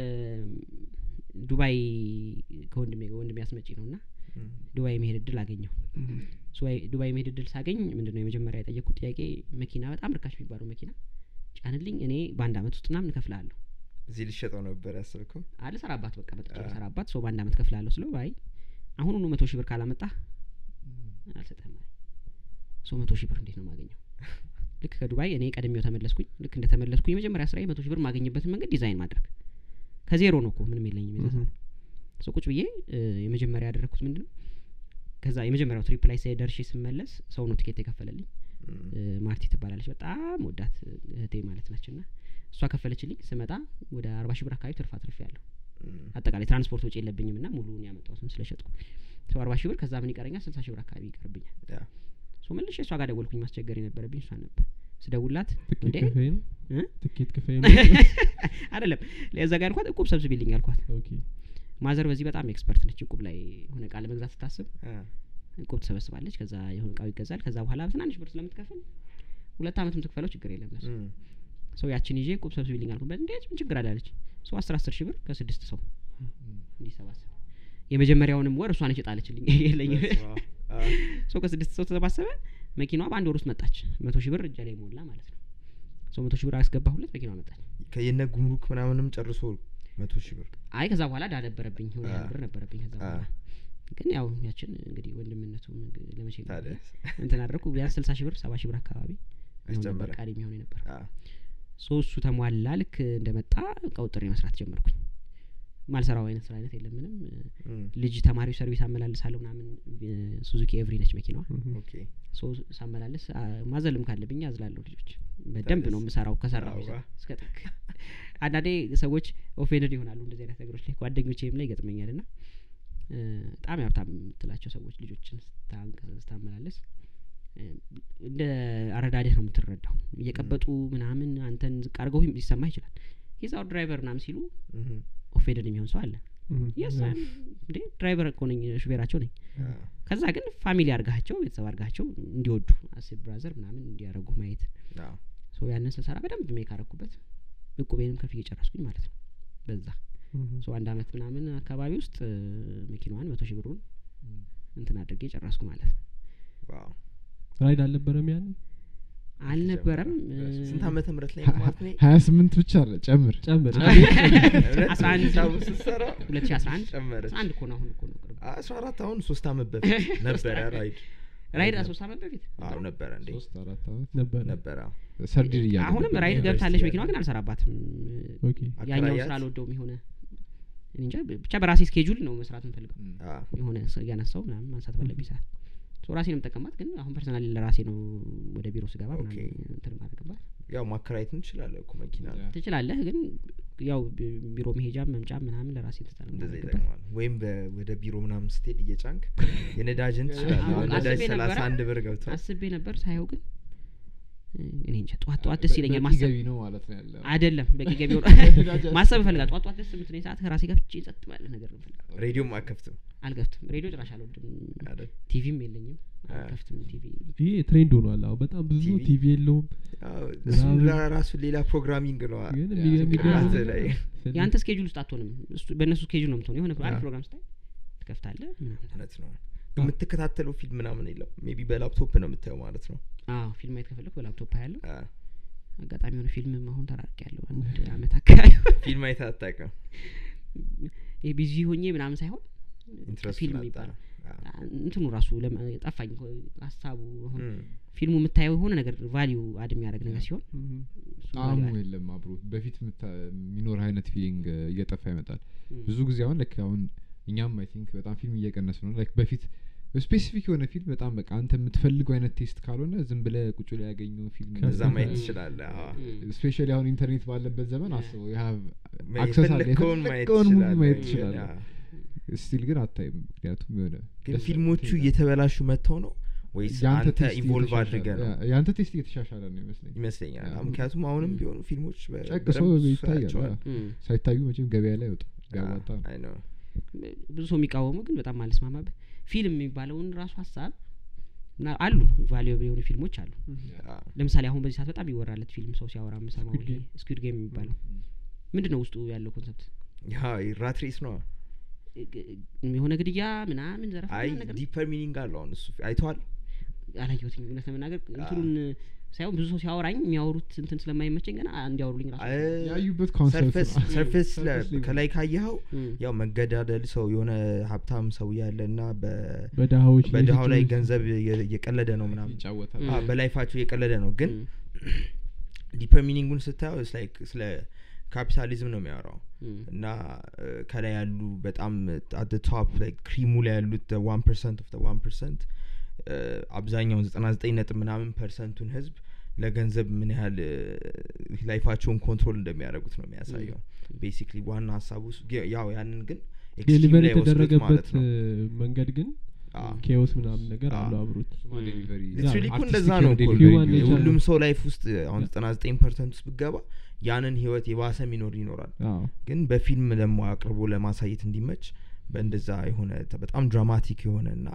A: እም፣ ዱባይ ከወንድሜ ወንድሜ አስመጪ ነው እና
B: እም፣
A: ዱባይ የመሄድ እድል አገኘው ሱባይ- ዱባይ የመሄድ እድል ሳገኝ ምንድነው የመጀመሪያ የጠየቅኩት ጥያቄ መኪና በጣም ርካሽ የሚባለው መኪና ጫንልኝ እኔ በአንድ አመት ውስጥ ምናምን እከፍልሃለሁ
B: እዚህ ልሸጠው ነበር ያሰብከው።
A: አልሰራባት በቃ መጥቼ
B: አ።
A: ልሰራባት ሰው በአንድ አመት እከፍልሃለሁ ስለው አይ አሁኑኑ መቶ ሺህ ብር ካላመጣህ አልሰጠህም አለኝ። ሰው መቶ ሺህ ብር እንዴት ነው የማገኘው? ልክ ከዱባይ እኔ ቀድሜው ተመለስኩኝ። ልክ እንደ ተመለስኩኝ የመጀመሪያ ስራ መቶ ሺህ ብር ማገኝበትን መንገድ ዲዛይን ማድረግ ከዜሮ ነው እኮ ምንም የለኝም። የዛ ሰዓት ሰው ቁጭ ብዬ እ፣ የመጀመሪያ ያደረግኩት ምንድን ነው ከዛ የመጀመሪያው ትሪፕ ላይ ሳይ- ደርሼ ስመለስ ሰው ነው ቲኬት የከፈለልኝ።
B: እም፣
A: እ፣ ማርቲ ትባላለች በጣም ወዳት እህቴ ማለት ነች። እና እሷ ከፈለችልኝ። ስመጣ ወደ አርባ ሺህ ብር አካባቢ ትርፍ አትርፍ ያለሁ
B: እም፣
A: አጠቃላይ ትራንስፖርት ወጪ የለብኝም ና ሙሉውን ያመጣሁትም ስለሸጥኩ ሰው አርባ ሺህ ብር ከዛ ምን ይቀረኛል? ስልሳ ሺህ ብር አካባቢ ይቀርብኛል።
B: ያ።
A: ሶ መልሼ እሷ ጋር ደወልኩኝ። ማስቸገር የነበረብኝ እሷ ነበር። ስደውላት
C: ትኬት
A: እንዴ
C: ክፈይ ነው
A: እ?
C: ትኬት ክፈይ ነው
A: አይደለም ለዛ ጋር ያልኳት እቁብ ሰብስቢልኝ አልኳት።
C: ኦኬ
A: ማዘር በዚህ በጣም ኤክስፐርት ነች። እቁብ ላይ የሆነ እቃ ለመግዛት ስታስብ
B: አ፣
A: እቁብ ትሰበስባለች። ከዛ የሆነ እቃው ይገዛል። ከዛ በኋላ በትናንሽ ብር ስለምትከፍል ሁለት አመትም ትክፈለው ችግር የለም ለሱ
B: እም፣
A: ሰው ያችን ይዤ እቁብ ሰብስቢልኝ አልኩ። በ- እንዴት ምን ችግር አላለች። ሰው አስር አስር ሺህ ብር ከስድስት ሰው እንዲሰባሰብ የመጀመሪያውንም ወር እሷ ነች የጣለችልኝ የለኝም
B: በስመ አብ። አ፣
A: ሰው ከስድስት ሰው ተሰባሰበ። መኪናዋ በአንድ ወር ውስጥ መጣች። መቶ ሺህ ብር እጃ ላይ ሞላ ማለት ነው። ሰው መቶ ሺህ ብር አስገባሁለት፣ መኪናዋ መጣች።
B: ከየነ ጉምሩክ ምናምንም ጨርሶ መቶ ሺህ ብር
A: አይ ከዛ በኋላ እዳ ነበረብኝ፣ የሆነ ያህል
B: አ።
A: ብር ነበረብኝ። ከዛ
B: አ።
A: በኋላ ግን ያው ያችን እንግዲህ ወንድምነቱ ለመቼ ነው
B: ታዲያ
A: እንትን አደረኩ። ቢያንስ ስልሳ ሺህ ብር ሰባ ሺህ ብር አካባቢ ይሆን ነበር
B: አስጨመረ።
A: ቃል የሚሆን ነበር።
B: አ፣
A: ሶ እሱ ተሟላ። ልክ እንደመጣ ቀውጥሬ መስራት ጀመርኩኝ። ማልሰራው አይነት ስራ አይነት የለም ምንም።
B: እም፣
A: ልጅ ተማሪው ሰርቪስ አመላልሳለሁ ምናምን። ሱዙኪ ኤቭሪ ነች መኪናዋ
B: ኦኬ።
A: ሰው ሳመላለስ አ፣ ማዘልም ካለብኝ አዝላለሁ። ልጆች በደንብ ነው የምሰራው ከሰራው
B: አዋ።
A: እስከ ጥግ። [LAUGHS] አንዳንዴ ሰዎች ኦፌንድ ይሆናሉ እንደዚህ አይነት ነገሮች ላይ ጓደኞቼም ላይ ይገጥመኛል። ና በጣም ያብታም የምትላቸው ሰዎች ልጆችን ስታንቀ- ስታመላለስ እ፣ እንደ አረዳድህ ነው የምትረዳው። እየቀበጡ ምናምን አንተን ዝቅ አድርገው ሊሰማ ይችላል። ሂዛው ድራይቨር ምናምን ሲሉ
B: እም፣
A: ኦፌንድ የሚሆን ሰው አለ። የስ እንዴ ድራይቨር እኮ ነኝ ሹፌራቸው ነኝ
B: አ፣
A: ከዛ ግን ፋሚሊ አርጋቸው ቤተሰብ አርጋቸው እንዲወዱ አስብ ብራዘር ምናምን እንዲያደረጉ ማየት
B: አዎ።
A: ሰው ያንን ስሰራ በደንብ ሜክ አረኩበት እቁቤንም ከፍዬ ጨረስኩኝ ማለት ነው በዛ ሶ አንድ አመት ምናምን አካባቢ ውስጥ እ፣ መኪናዋን መቶ ሺህ ብሩን እንትን አድርጌ ጨረስኩ ማለት ነው
B: ዋው።
C: ራይድ አልነበረም ያኔ
A: አልነበረም እ፣
B: ስንት አመተ ምህረት ላይ ነው ማለት ነው?
D: ሀያ ስምንት ብቻ አለ ጨምር
C: ጨምር
B: እውነት
A: አስራ አንድ
B: ሂሳቡን ስትሰራ
A: 2011
B: ጨመረች።
A: አስራ አንድ እኮ ነው አሁን እኮ ነው ቅርብ
B: አስራ አራት አሁን ሶስት አመት በፊት
A: [LAUGHS]
B: ነበረ
A: አመት
B: ራይድ
A: ራይድ ሶስት አመት በፊት
B: አዎ ነበረ እንዴ
D: ሶስት አራት አመት
C: ነበረ
B: ነበረ አዎ።
D: ሰርጀሪ እያደረገ
A: አሁንም
D: ነው።
A: ራይድ
B: ዩኒቨርሲቲ
A: ገብታለች
B: ያለ።
A: መኪናዋ ግን አልሰራባትም
C: ኦኬ
A: ያኛው
B: አከራያት?
A: ስራ አልወደውም የሆነ እኔ እንጃ ብቻ በራሴ ስኬጁል ነው መስራት ምፈልገው
D: ም፣
B: አዎ።
A: የሆነ ሰው እያነሳው ምናምን ማንሳት ባለብኝ ሰዓት ሶ ራሴ ነው የምጠቀማት ግን አሁን ፐርሰናል ለራሴ ነው ወደ ቢሮ ስገባ ምናምን
B: ኦኬ።
A: እንትን ማድረግባት
B: ያው ማከራየት እንችላለን እኮ መኪና
D: ያ።
A: ትችላለህ ግን ያው ቢ- ቢሮ መሄጃ መምጫም ምናምን ለራሴ ትጠቀም
B: እንደዚህ
A: ማድረግበት
B: ይጠቅማል ወይም በ- ወደ ቢሮ ምናምን ስትሄድ እየጫንክ የነዳጅን ትችላለህ
A: አሁን
B: አሁን ነዳጅ
A: አስቤ ነበረ።
B: ሰላሳ አንድ ብር ገብቷል
A: አስቤ ነበር ሳየው ግን እ፣ እኔ እንጃ ጠዋት ጠዋት
D: በ-
A: ደስ ይለኛል
D: በቂ
A: ማሰብ
D: ገቢ ነው ማለት ነው ያለው
A: አይደለም በቂ ገቢ ሆኖ [LAUGHS] ማሰብ እፈልጋለሁ ጠዋት ጠዋት ደስ የምትለኝ ሰዓት ከራሴ ጋር ብቻዬን ጸጥ ባለ ነገር ነው እምፈልገው።
B: ሬዲዮም አከፍትም
A: አልከፍትም ሬዲዮ ጭራሽ አልወድም
B: አይደል?
A: ቲቪም የለኝም
B: አ።
A: አልከፍትም ቲቪ
C: ይሄ ትሬንድ ሆኗል አሁን በጣም ብዙ
B: ቲቪ?
C: ቲቪ የለውም
B: ያው እሱ
C: ምናምን።
B: ራሱ ሌላ ፕሮግራሚንግ ነው
C: ግን
D: ያ፣
C: የሚገርም-
D: ያ፣
C: የሚገርም
B: አንተ ላይ
C: ስለ-
A: የአንተ ስኬጁል ውስጥ አትሆንም እሱ- በእነሱ ስኬጁል ነው የምትሆነ የሆነ
B: አ።
A: አንድ ፕሮግራም ስታይ ትከፍታለህ ምናምን
B: እውነት ነው የምትከታተለው ፊልም ምናምን የለም ሜቢ በላፕቶፕ ነው የምታየው ማለት ነው
A: አዎ ፊልም ማየት ከፈለኩ በላፕቶፕ ያለው
B: አ፣
A: አጋጣሚ የሆነ ፊልምም አሁን ተራርቅ ያለው አንድ [LAUGHS] አመት አካባቢ
B: ፊልም አይተህ አታውቅም
A: ይሄ ቢዚ ሆኜ ምናምን ሳይሆን
B: ኢንትረስት
A: ፊልም
B: ላጣ
A: ይባላል።
B: አ፣
A: አ፣ እንትኑ ራሱ ለመ- ጠፋኝ እኮ ሀሳቡ አሁን
B: እም፣
A: ፊልሙ የምታየው የሆነ ነገር ቫሊዩ አድ የሚያደርግ ነገር ሲሆን
C: ምም።
A: እሱ
D: ጣዕሙ
A: value አለ።
D: የለም አብሮ በፊት የምታ- የሚኖር አይነት ፊሊንግ እየጠፋ ይመጣል
A: እም።
D: ብዙ ጊዜ አሁን ልክ አሁን እኛም አይ ቲንክ በጣም ፊልም እየቀነስ ነው ላይክ በፊት ስፔሲፊክ የሆነ ፊልም በጣም በቃ አንተ የምትፈልገው አይነት ቴስት ካልሆነ ዝም ብለ ቁጭ ላይ ያገኘው ፊልም
C: ከዛ
B: እዛ
D: ነው።
B: ማየት
A: እም።
B: ትችላለህ አ።
A: እም።
D: ስፔሻሊ አሁን ኢንተርኔት ባለበት ዘመን
A: Yeah.
D: አስበው የሀብ
B: ማ-
D: አክሰስ አለ
B: የፈለግከውን ማየት
D: የፈለግከውን ሙቪ
B: ትችላለህ
D: ማየት
B: ግን፣
D: ትችላለህ
B: አ፣
D: ስቲል ግን አታይም ምክንያቱም የሆነ
B: ግን
D: ደስ
B: ፊልሞቹ
D: አይልም።
B: እየተበላሹ መጥተው ነው ወይስ
D: የአንተ
B: አንተ
D: ቴስት
B: ኢቮልቭ
D: እየተሻሻለ-
B: አድርገ ነው
D: ያ- የአንተ ቴስት እየተሻሻለ ነው ይመስለኝ
B: ይመስለኛል
D: ያ።
B: አ፣ ምክንያቱም አሁንም
A: እም።
B: ቢሆኑ ፊልሞች በ-
D: ጨቅ ሰው
B: በደንብ
D: ይታያል
B: ያቸዋል።
D: ያ።
A: እም።
D: ሳይታዩ መቼም ገበያ ላይ ወጡ
B: Ah.
D: ቢያዋጣ ነው።
B: አይ ነው
A: ብዙ ሰው የሚቃወመው ግን በጣም አልስማማበት ፊልም የሚባለውን ራሱ ሀሳብ እና አሉ ቫሊዩ የሆኑ ፊልሞች አሉ
B: አ፣
A: ለምሳሌ አሁን በዚህ ሰዓት በጣም ይወራለት ፊልም ሰው ሲያወራ የምሰማው
C: Squid Game።
A: ስኩድ ጌም የሚባለው ምንድን ነው ውስጡ ያለው ኮንሰፕት
B: ያ ራት ሬስ ነው
A: የሆነ ግድያ ምናምን ዘረፋ
B: አይ
A: ምናምን ነገር ነው?
B: ዲፐር ሚኒንግ አለው አሁን እሱ አይተዋል
A: አላየሁትም እውነት ለመናገር እንትኑን ሳይሆን ብዙ ሰው ሲያወራኝ የሚያወሩት እንትን ስለማይመቸኝ ገና እንዲያወሩልኝ ራሱ
D: ያዩበት ኮንሰርት
B: ሰርፌስ
D: ነው።
B: ሰርፌስ
D: [LAUGHS] surface level።
B: ከላይ ካየኸው
A: እም፣
B: ያው መገዳደል ሰው የሆነ ሀብታም ሰው ያለ እና በ-
C: በድሀዎች
B: በድሀው ላይ
C: ልጆች-
B: ገንዘብ እየ- እየቀለደ ነው ምናምን
D: ይጫወታል
A: እም።
B: አ፣ በላይፋቸው እየቀለደ ነው ግን
A: እም፣
B: ዲፐር ሚኒንጉን ስታየው it's like ስለ ካፒታሊዝም ነው የሚያወራው
A: እም፣
B: እና እ፣ ከላይ ያሉ በጣም አት ቶፕ ክሪሙ ላይ ያሉት ዋን ፐርሰንት ኦፍ ዋን ፐርሰንት አብዛኛውን ዘጠና ዘጠኝ ነጥብ ምናምን ፐርሰንቱን ህዝብ ለገንዘብ ምን ያህል እ፣ ላይፋቸውን ኮንትሮል እንደሚያደርጉት ነው የሚያሳየው ቤሲክሊ ዋና ሀሳቡ እሱ ግ- ያው ያንን ግን extreme
C: ዴሊቨር
B: ላይ ወሰዱት
C: የተደረገበት
B: ማለት ነው።
C: እ፣ መንገድ ግን
B: አ፣
C: ኬዎስ ምናምን ነገር
B: አ።
C: አሉ አብሮት
D: ሱማ ዴሊቨሪ
B: literally እኮ
D: አርቲስቲክ
B: እንደዛ
D: የሆነ
B: ነው እኮ
D: ዴሊቨሪ
C: human
D: ነው።
C: nature
B: ሁሉም ሰው ላይፍ ውስጥ አሁን
C: ያ።
B: ዘጠና ዘጠኝ ፐርሰንት ውስጥ ብትገባ ያንን ህይወት የባሰ ሚኖር ይኖራል
C: አዎ።
B: ግን በፊልም ደግሞ አቅርቦ ለማሳየት እንዲመች በእንደዛ የሆነ ተ- በጣም ድራማቲክ የሆነ እና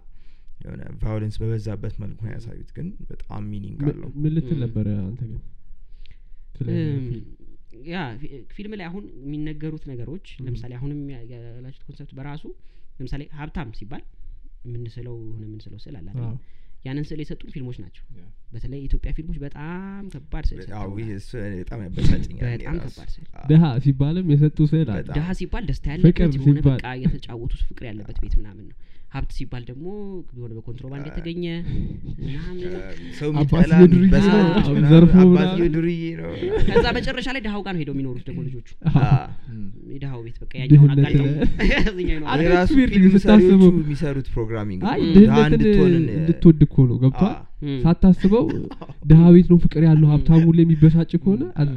B: የሆነ ቫዮለንስ በበዛበት መልኩ ነው ያሳዩት ግን በጣም ሚኒንግ
C: ም-
B: አለው
C: ምን ልትል
A: እም።
C: ነበረ አንተ ግን ስለዚህ
A: እም፣
C: ፊልም?
A: ያ ፊ- ፊልም ላይ አሁን የሚነገሩት ነገሮች
C: እም።
A: ለምሳሌ አሁንም ያ- ያላችሁት ኮንሰፕት በራሱ ለምሳሌ ሀብታም ሲባል የምንስለው የሆነ የምንስለው ስዕል አለ አይደለ?
C: አዎ።
A: ያንን ስዕል የሰጡን ፊልሞች ናቸው
D: ያ።
A: በተለይ የኢትዮጵያ ፊልሞች በጣም ከባድ ስዕል
B: አዎ፣
A: ሰጥተውናል።
B: ይሄ እሱ እኔ በጣም ያበሳጭኛል እኔ
A: በጣም
B: ራሱ።
A: ከባድ ስዕል
B: አዎ፣
C: ድሀ ሲባልም የሰጡ ስዕል አለ
B: በጣም
A: ድሀ ሲባል ደስታ ያለበት የሆነ
C: ሲባል-
A: በቃ የተጫወቱት ፍቅር ያለበት ቤት ምናምን ነው ሀብት ሲባል ደግሞ የሆነ በኮንትሮባንድ የተገኘ ምናምን
B: ሰው
D: አባትዮ
B: የሚጠላ
D: ዱርዬ
B: የሚበሳ
A: ነው፣
B: ልጅ ምናምን፣
C: ዘርፎ
B: አባትዮ
C: ምናምን።
B: ዱርዬ ነው
A: ከዛ መጨረሻ ላይ ድሀው ጋር ነው ሄደው የሚኖሩት ደግሞ ልጆቹ
B: አዎ።
D: እም።
A: የድሀው ቤት በቃ ያኛውን
C: ድህነት
A: አጋልጠው
C: አይ፣
B: እኔ ራሱ
C: weird
B: ፊልም
C: ስታስበው።
B: ሰሪዎቹ የሚሰሩት ፕሮግራሚንግ
C: አይ
B: ነው። ድሀ
C: ድህነትን
B: እንድትሆን እ፣
C: እንድትወድ እኮ ነው ገብቷል
B: አዎ።
A: ያኛኛው
C: ሳታስበው ድሀ ቤት ነው ፍቅር ያለው ሀብታሙ ሁሌ የሚበሳጭ ከሆነ አል-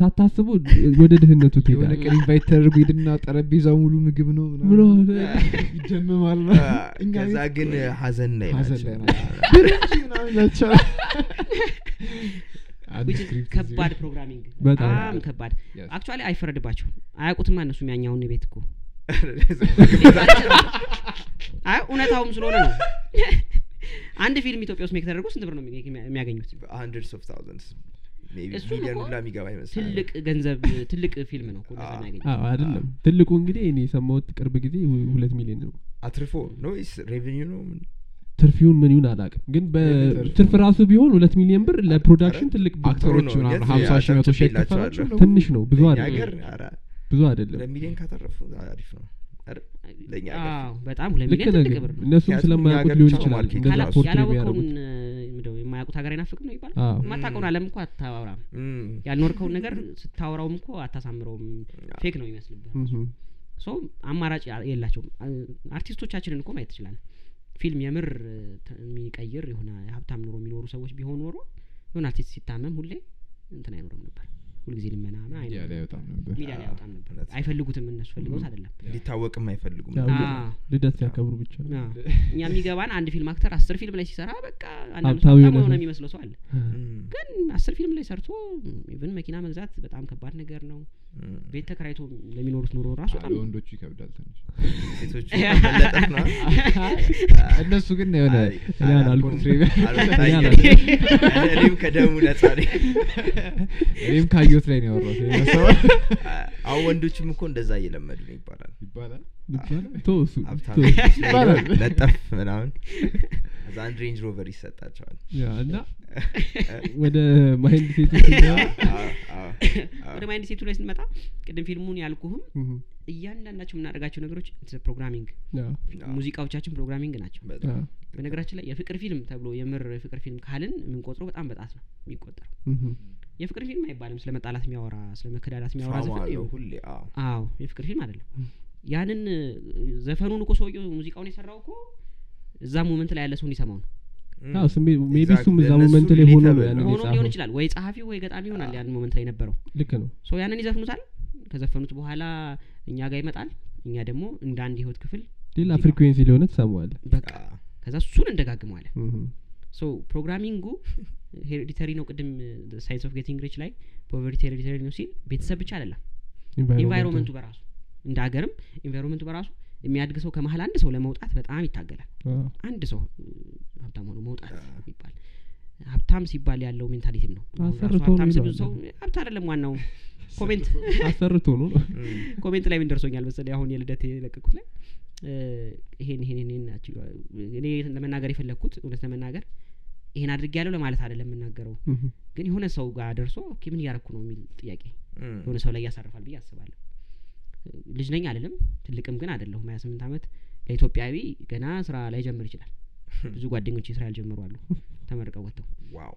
C: ሳታስበው ወደ ድህነቱ
D: የሆነ
C: ትሄዳል
D: ቀን ኢንቫይት ተደርጎ ሂድና ጠረጴዛው ሙሉ ምግብ ነው ምናምን
C: ምን ሆነ?
D: ይደምማል
B: አ፣
D: እኛ
B: ከዛ
D: ቤት
B: ግን ሀዘን ላይ
D: ሀዘን
B: ናቸው። [LAUGHS]
D: ላይ ናቸው። ብርንጂ ምናምን ናቸው። አንድ
A: which is
D: ስክሪፕት እዚህ
A: ከባድ ፕሮግራሚንግ
C: በጣም።
A: በጣም ከባድ
D: Yes.
A: አክቹዋሊ አይፈረድባቸውም አያውቁትማ እነሱም ያኛውን ቤት እኮ አይ እውነታውም ስለሆነ
B: [LAUGHS]
A: ነው አንድ ፊልም ኢትዮጵያ ውስጥ ሜክ ተደርጎ ስንት ብር ነው የሚያገኙት
B: hundreds of thousands maybe
A: እሱን
B: ሚሊዮን
A: እኮ
B: ሁላ የሚገባ ይመስላል
A: ትልቅ ገንዘብ ትልቅ ፊልም ነው እኮ እንደዛ
B: አዎ።
A: የሚያገኘው።
C: አዎ አይደለም ትልቁ እንግዲህ እኔ የሰማሁት ቅርብ ጊዜ ሁ- ሁለት ሚሊዮን ነው
B: አትርፎ ነው ወይስ ሬቨኒው ነው ምን?
C: ትርፍ ይሁን ምን ይሁን አላቅም ግን
D: ትርፍ
C: በትርፍ ራሱ ቢሆን ሁለት ሚሊዮን ብር ለፕሮዳክሽን ትልቅ ብር ነው።
D: አክተሮች
B: ነው።
D: ምናምን
B: የት-
D: ሀምሳ ሺህ መቶ ሺህ
B: አጨብጭቤላቸዋለሁ።
D: የተከፈላቸው ነው።
C: ትንሽ ነው ብዙ
B: ለእኛ ሀገር
C: አይደለም
B: ኧረ
C: ብዙ አይደለም
B: ሁለት ሚሊዮን ካተረፉ አሪፍ ነው አይደል? ለእኛ ሀገር
A: አዎ፣ በጣም ሁለት
C: ልክ
A: ሚሊዮን
C: ነህ
A: ትልቅ
C: ግን
A: ብር ነው።
C: እነሱም
B: ምክንያቱም
C: ስለማያውቁት
B: የሀገር
C: ሊሆን
B: ብቻ
C: ይችላል
B: ማርኬት
C: እንደዛ
A: ካላ-
B: ራሱ
C: ፖርትሬት
A: ያላወቀውን
C: የሚያደርጉት
A: እ፣ ምንድነው የማያውቁት ሀገር አይናፍቅም ነው ይባላል።
C: አዎ
A: የማታውቀውን ዓለም እኮ አታወራም።
B: እም፣
A: ያልኖርከውን ነገር ስታወራውም እኮ አታሳምረውም። ፌክ ነው የሚመስልብህ።
C: እም፣
A: ሶ አማራጭ ያ- የላቸውም። አ- አርቲስቶቻችንን እኮ ማየት ትችላለን። ፊልም የምር እ፣ ተ- የሚቀይር የሆነ ሀብታም ኑሮ የሚኖሩ ሰዎች ቢሆኑ ኖሮ የሆነ አርቲስት ሲታመም ሁሌ እንትን አይኖርም ነበር። ሁልጊዜ ልመና ምናምን
D: ሚዲያ ላይ
A: አይኖርም።
D: በጣም ነበር
A: ሚዲያ ላይ አይወጣም ነበር።
B: እውነት ነው።
A: አይፈልጉትም እነሱ ፈልገውት አይደለም።
B: እንዲታወቅም አይፈልጉም
C: ያው
B: ነበር።
A: አዎ።
C: ልደት ሲያከብሩ ብቻ ነው
A: አዎ። እኛ የሚገባን አንድ ፊልም አክተር አስር ፊልም ላይ ሲሰራ በቃ አንዳንድ ሰው
C: ሀብታም
A: ሀብታም
C: የሆነ
A: የሆነ
C: ሰው።
A: የሚመስለው ሰው አለ።
B: እም፣
A: ግን አስር ፊልም ላይ ሰርቶ ኢቭን መኪና መግዛት በጣም ከባድ ነገር ነው።
B: እም።
A: ቤት ተከራይቶ ለሚኖሩት ኑሮ ራሱ በጣም
D: ለወንዶቹ ይከብዳል ትንሽ
A: [LAUGHS]
B: ሴቶቹ መለጠፍ ነው
D: እነሱ ግን የሆነ
B: አይ፣
C: እኔ አላልኩም።
B: አልወጣኝም።
C: እኔ
B: እኔም ከደሙ ነጻ ነኝ።
D: እኔም ካየሁት ላይ ነው ያወራሁት ይሄ
B: [LAUGHS]
D: መሰማት
B: አሁን ወንዶችም እኮ እንደዛ እየለመዱ ነው ይባላል
D: ይባላል
C: ይባላል። ተው እሱ
B: ሀብታም
C: ተው።
B: [LAUGHS] ስለሆነ
D: ይባላል።
B: ለጠፍ ምናምን ከዛ አንድ ሬንጅ ሮቨር ይሰጣቸዋል
C: ያ፣ እና ወደ ማይንድ ሴቶች ስንገባ፣
B: አዎ፣ አዎ።
A: ወደ ማይንድ ሴቱ ላይ ስንመጣ ቅድም ፊልሙን ያልኩህም
C: እም፣
A: እያንዳንዳቸው የምናደርጋቸው ነገሮች ፕሮግራሚንግ
C: ያ፣
B: አዎ፣
A: ሙዚቃዎቻችን ፕሮግራሚንግ ናቸው።
C: ያ፣
B: በጣም።
A: በነገራችን ላይ የፍቅር ፊልም ተብሎ የምር የፍቅር ፊልም ካልን የምንቆጥረው በጣም በጣት ነው የሚቆጠረው።
C: እም፣
A: የፍቅር ፊልም አይባልም። ስለ መጣላት የሚያወራ ስለ መከዳዳት የሚያወራ
B: ፋማ
A: ዘፈን
B: አለው
A: የለውም።
B: ሁሌ አዎ።
A: አዎ የፍቅር ፊልም አይደለም። ያንን እ፣ ዘፈኑን እኮ ሰውየው ሙዚቃውን የሰራው እኮ እዛ ሞመንት ላይ ያለ ሰው እንዲሰማው ነው።
C: ያ፣
B: እም፣
C: እሱም ሜ- ሜቢ
B: exactly።
C: እሱም እዛ
B: ለእነሱ
C: ሞመንት ላይ ሆኖ ነው
B: relatable
C: ያንን
B: ነው።
A: ሆኖም ሊሆን
C: የጻፈው።
A: ይችላል ወይ ጸሐፊው ወይ ገጣሚ ይሆናል ያንን ሞመንት ላይ ነበረው
C: ልክ ነው
A: ሶ ያንን ይዘፍኑታል። ከዘፈኑት በኋላ እኛ ጋር ይመጣል። እኛ ደግሞ እንደ አንድ ህይወት ክፍል
C: ሌላ
A: ሙዚቃ።
C: ፍሪኩዌንሲ ሊሆነ ትሰማዋለህ
A: በቃ
B: አዎ።
A: ከዛ እሱን እንደጋግመዋለን።
C: እም፣
A: ሶ ፕሮግራሚንጉ [LAUGHS] ሄሪዲተሪ ነው። ቅድም ሳይንስ ኦፍ ጌቲንግ ሪች ላይ ፖቨርቲ ሄሪዲተሪ ነው ሲል ቤተሰብ ብቻ አይደለም ኢንቫይሮንመንቱ በራሱ እንደ ሀገርም ኢንቫይሮንመንቱ በራሱ የሚያድግ ሰው ከመሀል አንድ ሰው ለመውጣት በጣም ይታገላል።
C: አዎ፣
A: አንድ ሰው እ፣ ሀብታም ሆኖ መውጣት የሚባል ሀብታም ሲባል ያለው ሜንታሊቲም ነው። አሁን ራሱ
C: አሰርቶ
A: ሀብታም
C: ነው
A: ሲል ብዙ
C: ይላሉ።
A: ሰው ሀብት አይደለም ዋናው ኮሜንት
C: አሰርቶ ነው ነው
B: እም፣
A: ኮሜንት ላይ ምን ደርሶኛል መሰለኝ አሁን የልደት የለቀቁት ላይ እ፣ ይሄን ይሄን ይሄን ናቸው እኔ ለመናገር የፈለግኩት እውነት ለመናገር ይሄን አድርጌ ያለው ለማለት አይደለም የምናገረው
C: እም፣
A: ግን የሆነ ሰው ጋር ደርሶ ኦኬ ምን እያረኩ ነው የሚል ጥያቄ
B: እም፣
A: የሆነ ሰው ላይ ያሳርፋል ብዬ አስባለሁ። እ፣ ልጅ ነኝ አልልም፣ ትልቅም ግን አይደለሁም። ሀያ ስምንት ዓመት ለኢትዮጵያዊ ገና ስራ ላይ ጀምር ይችላል። ብዙ ጓደኞች ስራ ያልጀመሩ አሉ ተመርቀው ወጥተው
B: ዋው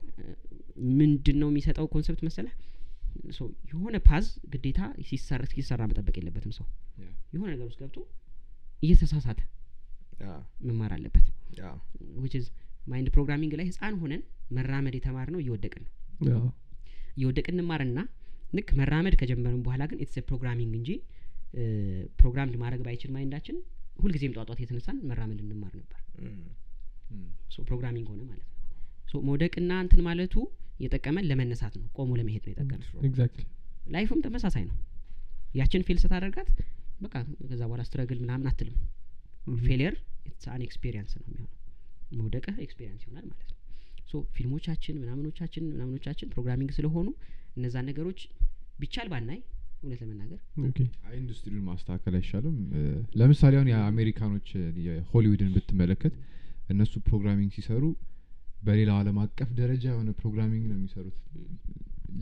A: ምንድን ነው የሚሰጠው ኮንሰፕት መሰለህ ሰው የሆነ ፓዝ ግዴታ ሲሰራ እስኪሰራ መጠበቅ የለበትም ሰው
D: ያ።
A: የሆነ ነገር ውስጥ ገብቶ እየተሳሳተ
B: አዎ፣
A: መማር አለበት
B: አዎ።
A: which is ማይንድ ፕሮግራሚንግ ላይ ህፃን ሆነን መራመድ የተማርነው እየወደቅን ነው
C: አዎ፣
A: እየወደቅን እንማርና ልክ መራመድ ከጀመርን በኋላ ግን ኢትስ ፕሮግራሚንግ እንጂ ፕሮግራም ማድረግ ባይችል ማይንዳችን ሁልጊዜም ጧጧት የተነሳን መራመድ እንማር ነበር
B: እም፣
D: እም፣
A: ሶ ፕሮግራሚንግ ሆነ ማለት ነው ሶ መውደቅና እንትን ማለቱ የጠቀመን ለመነሳት ነው ቆሞ ለመሄድ ነው የጠቀመን
C: ኤግዛክትሊ
A: ላይፍም ተመሳሳይ ነው ያችን ፌል ስታደርጋት በቃ ከዛ በኋላ ስትረግል ምናምን አትልም
C: እም፣
A: ፌሊየር ኢትስአን ኤክስፔሪንስ ነው የሚሆነው መውደቅህ ኤክስፔሪንስ ይሆናል ማለት ነው ሶ ፊልሞቻችን ምናምኖቻችን ምናምኖቻችን ፕሮግራሚንግ ስለሆኑ እነዛን ነገሮች ቢቻል ባናይ እውነት ለመናገር
C: ኦኬ
D: አይ ኢንዱስትሪውን ማስተካከል አይሻልም እ፣ ለምሳሌ አሁን የአሜሪካኖች እ፣ የሆሊውድን ብትመለከት እነሱ ፕሮግራሚንግ ሲሰሩ በሌላው አለም አቀፍ ደረጃ የሆነ ፕሮግራሚንግ ነው የሚሰሩት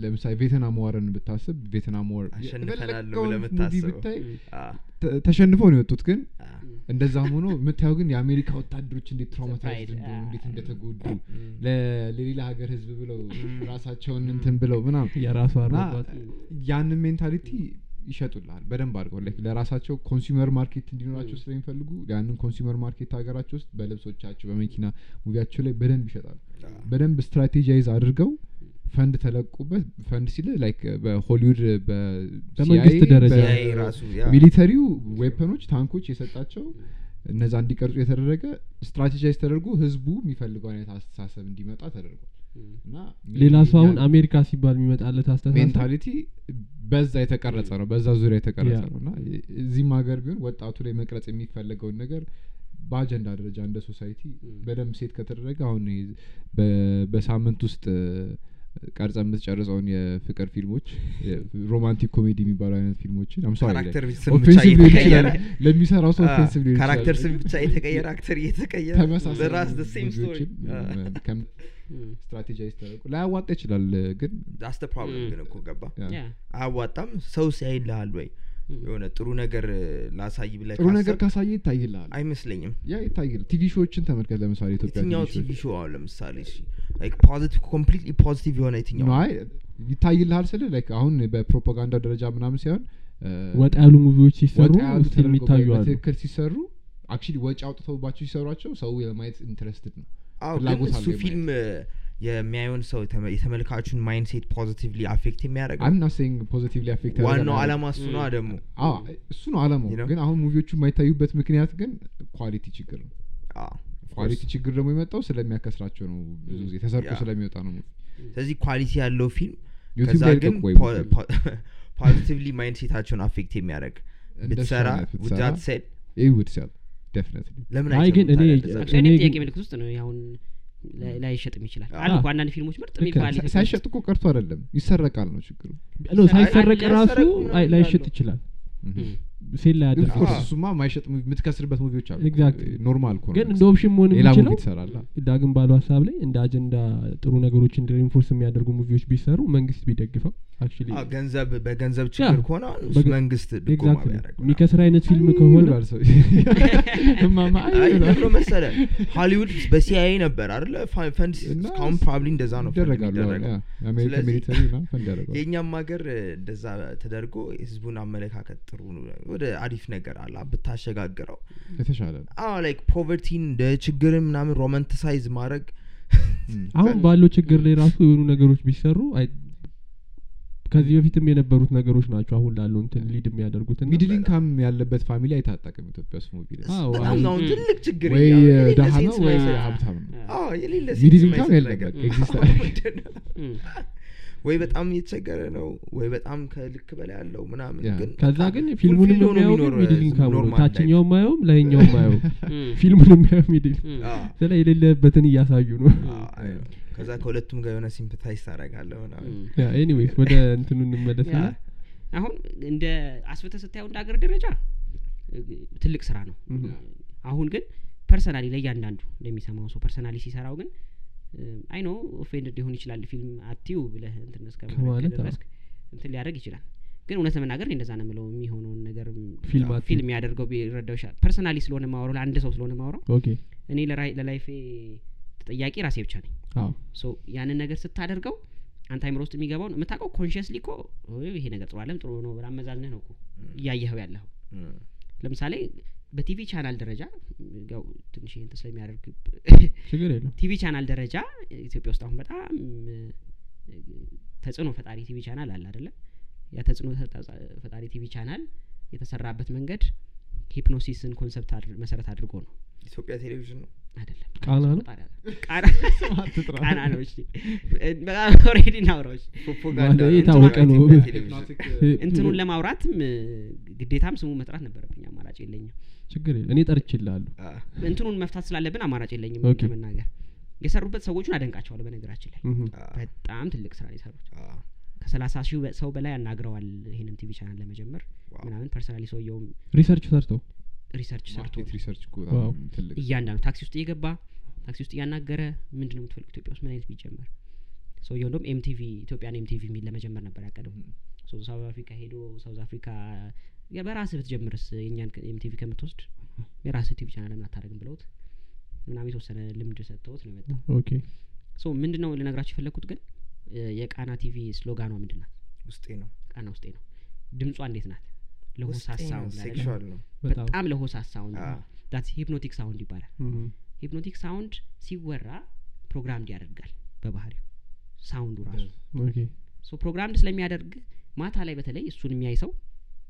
D: ለምሳሌ ቬትናም ዋርን ብታስብ ቬትናም ዋር
B: አሸንፈናል ነው
D: የፈለከውን
B: ብለህ
D: ሙቪ
B: የምታስበው።
D: ብታይ
B: አዎ፣
D: ተ- ተሸንፈው ነው የወጡት ግን
B: አዎ።
D: እንደዛም ሆኖ የምታየው ግን የአሜሪካ ወታደሮች እንዴት ትራውማታይዝድ
A: Surprise,
D: እንደሆኑ
A: ah.
D: እንዴት እንደተጎዱ
B: እም፣
D: ለ- ለሌላ ሀገር ህዝብ ብለው ራሳቸውን እንትን ብለው ምናምን
C: የራሷ
D: እና
C: አርባት
D: ያንን ሜንታሊቲ ይሸጡልሃል በደንብ አድርገው like ለራሳቸው ኮንሱመር ማርኬት እንዲኖራቸው ስለሚፈልጉ ያንን ኮንሱመር ማርኬት ሀገራቸው ውስጥ በልብሶቻቸው በመኪና ሙቪያቸው ላይ በደንብ ይሸጣሉ በደንብ ስትራቴጃይዝ አድርገው ፈንድ ተለቁበት ፈንድ ሲል ላይክ በሆሊውድ
C: በመንግስት ደረጃ።
B: ያ ራሱ ያ
D: ሚሊተሪው ዌፐኖች ታንኮች የሰጣቸው እነዛ እንዲቀርጹ የተደረገ ስትራቴጃይዝ ተደርጎ ህዝቡ የሚፈልገው አይነት አስተሳሰብ እንዲመጣ ተደርጓል እና
C: ሌላ
D: maybe
C: ሰው አሁን
D: ያ-
C: አሜሪካ ሲባል የሚመጣለት አስተሳሰብ
D: [LAUGHS] ሜንታሊቲ በዛ የተቀረጸ ነው በዛ ዙሪያ የተቀረጸ
C: ያ።
D: ነው እና እ- እዚህም ሀገር ቢሆን ወጣቱ ላይ መቅረጽ የሚፈለገውን ነገር በአጀንዳ ደረጃ
B: Mm.
D: እንደ ሶሳይቲ በደንብ ሴት ከተደረገ አሁን ይሄ በ- በሳምንት ውስጥ ቀርጸ የምትጨርሰውን የፍቅር ፊልሞች ሮማንቲክ ኮሜዲ የሚባሉ አይነት ፊልሞችን
B: ካራክተር ስም ብቻ
D: ኦፌንሲቭ ሊሆን ይችላል
B: እየተቀየረ
D: ለሚሰራው ሰው
B: አ፣
D: ኦፌንሲቭ ሊሆን ይችላል
B: ካራክተር ስም ብቻ የተቀየረ አክተር እየተቀየረ
D: ተመሳሳይ
B: ራስ ሴም ስቶሪ
D: ልጆችን
B: [LAUGHS]
D: ከም- ስትራቴጃይዝ ተደርጎ ላያዋጣ ይችላል ግን
B: ዳስ ፕሮብለም
A: Mm.
B: ግን እኮ ገባ
D: ያ፣
B: አያዋጣም ሰው ሲያይልሃል ወይ የሆነ ጥሩ ነገር ላሳይ ብለህ
D: ጥሩ ነገር
B: ካሰብክ
D: ካሳየ ይታይልሃል
B: አይመስለኝም
D: ያ ይታይል ቲቪ ሾዎችን ተመልከት ለምሳሌ ኢትዮጵያ
B: የትኛው
D: TV
B: ቲቪ
D: ሾዎች።
B: ሾው አሁን ለምሳሌ ፖዚቲቭ ኮምፕሊትሊ ፖዚቲቭ የሆነ የትኛው
D: ኖ፣ አይ ይታይልሃል ስል like አሁን በፕሮፓጋንዳ ደረጃ ምናምን ሳይሆን እ፣
C: ወጣ ያሉ ሙቪዎች ሲሰሩ
D: ወጣ ያሉ
C: ስቲል
D: ተደርገው
C: የሚታዩ አሉ
D: በትክክል ሲሰሩ አክቹዋሊ ወጪ አውጥተውባቸው ሲሰሯቸው ሰው ለማየት ኢንትረስትድ ነው
B: አዎ ግን
D: ፍላጎት
B: እሱ
D: አለው
B: ፊልም የሚያየውን ሰው የተመ- የተመልካቹን ማይንድሴት ፖዚቲቭሊ አፌክት የሚያደርግ ነው።
D: አምና ሴይንግ ፖዚቲቭሊ አፌክት
B: ዋናው አላማ እሱ ነዋ ደግሞ
D: እሱ ነው አላማው
B: You know?
D: ግን አሁን ሙቪዎቹ የማይታዩበት ምክንያት ግን ኳሊቲ ችግር ነው
B: አዎ፣ of course።
D: ኳሊቲ ችግር ደግሞ የመጣው ስለሚያከስራቸው ነው ብዙ ጊዜ ተሰርቆ
B: Yeah.
D: ስለሚወጣ ነው
B: ስለዚህ ኳሊቲ ያለው ፊልም
D: ዩቲዩብ
B: ከዛ
D: ላይ
B: ግን
D: ልቀቁ ወይ ብትል።
B: [LAUGHS] ፖዚቲቭሊ ማይንድሴታቸውን አፌክት የሚያደርግ
D: እንደሱ
B: ብትሰራ
D: አይነት ብትሰራ
B: ውዳት ሴድ
D: it would sell definitely
B: ለምን
C: አይ ግን እኔ-
A: እሱ አይነት
C: እኔ-
A: ጥያቄ ምልክት ውስጥ ነው አሁን ላይ- ላይሸጥም ይችላል
B: አዎ።
A: አሉ እኮ አንዳንድ ፊልሞች ምርጥ
C: ልክ
A: የሚባል
D: ሳ-
A: ኢትዮጵያ
D: ሳይሸጥ
A: ውስጥ
D: እኮ ቀርቶ አይደለም ይሰረቃል ነው ችግሩ
C: ኖ ሳይሰረቅ
A: አይ-
C: ራሱ
B: ሊያሰረቁ ምናምን
C: አይ ላይሸጥ
B: ይላሉ።
C: ይችላል
A: ም፣
C: ሴል ላይ
D: ግን
C: ያደርጋል
D: ኦፍኮርስ እሱማ ማይሸጥ ሙቪ- የምትከስርበት ሙቪዎች አሉ
C: Exactly.
D: ኖርማል እኮ ነው
C: ግን እንደ ኦፕሽን መሆን
D: ሌላ ሙቪ
C: የሚችለው
D: ትሰራላ
C: ዳግም ባሉ ሀሳብ ላይ እንደ አጀንዳ ጥሩ ነገሮች እንደ ሪንፎርስ የሚያደርጉ ሙቪዎች ቢሰሩ መንግስት ቢደግፈው አክቹዋሊ
B: አዎ፣ ገንዘብ በገንዘብ ችግር ከሆነ እሱ
C: በገ-
B: መንግስት ድጎማ
C: ኤግዛክትሊ
B: ቢያደርግ ምናምን።
C: የሚከስር አይነት ፊልም ከሆነ
D: [LAUGHS] እማማ
B: አይ
D: አይ
B: ምን
D: ይላል።
B: ነው መሰለ ሀሊውድ በሲአይኤ ነበር አይደለ ፋ- ፈንድ
D: እና
B: እስካሁን ፕሮባብሊ እንደዛ ነው ፈንድ
D: ይደረጋሉ አዎ፣
B: የሚደረገው
D: ያ፣ የአሜሪካ
B: ስለዚህ-
D: ሚሊተሪ ምናምን ፈንድ ያደርጋሉ
B: የእኛም ሀገር እንደዛ ተደርጎ የህዝቡን አመለካከት ጥሩ ነው፣ ወደ አሪፍ ነገር አላ ብታሸጋግረው
D: የተሻለ ነው
B: አዎ ላይክ ፖቨርቲን እንደ ችግርን ምናምን ሮማንቲሳይዝ ማድረግ
C: አሁን ባለው ችግር ላይ ራሱ የሆኑ ነገሮች ቢሰሩ አይ ከዚህ በፊትም የነበሩት ነገሮች ናቸው አሁን ላለው እንትን ሊድ የሚያደርጉት እና
D: ሚድል ኢንካም ያለበት ፋሚሊ አይታጠቅም ኢትዮጵያ ውስጥ ሙቪ ላይ
C: አዎ፣
B: በጣም ነው አሁን ትልቅ ችግር
D: ወይ
B: ያው የሌለ
D: ደሃ ነው
B: ሴንስ
D: ወይ
B: የማይሰጥ-
D: ሀብታም ነው
A: አዎ፣
B: አዎ የሌለ ሴንስ
D: ሚድል ኢንካም
B: የማይሰጥ ነገር።
D: ያለበት ኤግዚስት አያደርግም።
A: ም፣
B: ወይ በጣም እየተቸገረ ነው ወይ በጣም ከልክ በላይ ያለው ምናምን
D: ያ።
B: ግን
C: ከዛ ግን
B: fulfill
C: ፊልሙን
B: ሆኖ
C: የሚያየው
B: የሚኖረው
C: ሚድል
B: ዝም
C: ኢንካም ነው
B: normal
C: ታችኛው ማየውም ላይኛው
B: [LAUGHS]
C: ማየው
A: ም፣
C: ፊልሙን የሚያየው ሚድል
A: ም፣
B: life። አዎ፣
C: ስለ የሌለበትን እያሳዩ ነው [LAUGHS]
B: አዎ፣ አይ ነው። ከዛ ከሁለቱም ጋር የሆነ ሲምፕታይዝ ታደርጋለህ ምናምን
A: ም።
C: ኤኒዌይስ ወደ እንትኑ እንመለስና
A: ያ፣ አሁን እንደ አስበተ ስታየው እንደ ሀገር ደረጃ እ፣ ትልቅ ስራ ነው
C: ም፣
A: አሁን ግን ፐርሰናሊ ለእያንዳንዱ እንደሚሰማው ሰው ፐርሰናሊ ሲሰራው ግን አይ ኖ ኦፌንድ ሊሆን ይችላል ፊልም አትዩ ብለህ እንትን
C: ከማለት
A: እስከማለት ድረስ እንትን ሊያደርግ ይችላል ግን እውነት ለመናገር እኔ እንደዛ ነው የምለው የሚሆነውን ነገር
C: ፊልም አትዩ።
A: ፊልም ያደርገው ቢረዳው ይችላል ፐርሰናሊ ስለሆነ ማወራው ለአንድ ሰው ስለሆነ ማወራው
C: ኦኬ
A: እኔ ለራይ- ለላይፌ ተጠያቂ ራሴ ብቻ ነኝ
C: አዎ
A: ሶ ያንን ነገር ስታደርገው አንተ አይምሮ ውስጥ የሚገባውን የምታውቀው ኮንሽስሊ እኮ "ኦይ፣ ይሄ ነገር ጥሩ አለም ጥሩ ነው ብላ አመዛዝነህ ነው እኮ እያየኸው ያለኸው
B: ም።
A: ለምሳሌ በቲቪ ቻናል ደረጃ ያው ትንሽ ይህን ስለሚያደርግ
C: ችግር የለው
A: [LAUGHS] ቲቪ ቻናል ደረጃ ኢትዮጵያ ውስጥ አሁን በጣም እ, ተጽዕኖ ፈጣሪ ቲቪ ቻናል አለ አይደለ ያ ተጽዕኖ ተጣ- ፈጣሪ ቲቪ ቻናል የተሰራበት መንገድ ሂፕኖሲስን ኮንሰፕት አድር- መሰረት አድርጎ ነው
B: ኢትዮጵያ ቴሌቪዥን ነው
A: አይደለም
C: ቃና ነው?
A: ፈጣሪ አይደለም። ቃና- ቃና ነው እሺ እ, በጣም ኦልሬዲ እናውራዎች
B: ፕሮፓጋንዳ
C: ማለት
B: ነው።
C: የታወቀ
B: ኢትዮጵያ
C: ነው።
B: ቴሌቪዥን።
A: እንትኑን ለማውራትም እ, ግዴታም ስሙ መጥራት ነበረብኝ አማራጭ የለኝም
C: ችግር የለው እኔ ጠርችልሃለሁ
B: አ፣
A: እንትኑን መፍታት ስላለብን አማራጭ የለኝም
C: ኦኬ።
A: ለመናገር የሰሩበት ሰዎቹን አደንቃቸዋለሁ በነገራችን ላይ
C: ምሁም።
B: አ፣
A: በጣም ትልቅ ስራ ነው የሰሩት
B: አ፣
A: ከሰላሳ ሺህ በ- ሰው በላይ አናግረዋል ይህንን ቲቪ ቻናል ለመጀመር
B: ዋው።
A: ምናምን ፐርሰናሊ ሰውየውም
C: ሪሰርች ሰርተው
A: ሪሰርች ሰርቶ
D: ማርኬት ሪሰርች እኮ
C: ዋው።
D: በጣም ትልቅ
A: እያንዳንዱ ታክሲ ውስጥ እየገባ ታክሲ ውስጥ እያናገረ ምንድን ነው የምትፈልጉ ኢትዮጵያ ውስጥ ምን አይነት ቢጀመር ሰውየው እንደውም ኤምቲቪ ኢትዮጵያን ኤምቲቪ የሚል ለመጀመር ነበር ያቀደው ሶ ሳውዝ አፍሪካ ሄዶ ሳውዝ አፍሪካ ያ በራስህ ብትጀምርስ የእኛን ኤምቲቪ ከምትወስድ የራስህ ቲቪ ቻናል ለምን አታደርግም ብለውት ምናምን የተወሰነ ልምድ ሰጥተውት ነው የመጣው
C: ኦኬ
A: ሶ ምንድን ነው ልነግራችሁ የፈለግኩት ግን እ፣ የቃና ቲቪ ስሎጋኗ ምንድን ናት
B: ውስጤ ነው
A: ቃና ውስጤ ነው ድምጿ እንዴት ናት ለሆሳስ ሳውንድ አለች።
B: ሴክሹዋል ነው
C: በጣም
A: በጣም ለሆሳስ ሳውንድ
B: አ፣
A: ዳት ሂፕኖቲክ ሳውንድ ይባላል
C: ምሁም።
A: ሂፕኖቲክ ሳውንድ ሲወራ ፕሮግራምድ ያደርጋል በባህሪው ሳውንዱ ራሱ
C: ኦኬ
A: ሶ ፕሮግራምድ ስለሚያደርግ ማታ ላይ በተለይ እሱን የሚያይ ሰው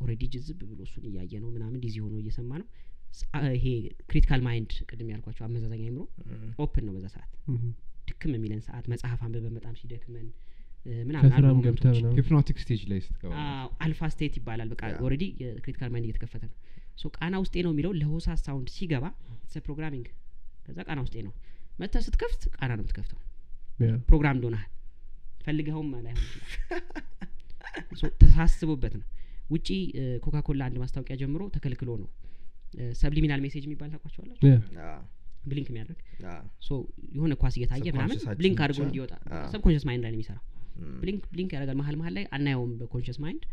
A: ኦልሬዲ ጅዝብ ብሎ እሱን እያየ ነው ምናምን ዲዚ ሆኖ እየሰማ ነው ስ- አ- ይሄ ክሪቲካል ማይንድ ቅድም ያልኳቸው አመዛዛኝ አይምሮ
B: ም፣
A: ኦፕን ነው በዛ ሰዓት
C: ምሁም።
A: ድክም የሚለን ሰዓት መጽሐፍ አንብበን በጣም ሲደክመን እ፣ ምናምን አሉ
C: ከስራም ገብተህ
A: ሞመንቶች።
C: ምናምን
D: ሂፕኖቲክ ስቴጅ ላይ ስትገባ
A: አዎ፣ አልፋ ስቴት ይባላል በቃ
B: ያ።
A: ኦልሬዲ የክሪቲካል ማይንድ እየተከፈተ ነው ሶ ቃና ውስጤ ነው የሚለው ለሆሳስ ሳውንድ ሲገባ ፕሮግራሚንግ ከዛ ቃና ውስጤ ነው መጥተህ ስትከፍት ቃና ነው የምትከፍተው
C: ያ
A: ፕሮግራም እንደሆናል ፈልገውም ላይሆን ይችላል ሶ ተሳስቦበት ነው ውጪ ኮካ ኮላ አንድ ማስታወቂያ ጀምሮ ተከልክሎ ነው ሰብሊሚናል ሜሴጅ የሚባል ታቋቸዋለች
C: ያ፣
A: ብሊንክ የሚያደርግ ሶ የሆነ ኳስ እየታየ ምናምን
B: Subconscious-አችን
A: ብሊንክ አድርጎ
B: ብቻ።
A: እንዲወጣ
B: አዎ።
A: ሰብኮንሽስ ማይንድ ላይ ነው የሚሰራው ብሊንክ ብሊንክ ያደርጋል መሀል መሀል ላይ አናየውም በኮንሽስ ማይንድ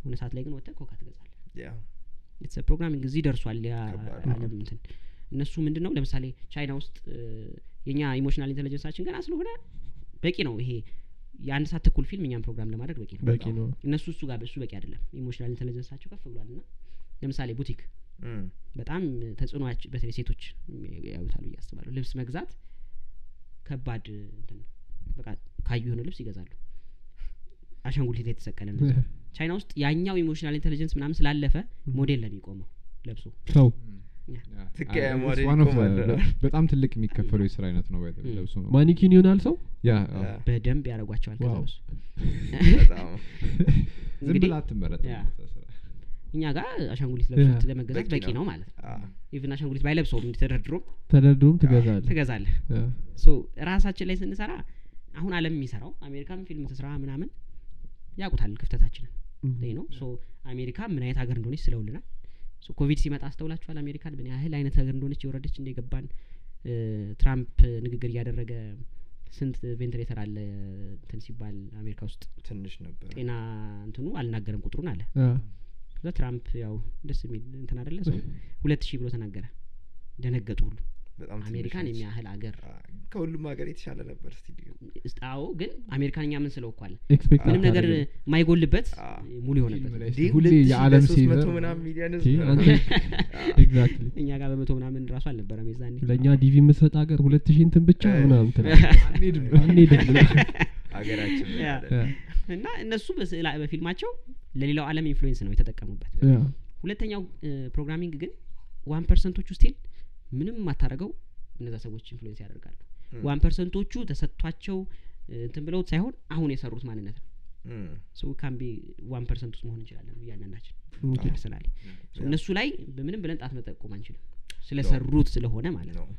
A: የሆነ ሰዓት ላይ ግን ወጥተህ ኮካ ትገዛለህ የተሰ ፕሮግራሚንግ እዚህ ደርሷል ያ
B: ከባድ ነው።
A: አለም እንትን እነሱ ምንድን ነው ለምሳሌ ቻይና ውስጥ እ፣ የኛ ኢሞሽናል ኢንቴሊጀንሳችን ገና ስለሆነ በቂ ነው ይሄ የአንድ ሰዓት ተኩል ፊልም እኛም ፕሮግራም ለማድረግ በቂ ነው
C: በቂ ነው
A: እነሱ እሱ ጋር እሱ በቂ አይደለም ኢሞሽናል ኢንቴሊጀንሳቸው ከፍ ብሏል እና ለምሳሌ ቡቲክ በጣም ተጽዕኖች በተለይ ሴቶች ያዩታሉ ብዬ አስባለሁ ልብስ መግዛት ከባድ እንትን ነው በቃ ካዩ የሆነ ልብስ ይገዛሉ አሻንጉሊት የተሰቀለ ነው ቻይና ውስጥ ያኛው ኢሞሽናል ኢንቴሊጀንስ ምናምን ስላለፈ ሞዴል ነው የሚቆመው ለብሶ
C: ሰው
D: በጣም ትልቅ የሚከፈለው የስራ አይነት ነው by the way፣
A: Mm.
D: ለብሶ ነው
C: ማኒኪን ይሆናል ሰው
D: ያ አዎ።
B: Yeah.
A: በደንብ ያደረጓቸዋል ከዛ
C: ዋው።
A: በሱ
D: ዝም
A: እንግዲህ
D: ብላ አትመረጥ
A: ያ። እኛ ጋር አሻንጉሊት ለብሶ ለመገዛት
B: በቂ
A: በቂ
B: ነው።
A: ነው ማለት ነው ኢቭን አሻንጉሊት ባይለብሰውም ተደርድሮም
C: ተደርድሮም ትገዛለህ
A: ትገዛለህ
C: ያ።
A: ሶ ራሳችን ላይ ስንሰራ አሁን አለም የሚሰራው አሜሪካም ፊልም ትስራ ምናምን ያውቁታል ክፍተታችንን
C: ም።
A: ይህ ነው ሶ አሜሪካ ምን አይነት ሀገር እንደሆነች ስለውልናል ሶ ኮቪድ ሲመጣ አስተውላችኋል አሜሪካን ምን ያህል አይነት ሀገር እንደሆነች የወረደች እንደገባን እ፣ ትራምፕ ንግግር እያደረገ ስንት ቬንትሌተር አለ እንትን ሲባል አሜሪካ ውስጥ
B: ትንሽ ነበር
A: ጤና እንትኑ አልናገረም ቁጥሩን አለ
C: ያ።
A: ከዛ ትራምፕ ያው ደስ የሚል እንትን አደለ ሰው ሁለት ሺህ ብሎ ተናገረ ደነገጡ ሁሉ
B: በጣም ትንሽ
A: አሜሪካን
B: ነች።
A: የሚያህል አገር
B: አ፣ ከሁሉም ሀገር የተሻለ ነበር ስቱዲዮ
A: አዎ ግን አሜሪካን እኛ ምን ስለው እኮ አለ
C: ኤክስፔክት
A: ምንም ነገር
C: አታደርግም።
A: ማይጎልበት
B: አ፣
A: ሙሉ የሆነበት
D: ላይ
B: እንዲህ
D: ሁሌ
B: 2000
D: የዓለም
B: ለሶስት መቶ
D: saver-
B: ምናምን ሚሊዮን
C: ቲ-
B: ህዝብ
C: አንተ ኤግዛክትሊ
A: እኛ ጋር በመቶ ምናምን ራሱ አልነበረም የዛኔ
C: ለእኛ ዲቪ የምትሰጥ ሀገር ሁለት ሺህ እንትን ብቻ
B: እ።
C: ምናምን ትላል
A: [LAUGHS]
D: አንሄድም
C: አንሄድም ብላ።
B: ሀገራችን ላይ
A: ያ።
B: አለ።
C: ያ፣
A: እና እነሱ በስዕላ- በፊልማቸው ለሌላው ዓለም ኢንፍሉዌንስ ነው የተጠቀሙበት
C: ያ።
A: ሁለተኛው እ፣ ፕሮግራሚንግ ግን ዋን ፐርሰንቶቹ ስቲል ምንም የማታደርገው እነዛ ሰዎች ኢንፍሉዌንስ ያደርጋሉ
B: ም።
A: ዋን ፐርሰንቶቹ ተሰጥቷቸው እ፣ እንትን ብለውት ሳይሆን አሁን የሰሩት ማንነት ነው
B: እም፣
A: ሰው ካምቢ ዋን ፐርሰንት ውስጥ መሆን እንችላለን እያንዳንዳችን
C: ኦኬ።
A: ፐርሰናሊ
B: ያ።
A: እነሱ ላይ በምንም ብለን ጣት መጠቆም አንችልም ስለሰሩት ስለሆነ ማለት ነው
B: ነው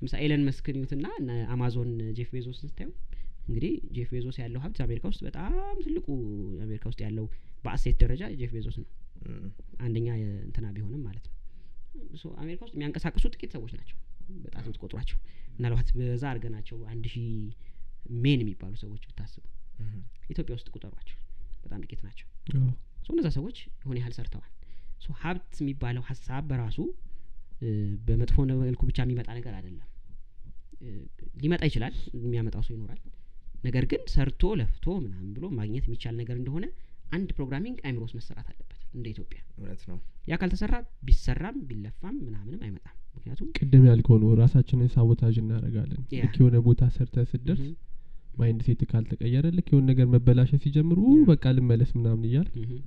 A: ለምሳሌ ኤለን መስክን ዩትና አማዞን ጄፍ ቤዞስ ስታዩ እንግዲህ ጄፍ ቤዞስ ያለው ሀብት አሜሪካ ውስጥ በጣም ትልቁ አሜሪካ ውስጥ ያለው በአሴት ደረጃ ጄፍ ቤዞስ ነው
B: እም፣
A: አንደኛ የ- እንትና ቢሆንም ማለት ነው ሶ አሜሪካ ውስጥ የሚያንቀሳቅሱ ጥቂት ሰዎች ናቸው በጣት የምትቆጥሯቸው ምናልባት በዛ አድርገናቸው አንድ ሺህ ሜን የሚባሉ ሰዎች ብታስቡ
B: እም፣
A: ኢትዮጵያ ውስጥ ቁጠሯቸው በጣም ጥቂት ናቸው
C: ያ።
A: ሶ እነዛ ሰዎች የሆነ ያህል ሰርተዋል ሶ ሀብት የሚባለው ሀሳብ በራሱ እ፣ በመጥፎ ነ- መልኩ ብቻ የሚመጣ ነገር አይደለም እ፣ ሊመጣ ይችላል የሚያመጣው ሰው ይኖራል ነገር ግን ሰርቶ ለፍቶ ምናምን ብሎ ማግኘት የሚቻል ነገር እንደሆነ አንድ ፕሮግራሚንግ አይምሮ ውስጥ መሰራት አለበት እንደ ኢትዮጵያ
B: እውነት ነው
A: ያ ካልተሰራ ቢሰራም ቢለፋም ምናምንም አይመጣም ምክንያቱም
C: ቅድም ያልከው ነው ራሳችንን ሳቦታጅ እናደርጋለን
A: ያ።
C: ልክ የሆነ ቦታ ሰርተ ስደርስ
A: ምሁም፣
C: ማይንድ ሴት ካልተቀየረ ልክ የሆነ ነገር መበላሸት ሲጀምሩ "ኡ፣
A: ያ።
C: በቃ ልመለስ ምናምን እያል
A: ምሁም፣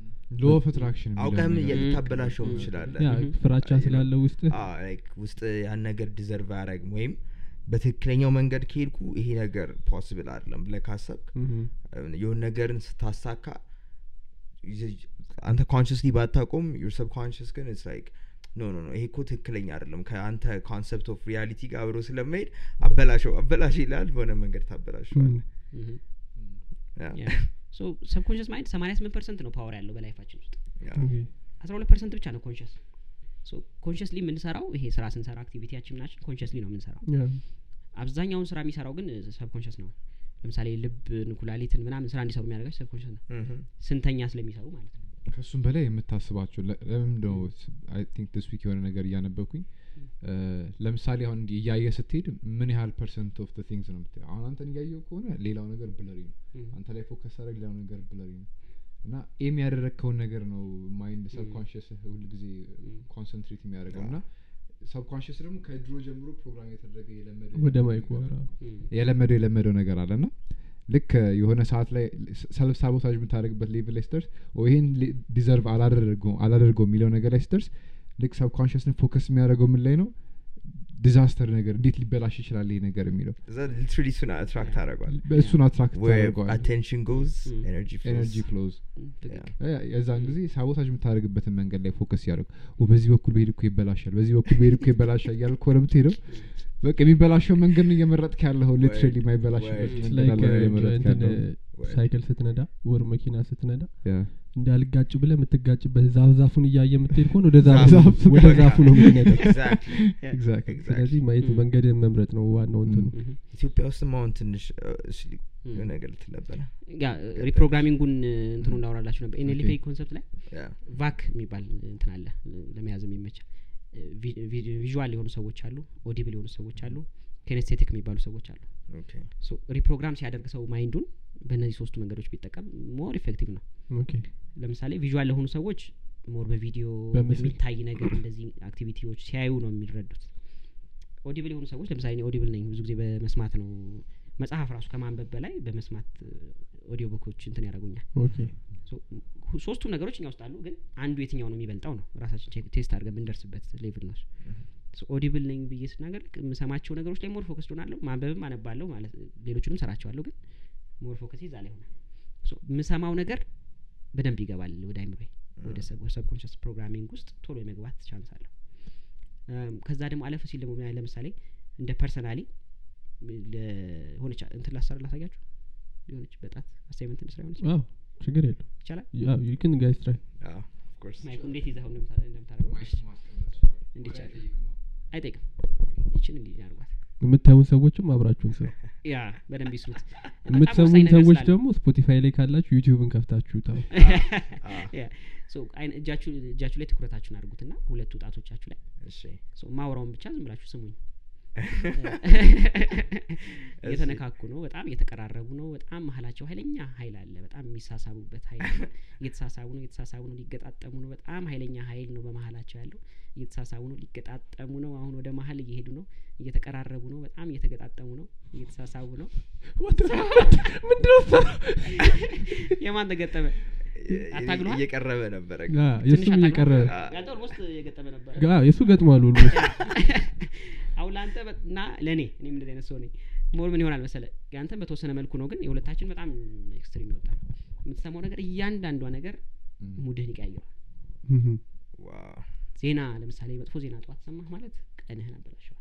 D: law of attraction
B: አውቀህም
D: የሚለውን ነገር።
B: እየልታበላሸው
A: እም፣
B: ትችላለህ
C: ያ
A: Mhm.
C: ፍራቻ
B: Ah, you know.
C: ስላለ ውስጥ
B: አ፣ like ውስጥ ያን ነገር ዲዘርቭ አያረግም ወይም በትክክለኛው መንገድ ከሄድኩ ይሄ ነገር ፖስብል አይደለም ብለህ ካሰብክ የሆን ነገርን ስታሳካ ይዘ- አንተ ኮንሽስሊ ባታቆም ዩር ሰብኮንሽስ ግን ስ ላይክ ኖ ኖ ኖ ይሄ እኮ ትክክለኛ አይደለም ከአንተ ኮንሰፕት ኦፍ ሪያሊቲ ጋር አብሮ ስለመሄድ አበላሸው አበላሽ ይላል በሆነ መንገድ ታበላሸዋለህ
A: ምሁም፣
B: ያ፣
A: ያ። ሶ ሰብኮንሽስ ማይንድ ሰማኒያ ስምንት ፐርሰንት ነው ፓወር ያለው በላይፋችን ውስጥ
B: ያ።
A: አስራ ሁለት ፐርሰንት ብቻ ነው ኮንሽስ ሶ ኮንሽስሊ የምንሰራው ይሄ ስራ ስንሰራ አክቲቪቲያችን ምናችን ኮንሽስሊ ነው የምንሰራው አብዛኛውን ስራ የሚሰራው ግን ሰብኮንሽስ ነው ለምሳሌ ልብን ኩላሊትን ምናምን ስራ እንዲሰሩ የሚያደርጋቸው ሰብኮንሽስ ነው
B: ምሁም፣
A: ስንተኛ ስለሚሰሩ ማለት ነው
D: ከእሱም በላይ የምታስባቸው ለ- ለምን ነው አይ ቲንክ ዲስ ዊክ የሆነ ነገር እያነበኩኝ ለምሳሌ አሁን እንዲህ እያየ ስትሄድ ምን ያህል ፐርሰንት ኦፍ ቲንግስ ነው የምታየው አሁን አንተን እያየው ከሆነ ሌላው ነገር ብለሪ ነው አንተ ላይ ፎከስ አድረግ ሌላው ነገር ብለሪ ነው እና ኤም ያደረግከውን ነገር ነው ማይንድ ሰብኮንሽስ ሁል ጊዜ ኮንሰንትሬት የሚያደርገው እና ሰብኮንሽስ ደግሞ ከድሮ ጀምሮ ፕሮግራም የተደረገ የለመደ
C: ወደ ማይኩ አወራ
D: የለመደው የለመደው ነገር አለ ና ልክ የሆነ ሰዓት ላይ ሰልፍ ሳቦታጅ የምታደርግበት ሌቭል ላይ ስተርስ ይህን ዲዘርቭ አላደርገው የሚለው ነገር ላይ ስተርስ ልክ ሰብኮንሽስን ፎከስ የሚያደርገው ምን ላይ ነው ዲዛስተር ነገር እንዴት ሊበላሽ ይችላል ይሄ ነገር የሚለው
B: እዛ ሊትራሊ እሱን አትራክት አረጓል
D: በእሱን አትራክት ታደርገዋል
B: አቴንሽን ጎዝ
A: Mm.
B: ኤነርጂ
D: ኤነርጂ ፍሎዝ
A: ትክክል
B: ያ።
D: የዛን ጊዜ ሳቦታጅ የምታደርግበትን መንገድ ላይ ፎከስ ያደርግ በዚህ በኩል በሄድ እኮ ይበላሻል በዚህ በኩል በሄድ እኮ ይበላሻል እያል ከሆነ የምትሄደው በቃ የሚበላሸው መንገድ ነው እየመረጥክ ያለኸው ሊትራሊ
B: ወይ-
D: የማይበላሸው
B: ወይ-
D: መንገድ
C: It's
D: ላይ
C: like,
D: ነው
C: uh,
D: እየመረጥክ
C: እንትን
D: ያለኸው
B: ወይ-
C: ሳይክል ስትነዳ ወር መኪና ስትነዳ
D: ያ።
C: እንዳልጋጭ ብለ የምትጋጭበት ዛፍ ዛፉን እያየ የምትሄድ ከሆነ ወደ ዛፉ
D: ዛፍ-
C: ነው- ወደ
B: በቃ-
C: ዛፉ ነው ምክንያቱ
B: Exactly, exactly.
D: Exactly.
C: ስለዚህ ማየት
A: Mm.
C: መንገድን መምረጥ ነው ዋናው እንትኑ
A: Mhm.
B: ኢትዮጵያ ውስጥም አሁን ትንሽ እ፣ እስኪ
A: Mm.
B: የሆነ ነገር ልትል ነበረ
A: ያ ሪፕሮግራሚንጉን እ፣ እንትኑ እናወራላችሁ ነበር ኤንኤልፒ
D: Okay.
A: ኮንሰፕት ላይ
B: ያ፣
A: ቫክ የሚባል እንትን አለ ለመያዝ የሚመቻ ቪዥዋል የሆኑ ሰዎች አሉ ኦዲብል የሆኑ ሰዎች አሉ ኬነስቴቲክ የሚባሉ ሰዎች አሉ
B: okay.
A: ሶ ሪፕሮግራም ሲያደርግ ሰው ማይንዱን በእነዚህ ሶስቱ መንገዶች ቢጠቀም ሞር ኢፌክቲቭ ነው
C: ኦኬ
A: ለምሳሌ ቪዥዋል ለሆኑ ሰዎች ሞር በቪዲዮ
C: በምስል።
A: በሚታይ ነገር እንደዚህ አክቲቪቲዎች ሲያዩ ነው የሚረዱት ኦዲብል የሆኑ ሰዎች ለምሳሌ እኔ ኦዲብል ነኝ ብዙ ጊዜ በመስማት ነው መጽሐፍ ራሱ ከማንበብ በላይ በመስማት ኦዲዮ ቡኮች እንትን ያደርጉኛል
C: ኦኬ
A: ሶ ሁ- ሶስቱም ነገሮች እኛ ውስጥ አሉ ግን አንዱ የትኛው ነው የሚበልጠው ነው ራሳችን ቼክ- ቴስት አድርገን ብንደርስበት ሌቭል ነው እሱ። ሶ ኦዲብል ነኝ ብዬ ስናገር ልክ የምሰማቸው ነገሮች ላይ ሞር ፎከስ ሆናለሁ ማንበብም አነባለሁ ማለት ሌሎችንም ሰራቸዋለሁ ግን ሞር ፎከስ ይዛ ላይ ሆናል ሶ የምሰማው ነገር በደንብ ይገባል ወደ አይምሮዬ ወደ
B: Hmm.
A: ሰብኮንሽስ ፕሮግራሚንግ ውስጥ ቶሎ የመግባት ቻንስ አለው እም፣ ከዛ ደግሞ አለፍ ሲል ደግሞ ምን አለ ለምሳሌ እንደ ፐርሰናሊ ሆነች እንትን ላሰራ ላሳያችሁ የሆነች በጣት አሳይመንት እንስራ የሆነች
C: አዎ ችግር የለው
A: ይቻላል
C: ግን ጋይስ ትራይ
B: አዎ፣ Ah, of course.
A: ማይኩ እንዴት ይዘኸው እንደምታ- እንደምታደርገው እንዴት ይቻላል? አይጠይቅም ይችን እንዲህ ያርጓት
C: የምታዩን ሰዎችም አብራችሁን ስሩ
A: ያ በደንብ ይስሩት በጣም ወሳኝ
C: የምትሰሙን
A: ነገር
C: ሰዎች
A: ስላለ። [LAUGHS]
C: ደግሞ ስፖቲፋይ ላይ ካላችሁ ዩቲዩብን ከፍታችሁ ታው
A: ያ። ሶ አይን- እጃችሁ እጃችሁ ላይ ትኩረታችሁን አድርጉትና ሁለቱ ጣቶቻችሁ ላይ
B: እሺ፣
A: ሶ ማውራውን ብቻ ዝም ብላችሁ ስሙኝ እየተነካኩ ነው በጣም እየተቀራረቡ ነው በጣም መሀላቸው ሀይለኛ ሀይል አለ በጣም የሚሳሳቡበት ሀይል አለ እየተሳሳቡ ነው እየተሳሳቡ ነው ሊገጣጠሙ ነው በጣም ሀይለኛ ሀይል ነው በመሀላቸው ያለው እየተሳሳቡ ነው ሊገጣጠሙ ነው አሁን ወደ መሀል እየሄዱ ነው እየተቀራረቡ ነው በጣም እየተገጣጠሙ ነው እየተሳሳቡ ነው
C: ምንድነው
A: የማን ተገጠመ
B: እየ-
A: አታግሏል?
B: እየቀረበ ነበረ ግን። Ah,
C: የሱም እየቀረ
A: ያንተ ኦልሞስት የገጠመ ነበር
C: ጋ የሱ ገጥሟል ሁሉ
A: አሁን ለአንተ በ- እና ለእኔ እኔም እንደዚህ አይነት ሰው ነኝ ሞር ምን ይሆናል መሰለ ያንተን በተወሰነ መልኩ ነው ግን የሁለታችን በጣም ኤክስትሪም ይወጣል የምትሰማው ነገር እያንዳንዷ ነገር ሙድህን ይቀያየዋል
C: እህም።
B: ዋው፣
A: ዜና ለምሳሌ መጥፎ ዜና ጠዋት ሰማህ ማለት ቀንህን አበላሸዋል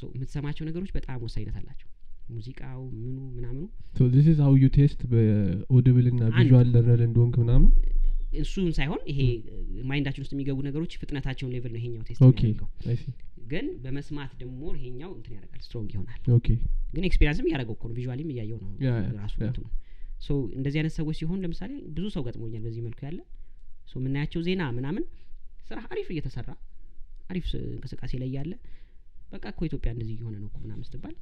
A: ሶ የምትሰማቸው ነገሮች በጣም ወሳኝነት አላቸው ሙዚቃው ምኑ ምናምኑ
C: [LAUGHS] So this is how you test በኦድብል እና
A: አንድ-
C: ቪዥዋል ለርነር እንደሆንክ ምናምን
A: እሱን ሳይሆን ይሄ ማይንዳችን ውስጥ የሚገቡ ነገሮች ፍጥነታቸውን ሌቭል ነው ይሄኛው ቴስት
C: ኦኬ
A: የሚያደርገው
C: አይ ሲ
A: ግን በመስማት ደግሞ ይሄኛው እንትን ያደርጋል ስትሮንግ ይሆናል
C: ኦኬ
A: ግን ኤክስፔሪንስም እያደረገው እኮ ነው ቪዥዋሊም እያየው ነው
C: ያ, ያ,
A: ራሱ
C: ያ።
A: እንትኑ ሶ እንደዚህ አይነት ሰዎች ሲሆን ለምሳሌ ብዙ ሰው ገጥሞኛል በዚህ መልኩ ያለ ሶ የምናያቸው ዜና ምናምን ስራ አሪፍ እየተሰራ አሪፍ ስ- እንቅስቃሴ ላይ ያለ በቃ እኮ ኢትዮጵያ እንደዚህ እየሆነ ነው እኮ ምናምን ስትባል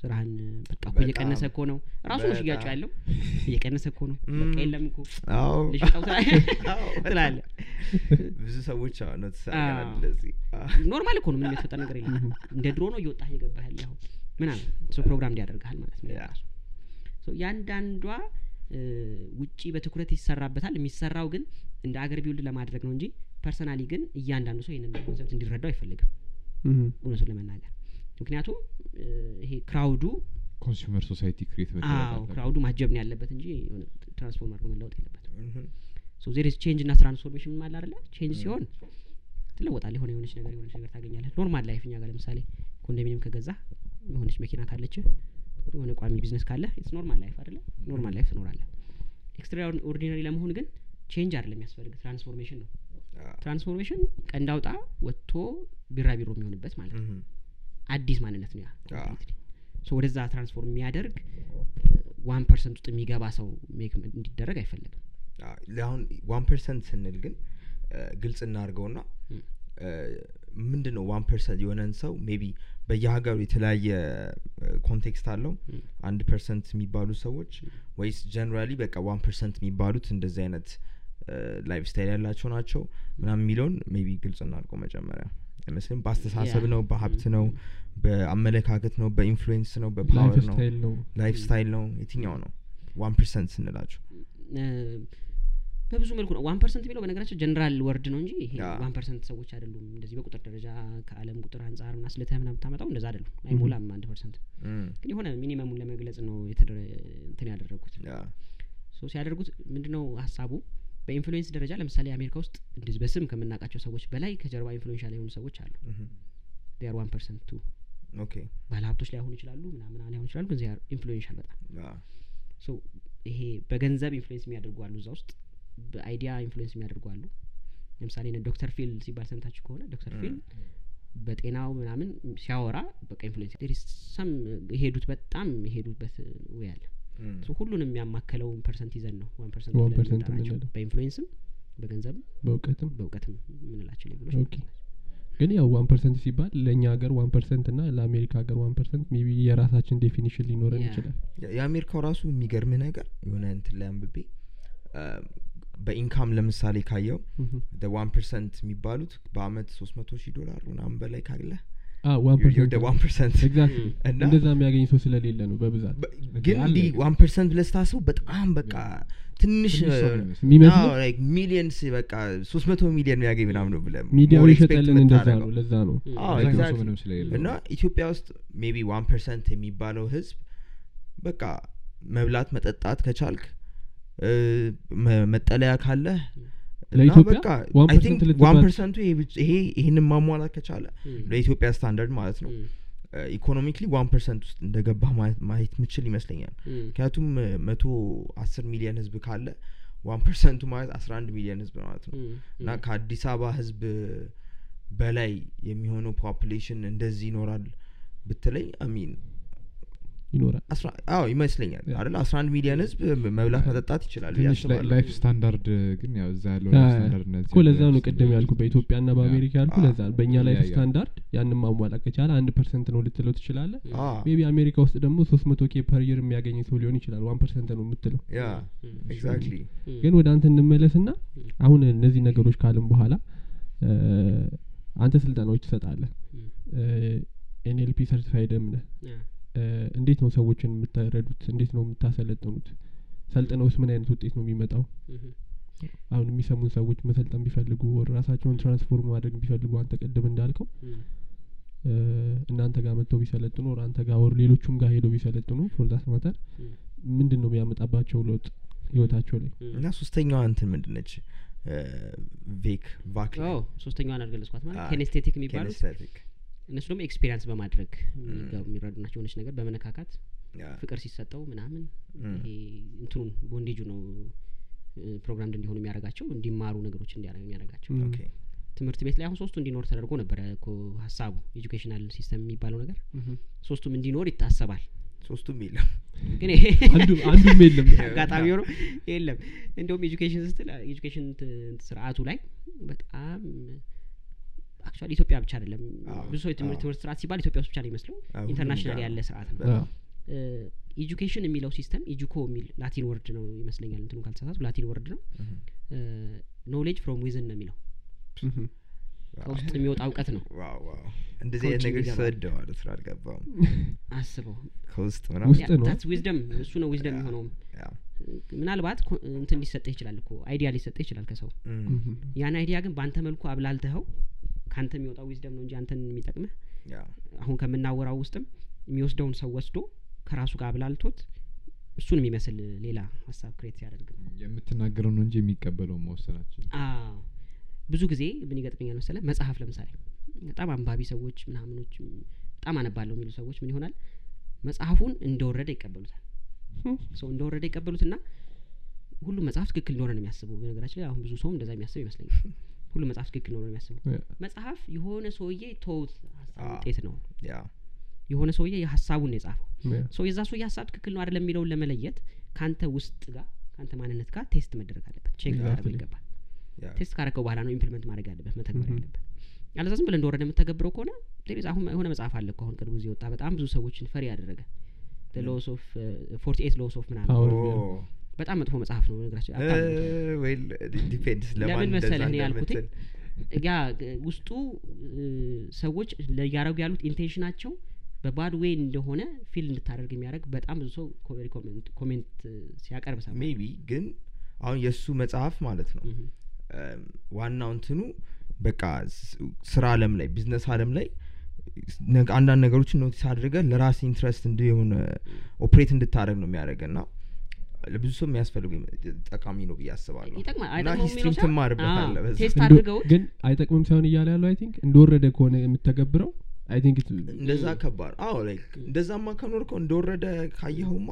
A: ስራህን በቃ እኮ እየቀነሰ
B: በጣም፣
A: እኮ ነው ራሱ ነው ሽያጩ
B: በጣም።
A: ያለው እየቀነሰ እኮ ነው በቃ
B: ም።
A: የለም እኮ
B: አዎ፣
A: ልሽጠው
C: [LAUGHS]
B: አዎ። [LAUGHS]
A: ትላለ
B: Oh. ብዙ ሰዎች አዎ፣ notice
A: አዎ።
B: አድርገናል እንደዚህ። Ah. አዎ፣
A: ኖርማል እኮ ነው ምን የተፈጠ ነገር የለም እንደ ድሮ ነው እየወጣህ እየገባህ ያለኸው ምናምን ሶ ፕሮግራም እንዲያደርግሃል ማለት ነው
B: ያ።
A: ራሱ ሶ ያንዳንዷ እ፣ ውጪ በትኩረት ይሰራበታል የሚሰራው ግን እንደ አገር ቢውልድ ለማድረግ ነው እንጂ ፐርሰናሊ ግን እያንዳንዱ ሰው ይህንን ኮንሰፕት እንዲረዳው አይፈልግም
C: እህም።
A: እውነቱን ለመናገር ምክንያቱም እ፣ ይሄ ክራውዱ
D: ኮንሱመር ሶሳይቲ ክሬት
A: አዎ ክራውዱ ማጀብ ነው ያለበት እንጂ የሆነ ትራንስፎርም አድርጎ መለወጥ የለበትም
B: እህም፣
A: ሶ ዜር ቼንጅ እና ትራንስፎርሜሽን አለ አይደለ ቼንጅ ሲሆን ትለወጣለህ የሆነ የሆነች ነገር የሆነች ነገር ታገኛለህ ኖርማል ላይፍ እኛ ጋር ለምሳሌ ኮንዶሚኒየም ከገዛ የሆነች መኪና ካለች የሆነ ቋሚ ቢዝነስ ካለ ኢትስ ኖርማል ላይፍ አይደለ ኖርማል ላይፍ ትኖራለህ ኤክስትራ ኦርዲናሪ ለመሆን ግን ቼንጅ አይደለም የሚያስፈልግ ትራንስፎርሜሽን ነው
B: አዎ፣
A: ትራንስፎርሜሽን ቀንዳውጣ ወጥቶ ቢራቢሮ የሚሆንበት ማለት ነው
B: እህም፣
A: አዲስ ማንነት ነው ያ
B: አዎ።
A: completely። So ወደዛ ትራንስፎርም የሚያደርግ ዋን ፐርሰንት ውስጥ የሚገባ ሰው ሜክ እንዲደረግ አይፈለግም
B: አዎ። አሁን ዋን ፐርሰንት ስንል ግን እ፣ ግልጽ እናድርገውና
A: ም።
B: ምንድን ነው ዋን ፐርሰንት የሆነን ሰው ሜቢ በየሀገሩ የተለያየ ኮንቴክስት አለው
A: ም።
B: አንድ ፐርሰንት የሚባሉ ሰዎች ወይስ ጀነራሊ በቃ ዋን ፐርሰንት የሚባሉት እንደዚህ አይነት ላይፍ ስታይል ያላቸው ናቸው ምናምን የሚለውን ሜቢ ግልጽ እናድርገው መጀመሪያ አይመስልም በአስተሳሰብ
A: Yeah.
B: ነው በሀብት ነው
A: ም።
B: በአመለካከት ነው በኢንፍሉዌንስ ነው በፓወር
C: ላይፍ
B: ነው
C: ስታይል ነው
B: ላይፍ ስታይል ነው የትኛው ነው ዋን ፐርሰንት ስንላቸው
A: እ፣ በብዙ መልኩ ነው ዋን ፐርሰንት የሚለው በነገራችን ጀነራል ወርድ ነው እንጂ ይሄ
B: ያ።
A: ዋን ፐርሰንት ሰዎች አይደሉም እንደዚህ በቁጥር ደረጃ ከአለም ቁጥር አንጻር ምና ስለተህ ምና የምታመጣው እንደዛ አይደሉም አይሞላም አንድ ፐርሰንት
B: ም፣
A: ግን የሆነ ሚኒመሙን ለመግለጽ ነው የተደረ- እንትን ያደረጉት
B: ያ፣
A: ሶ ሲያደርጉት ምንድን ነው ሀሳቡ በኢንፍሉዌንስ ደረጃ ለምሳሌ አሜሪካ ውስጥ እንደዚህ በስም ከምናውቃቸው ሰዎች በላይ ከጀርባ ኢንፍሉዌንሻል የሆኑ ሰዎች አሉ
B: እህም፣
A: ር ዋን ፐርሰንት ቱ
B: ኦኬ
A: ባለሀብቶች ላይሆኑ ይችላሉ ምናምን ላይሆኑ ይችላሉ ግን ዚያር ኢንፍሉዌንሻል በጣም
B: አ፣
A: ሶ ይሄ በገንዘብ ኢንፍሉዌንስ የሚያደርጉ አሉ እዛ ውስጥ በአይዲያ ኢንፍሉዌንስ የሚያደርጉ አሉ ለምሳሌ እነ ዶክተር ፊል ሲባል ሰምታችሁ ከሆነ ዶክተር ፊል በጤናው ምናምን ሲያወራ በቃ ኢንፍሉዌንስ there is some የሄዱት በጣም የሄዱበት ወይ አለ
B: እም፣
A: ሶ ሁሉንም ያማከለውን ፐርሰንት ይዘን ነው ዋን ፐርሰንት
C: 1%
A: ብለን የምንጠራቸው
C: የምንለው።
A: በኢንፍሉዌንስም በገንዘብም
C: በእውቀትም
A: በእውቀትም የምንላቸው ሌብሎች
C: ኦኬ ግን ያው ዋን ፐርሰንት ሲባል ለእኛ ሀገር ዋን ፐርሰንት እና ለአሜሪካ ሀገር ዋን ፐርሰንት ሜቢ የራሳችን ዴፊኒሽን ሊኖረን
A: ያ።
C: ይችላል
B: የ- የአሜሪካው ራሱ የሚገርምህ ነገር የሆነ እንትን ላይ አንብቤ አ፣ በኢንካም ለምሳሌ ካየው
A: Mm-hmm.
C: ምሁም።
B: ዋን ፐርሰንት የሚባሉት በአመት ሶስት መቶ ሺህ ዶላር ምናምን በላይ ካለ
C: አ ዋን ፐርሰንት
B: ዋን ፐርሰንት
A: [LAUGHS]
C: ኤግዛክትሊ
B: [LAUGHS] እና
C: እንደዛ የሚያገኝ ሰው ስለሌለ ነው በብዛት
B: በ- ግን
D: አለ
B: እንዲህ
D: ግን።
B: ዋን ፐርሰንት ብለህ ስታስበው በጣም በቃ ትንሽ
D: ትንሽ ሰው ነው የሚመስለው።
C: የሚመስለው
B: ሚሊየንስ በቃ ሶስት መቶ ሚሊየን የሚያገኝ ምናምን ነው ብለህ
C: ሚዲያው
B: more expect
C: ይሸጠልን እንደዛ
B: የምታደርገው።
C: ነው ለዛ ነው
B: አዎ፣
D: አብዛኛው ሰው
B: exactly።
D: ምንም ስለሌለው
B: እና ኢትዮጵያ ውስጥ ሜቢ ዋን ፐርሰንት የሚባለው ህዝብ በቃ መብላት መጠጣት ከቻልክ እ፣ መ- መጠለያ ካለ
C: ለኢትዮጵያ 1% ልትባል-
B: ዋን ፐርሰንቱ ይሄ ይህንን ማሟላት ከቻለ ለኢትዮጵያ ስታንዳርድ ማለት ነው ኢኮኖሚክሊ ዋን ፐርሰንት ውስጥ እንደገባ ማየት ማየት ምችል ይመስለኛል ምክንያቱም እ፣ መቶ አስር ሚሊዮን ህዝብ ካለ ዋን ፐርሰንቱ ማለት አስራ አንድ ሚሊዮን ህዝብ ማለት ነው እና ከአዲስ አበባ ህዝብ በላይ የሚሆነው ፖፑሌሽን እንደዚህ ይኖራል ብትለኝ አሚን
C: ይኖራል
B: አስራ- አዎ ይመስለኛል
C: ያ።
B: አይደል አስራ አንድ ሚሊዮን ህዝብ ም- መብላት መጠጣት ይችላል ብዬ
D: ትንሽ
B: አስባለሁ።
D: ላይፍ ስታንዳርድ ግን ያው እዛ ያለው
C: አ፣
D: ላይፍ ስታንዳርድ እነዚህ
C: እኮ ለዛ ነው
D: ያለው
C: ቅድም ያልኩ በኢትዮጵያ ና በአሜሪካ ያልኩ
B: አ፣
C: ለዛ ነው በእኛ ላይፍ
D: ይለያያል።
C: ስታንዳርድ ያንን ማሟላት ከቻለ አንድ ፐርሰንት ነው ልትለው ትችላለ
B: አ፣
C: ሜቢ አሜሪካ ውስጥ ደግሞ ሶስት መቶ ኬ ፐር ይር የሚያገኝ ሰው ሊሆን ይችላል ዋን ፐርሰንት ነው የምትለው
B: ያ ኤግዛክትሊ
C: ግን ወደ አንተ እንመለስና አሁን እነዚህ ነገሮች ካልን በኋላ እ፣ አንተ ስልጠናዎች ትሰጣለህ ኤንኤልፒ ሰርቲፋይድም ነህ እ፣ እንዴት ነው ሰዎችን የምታረዱት እንዴት ነው የምታሰለጥኑት ሰልጥነውስ ምን አይነት ውጤት ነው የሚመጣው አሁን የሚሰሙን ሰዎች መሰልጠን ቢፈልጉ ወር ራሳቸውን ትራንስፎርም ማድረግ ቢፈልጉ አንተ ቅድም እንዳልከው እ፣ እናንተ ጋር መጥተው ቢሰለጥኑ ወር አንተ ጋር ወር ሌሎቹም ጋር ሄደው ቢሰለጥኑ ፎርዳስ ማተር ምንድን ነው የሚያመጣባቸው ለውጥ ህይወታቸው ላይ
B: እና ሶስተኛዋ እንትን ምንድን ነች እ፣ ቬክ ቫክ ላይ።
A: ሶስተኛዋን አልገለጽኳት ማለት
B: አ፣
A: ኬኔስቴቲክ የሚባሉት
B: kinesthetic።
A: እነሱ ደግሞ ኤክስፔሪንስ በማድረግ የሚጋ- የሚረዱ ናቸው የሆነች ነገር በመነካካት
B: ያ፣
A: ፍቅር ሲሰጠው ምናምን
B: እም፣
A: ይሄ እንትኑን ቦንዴጁ ነው ፕሮግራም እንዲሆኑ የሚያደርጋቸው እንዲማሩ ነገሮች እንዲያደርግ የሚያደርጋቸው
C: ም፣
B: ኦኬ።
A: ትምህርት ቤት ላይ አሁን ሶስቱ እንዲኖር ተደርጎ ነበረ እኮ ሀሳቡ ኤጁኬሽናል ሲስተም የሚባለው ነገር
C: ምሁም።
A: ሶስቱም እንዲኖር ይታሰባል
B: ሶስቱም የለም [LAUGHS]
A: ግን ይሄ
C: አንዱ- አንዱም
A: [LAUGHS]
C: የለም
A: አጋጣሚ ሆኖ የለም እንደውም ኤጁኬሽን ስትል ኤጁኬሽን ስርአቱ ላይ በጣም አክቹዋሊ ኢትዮጵያ ብቻ አይደለም
B: አዎ፣
A: ብዙ ሰው የትምህርት
B: አዎ።
A: ትምህርት ስርአት ሲባል ኢትዮጵያ ውስጥ ብቻ ነው ይመስለው
B: አዎ፣ ሁሉም
A: ኢንተርናሽናል
B: ጋር
A: ያለ ስርአት ነው
C: አዎ።
A: ኤጁኬሽን የሚለው ሲስተም ኢጁኮ የሚል ላቲን ወርድ ነው ይመስለኛል እንትኑ ካልተሳሳት ላቲን ወርድ ነው
B: እም፣
A: ኖሌጅ ፍሮም ዊዝን ነው የሚለው
C: ምሁም።
A: ከውስጥ የሚወጣ እውቀት ነው
B: ዋው ዋው እንደዚህ አይነት
A: ከውጭ
B: ነገር
A: የሚገባ።
B: ስወደ ማለት ነው አልገባውም
A: አስበው
B: ከውስጥ
C: ውስጥ
B: ምናምን
A: ያ,
C: ነው።
A: that's wisdom እሱ ነው ዊዝደም የሆነውም
B: ያ፣
A: ምናልባት ኮ- እንትን ሊሰጠህ ይችላል እኮ አይዲያ ሊሰጠህ ይችላል ከሰው
B: እም፣
C: ምሁም።
A: ያን አይዲያ ግን በአንተ መልኩ አብላልተኸው ከአንተ የሚወጣው ዊዝደም ነው እንጂ አንተን የሚጠቅምህ
B: ያ፣
A: አሁን ከምናወራው ውስጥም የሚወስደውን ሰው ወስዶ ከራሱ ጋር አብላልቶት እሱን የሚመስል ሌላ ሀሳብ ክሬት ሲያደርግ ነው።
D: የምትናገረው ነው እንጂ የሚቀበለው መወሰናቸው
A: አዎ። ብዙ ጊዜ ምን ይገጥመኛል መሰለህ መጽሐፍ ለምሳሌ በጣም አንባቢ ሰዎች ምናምኖች በጣም አነባለሁ የሚሉ ሰዎች ምን ይሆናል መጽሐፉን እንደወረደ ይቀበሉታል ሰው እንደወረደ ይቀበሉትና ሁሉም መጽሐፍ ትክክል እንደሆነ ነው የሚያስቡ በነገራችን ላይ አሁን ብዙ ሰውም እንደዛ የሚያስብ ይመስለኛል ሁሉም መጽሐፍ ትክክል እንደሆነ ነው የሚያስቡ
C: ያ።
A: መጽሐፍ የሆነ ሰውዬ ተውት ሀሳብ
B: አዎ።
A: ውጤት ነው
B: ያ፣
A: የሆነ ሰውዬ የሀሳቡን ነው የጻፈው
C: ያ።
A: ሰው የዛ ሰውዬ ሀሳብ ትክክል ነው አይደለም የሚለውን ለመለየት ከአንተ ውስጥ ጋር ከአንተ ማንነት ጋር ቴስት መደረግ አለበት ቼክ
C: Exactly.
A: ሊያደርገው ይገባል
B: ያ፣
A: ቴስት ካረከው በኋላ ነው ኢምፕሊመንት ማድረግ ያለበት መተግበር
C: Mhm.
A: ያለበት ያለዛ ዝም ብለህ እንደወረደ የምተገብረው ከሆነ there is አሁን የሆነ መጽሐፍ አለ እኮ አሁን ቅርብ ጊዜ ወጣ በጣም ብዙ ሰዎችን ፈሪ ያደረገ ሎስ ኦፍ ፎርቲ ኤት ሎስ ኦፍ ምናምን
C: ፓወር
B: ኦ፣
A: በጣም መጥፎ መጽሐፍ ነው ነገራቸው
B: እ፣ well, it depends ለማን
A: ለምን
B: እንደዛ
A: መሰለህ እኔ
B: እንደምትል።
A: ያልኩትኝ? ያ ግ- ውስጡ እ፣ ሰዎች እያደረጉ ያሉት ኢንቴንሽናቸው በባድ ዌይ እንደሆነ ፊል እንድታደርግ የሚያደርግ በጣም ብዙ ሰው ኮሜንት ሲያቀርብ ሰማ
B: ሜቢ ግን አሁን የእሱ መጽሐፍ ማለት ነው
A: Mhm.
B: እም፣ ዋናው እንትኑ በቃ ስ- ስራ አለም ላይ ቢዝነስ አለም ላይ ነገ- አንዳንድ ነገሮችን ኖቲስ አድርገ ለራስ ኢንትረስት እንዲሆን ኦፕሬት እንድታደረግ ነው የሚያደረገ እና ለብዙ ሰው የሚያስፈልጉ ይመ- ጠቃሚ ነው ብዬ አስባለሁ
A: ይጠቅማል
B: እና
A: አይጠቅመውም
B: ሂስትሪም
A: የሚለው ሳይሆን-
B: ትማርበታለህ
A: አዎ፣
B: በዛ።
A: ቴስት
C: እንዶ-
A: አድርገውት
C: ግን አይጠቅምም ሳይሆን እያለ ያለው አይ ቲንክ እንደወረደ ከሆነ የምተገብረው አይ ቲንክ
B: እንደዛ
A: Mm.
B: ከባድ አዎ ላይክ እንደዛማ ከኖርከው እንደወረደ ካየኸውማ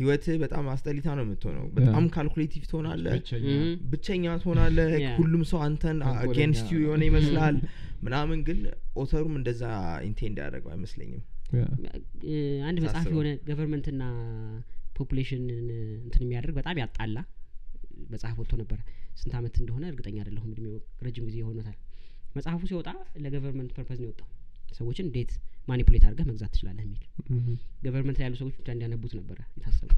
B: ህይወትህ በጣም አስጠሊታ ነው የምትሆነው በጣም ካልኩሌቲቭ ትሆናለህ
D: ብቸኛ
A: Mhm.
B: ብቸኛ ትሆናለህ like
A: Yeah.
B: ሁሉም ሰው አንተን
D: ተንኮለኛ።
B: አጌንስት የሆነ ይመስላል ምናምን ግን ኦተሩም እንደዛ ኢንቴንድ ያደረገው አይመስለኝም
A: እ፣ አንድ መጽሐፍ
B: ሳስበው።
A: የሆነ ገቨርንመንትና ፖፑሌሽን እንትን የሚያደርግ በጣም ያጣላ መጽሐፍ ወጥቶ ነበር ስንት አመት እንደሆነ እርግጠኛ አይደለሁም እድሜው ረጅም ጊዜ ሆኖታል መጽሐፉ ሲወጣ ለገቨርንመንት ፐርፐዝ ነው የወጣው ሰዎችን እንዴት ማኒፑሌት አድርገህ መግዛት ትችላለህ የሚል ገቨርንመንት ላይ ያሉ ሰዎች ብቻ እንዲያነቡት ነበረ የታሰቡ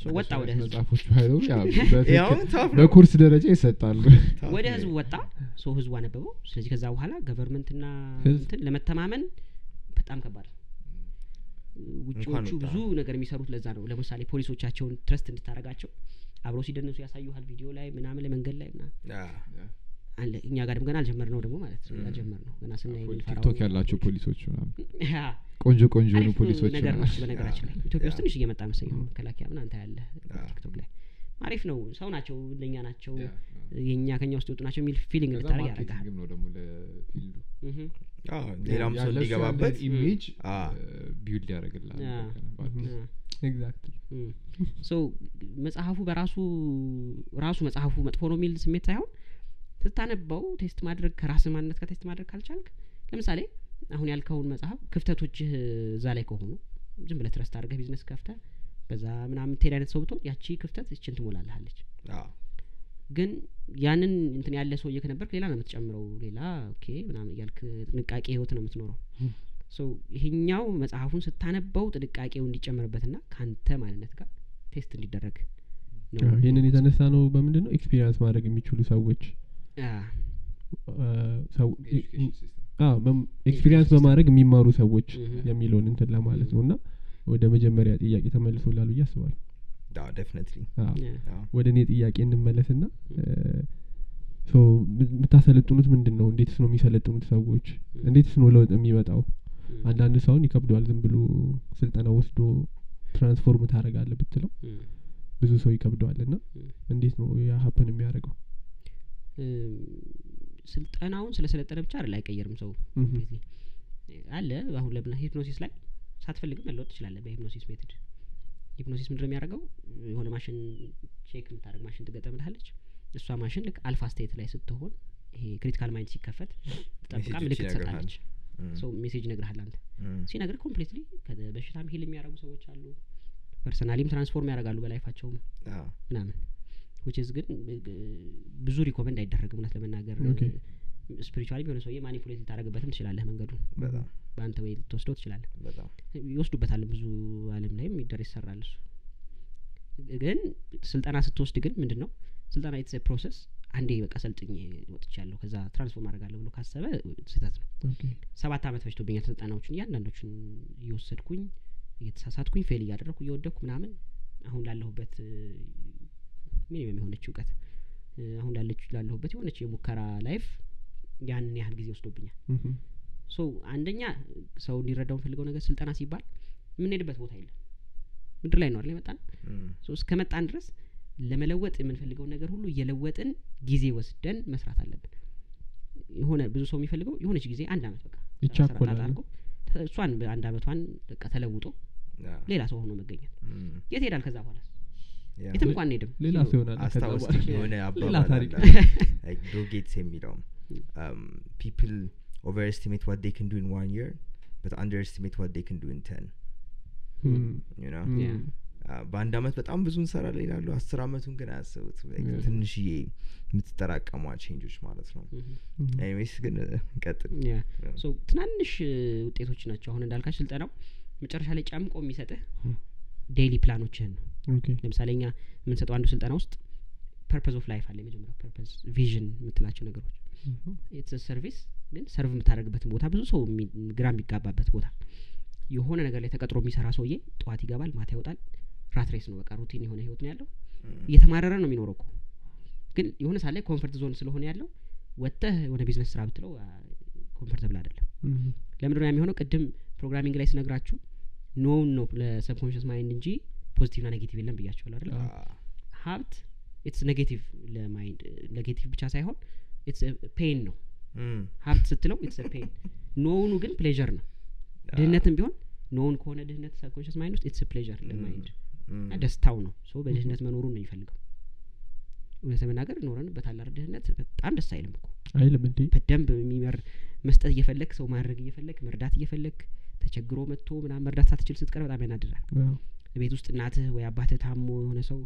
A: So ወጣ ወደ ህዝብ
D: መጽሐፎች ባይለው ያ
B: ያውም
D: በትክክል-
B: ታፍ ነው
D: በኮርስ ደረጃ ይሰጣል
B: ታፍ
A: ወደ
B: ነው።
A: ህዝቡ ወጣ ሰው ህዝቡ አነበበው ስለዚህ ከዛ በኋላ ገቨርንመንትና
C: ህዝብ-
A: እንትን ለመተማመን በጣም ከባድ ነው
B: እንኳን
A: ውጭዎቹ
B: ወጣ።
A: ብዙ ነገር የሚሰሩት ለዛ ነው ለምሳሌ ፖሊሶቻቸውን ትረስት እንድታረጋቸው አብረው ሲደንሱ ያሳዩሃል ቪዲዮ ላይ ምናምን ላይ መንገድ ላይ ምናምን
B: አዎ።
A: አለ እኛ ጋር ደግሞ ገና አልጀመር ነው ደግሞ ማለት ነው
B: ም።
A: አልጀመር ነው ገና ስናይ
D: ቲክቶክ ያላቸው
A: [LAUGHS]
D: ፖሊሶች ምናምን ቆንጆ ቆንጆ የሆኑ ፖሊሶች
A: ነገር ነው
D: ምናምን።
A: እሱ በነገራችን ላይ ኢትዮጵያ ውስጥ ትንሽ እየመጣ መሰለኝ መከላከያ ምን አንተ ያለ
B: አዎ።
A: ቲክቶክ ላይ አሪፍ ነው ሰው ናቸው እንደኛ ናቸው
D: ያ፣ ያ።
A: የእኛ ከኛ ውስጥ የወጡ ናቸው የሚል ፊሊንግ
D: ከዛ
A: እንድታደርግ ያደርግሃል
D: ማርኬቲንግም ነው ደግሞ ለፊልዱ
A: ምሁም።
B: አዎ፣ ሌላም ሰው
D: ያለ እሱ
B: እንዲገባበት
D: ያለን ኢሜጅ
B: አ።
D: ቢውልድ ያደርግልሃል
A: ያ።
D: በቃ።
A: አ።
C: ኤግዛክትሊ
A: ም። ሶ መጽሐፉ በራሱ ራሱ መጽሐፉ መጥፎ ነው የሚል ስሜት ሳይሆን ስታነበው ቴስት ማድረግ ከራስ ማንነት ጋር ቴስት ማድረግ ካልቻልክ ለምሳሌ አሁን ያልከውን መጽሐፍ ክፍተቶችህ እዛ ላይ ከሆኑ ዝም ብለህ ትረስት አድርገህ ቢዝነስ ከፍተህ በዛ ምናምን ትሄድ አይነት ሰው ብትሆን ያቺ ክፍተት ይችን ትሞላልሃለች
B: አዎ፣
A: ግን ያንን እንትን ያለ ሰውዬ ከነበርክ ሌላ ነው የምትጨምረው ሌላ ኦኬ ምናምን እያልክ ጥንቃቄ ህይወት ነው የምትኖረው ሶ ይሄኛው መጽሐፉን ስታነበው ጥንቃቄው እንዲጨምርበትና ከአንተ ማንነት ጋር ቴስት እንዲደረግ ነው።
C: ይህንን የተነሳ ነው በምንድን ነው ኤክስፒሪንስ ማድረግ የሚችሉ ሰዎች
A: አ፣
D: ኤጁኬሽን ሲስተም።
C: ኤክስፒሪንስ በማድረግ የሚማሩ ሰዎች
A: Mhm.
C: የሚለውን እንትን ለማለት ነው እና ወደ መጀመሪያ ጥያቄ ተመልሶላሉ ብዬ አስባለሁ
B: አዎ፣ definitely።
C: አዎ።
A: አ፣
B: አዎ።
C: ወደ እኔ ጥያቄ እንመለስና የምታሰለጥኑት ምንድን ነው እንዴትስ ነው የሚሰለጥኑት ሰዎች እንዴትስ ነው ለውጥ የሚመጣው
A: ም፣
C: አንዳንድ ሰውን ይከብደዋል ዝም ብሎ ስልጠና ወስዶ ትራንስፎርም ታደረጋለ ብትለው
A: ም።
C: ብዙ ሰው ይከብደዋል እና እንዴት ነው ያ ሀፕን የሚያደርገው
A: እም፣ ስልጠናውን ስለሰለጠነ ብቻ አይደል አይቀየርም ሰው
C: ምህ።
A: completely። አለ አሁን ለምና ሂፕኖሲስ ላይ ሳትፈልግም መለወጥ ትችላለህ በሂፕኖሲስ ሜትድ ሂፕኖሲስ ምንድን ነው የሚያደርገው የሆነ ማሽን ቼክ የምታደርግ ማሽን ትገጠምልሃለች እሷ ማሽን ልክ አልፋ ስቴት ላይ ስትሆን ይሄ ክሪቲካል ማይንድ ሲከፈት ጠብቃ
B: Messageዎች
A: ምልክት
B: ይነግርሃል።
A: ትሰጣለች
B: ም፣
A: ሰው ሜሴጅ ይነግርሃል አንተ
B: ም፣
A: ሲነግር ኮምፕሊትሊ በሽታም ሂል የሚያደርጉ ሰዎች አሉ ፐርሰናሊም ትራንስፎርም ያደርጋሉ በላይፋቸውም
B: አዎ፣
A: ምናምን ዊችዝ ግን ግ- ብዙ ሪኮመንድ አይደረግም እውነት ለመናገር
C: ኦኬ።
A: ስፒሪቹዋል የሆነ ሰውዬ ማኒፑሌት ልታደረግበትም ትችላለህ መንገዱን
B: በጣም
A: በአንተ ወይ ልትወስደው ትችላለህ
B: በጣም
A: ይወስዱበታል ብዙ አለም ላይም ይደር ይሰራል እሱ ግን ስልጠና ስትወስድ ግን ምንድን ነው ስልጠና የተሰ ፕሮሰስ አንዴ በቃ ሰልጥኝ ወጥቻለሁ ከዛ ትራንስፎርም አደርጋለሁ ብሎ ካሰበ ስህተት ነው
C: ኦኬ።
A: ሰባት አመት ፈጅቶብኛል ስልጠናዎችን እያንዳንዶችን እየወሰድኩኝ እየተሳሳትኩኝ ፌል እያደረግኩ እየወደኩ ምናምን አሁን ላለሁበት ሚኒመም የሆነች እውቀት እ፣ አሁን ላለች ላለሁበት የሆነች የሙከራ ላይፍ ያንን ያህል ጊዜ ወስዶብኛል
C: ምህ።
A: ሶ አንደኛ ሰው እንዲረዳው የምፈልገው ነገር ስልጠና ሲባል የምንሄድበት ቦታ የለም ምድር ላይ ነው አይደል የመጣን
B: ም፣
A: ሶ እስከ መጣን ድረስ ለመለወጥ የምንፈልገውን ነገር ሁሉ እየለወጥን ጊዜ ወስደን መስራት አለብን የሆነ ብዙ ሰው የሚፈልገው የሆነች ጊዜ አንድ አመት በቃ ሰራ-
C: ይቻኮላል።
A: ሰራ ጣጣ አድርጎ ተ- እሷን በአንድ አመቷን በቃ ተለውጦ
B: አዎ፣
A: ሌላ ሰው ሆኖ መገኘት
B: ም፣
A: የት ይሄዳል ከዛ በኋላ
B: ያ።
A: የትም እንኳን አንሄድም
C: ሌላ
A: ዜሮ።
C: ሰው ይሆናል ከዛ በኋላ።
B: አስታወስኩኝ የሆነ
C: ሌላ
B: አባባል
C: ታሪክ
B: አለ። [LAUGHS] like Bill Gates የሚለውም ፒፕል overestimate what they can do in one year but underestimate what they can do in ten
C: ም፣
B: you know?
C: ም፣
A: ያ።
B: አዎ፣ በአንድ አመት በጣም ብዙ እንሰራለን ይላሉ አስር አመቱን ግን አያስቡት like
C: Yeah.
B: ትንሽዬ የምትጠራቀሟ ቼንጆች ማለት ነው
A: እህ።
C: ም፣
B: ኤኒዌይስ ግን እ፣ ቀጥል
A: ያ ሶ ትናንሽ እ, ውጤቶች ናቸው አሁን እንዳልካች ስልጠናው መጨረሻ ላይ ጨምቆ የሚሰጥህ ዴይሊ ፕላኖችህን ነው
C: ኦኬ።
A: ለምሳሌ እኛ የምንሰጠው አንዱ ስልጠና ውስጥ ፐርፐዝ ኦፍ ላይፍ አለ የመጀመሪያው ፐርፐዝ ቪዥን የምትላቸው ነገሮች
C: ምህ።
A: ኢትስ ሰርቪስ ግን ሰርቭ የምታደርግበትን ቦታ ብዙ ሰው የሚ- ግራ የሚጋባበት ቦታ የሆነ ነገር ላይ ተቀጥሮ የሚሰራ ሰውዬ ጠዋት ይገባል ማታ ይወጣል ራት ሬስ ነው በቃ ሩቲን የሆነ ህይወት ነው ያለው እየተማረረ ነው የሚኖረው እኮ ግን የሆነ ሰዓት ላይ ኮንፈርት ዞን ስለሆነ ያለው ወጥተህ የሆነ ቢዝነስ ስራ ብትለው ኮንፈርተብል አይደለም
C: ምህ።
A: ለምንድን ነው የሚሆነው ቅድም ፕሮግራሚንግ ላይ ስነግራችሁ ኖውን ነው ለሰብኮንሽስ ማይንድ እንጂ ፖዚቲቭና ኔጌቲቭ የለም ብያቸዋል አይደለ
B: አዎ፣
A: ሀብት ኢትስ ኔጌቲቭ ለማይንድ ኔጌቲቭ ብቻ ሳይሆን ኢትስ ፔን ነው
B: ም፣
A: ሀብት ስትለው ኢትስ ፔን [LAUGHS] ኖውኑ ግን ፕሌዠር ነው ድህነትም ቢሆን ኖውን ከሆነ ድህነት ሰብኮንሽስ ማይንድ ውስጥ ኢትስ ፕሌዠር ለማይንድ እና ደስታው ነው ሶ በድህነት መኖሩን ነው የሚፈልገው እውነት ለመናገር ኖረንበት አላር ድህነት በጣም ደስ አይልም እኮ
C: አይልም እንዴ
A: በደንብ የሚመር መስጠት እየፈለግ ሰው ማድረግ እየፈለግ መርዳት እየፈለግ ተቸግሮ መጥቶ ምናምን መርዳት ሳትችል ስትቀር በጣም ያናድዳል
C: አዎ።
A: ቤት ውስጥ እናትህ ወይ አባትህ ታሞ የሆነ ሰው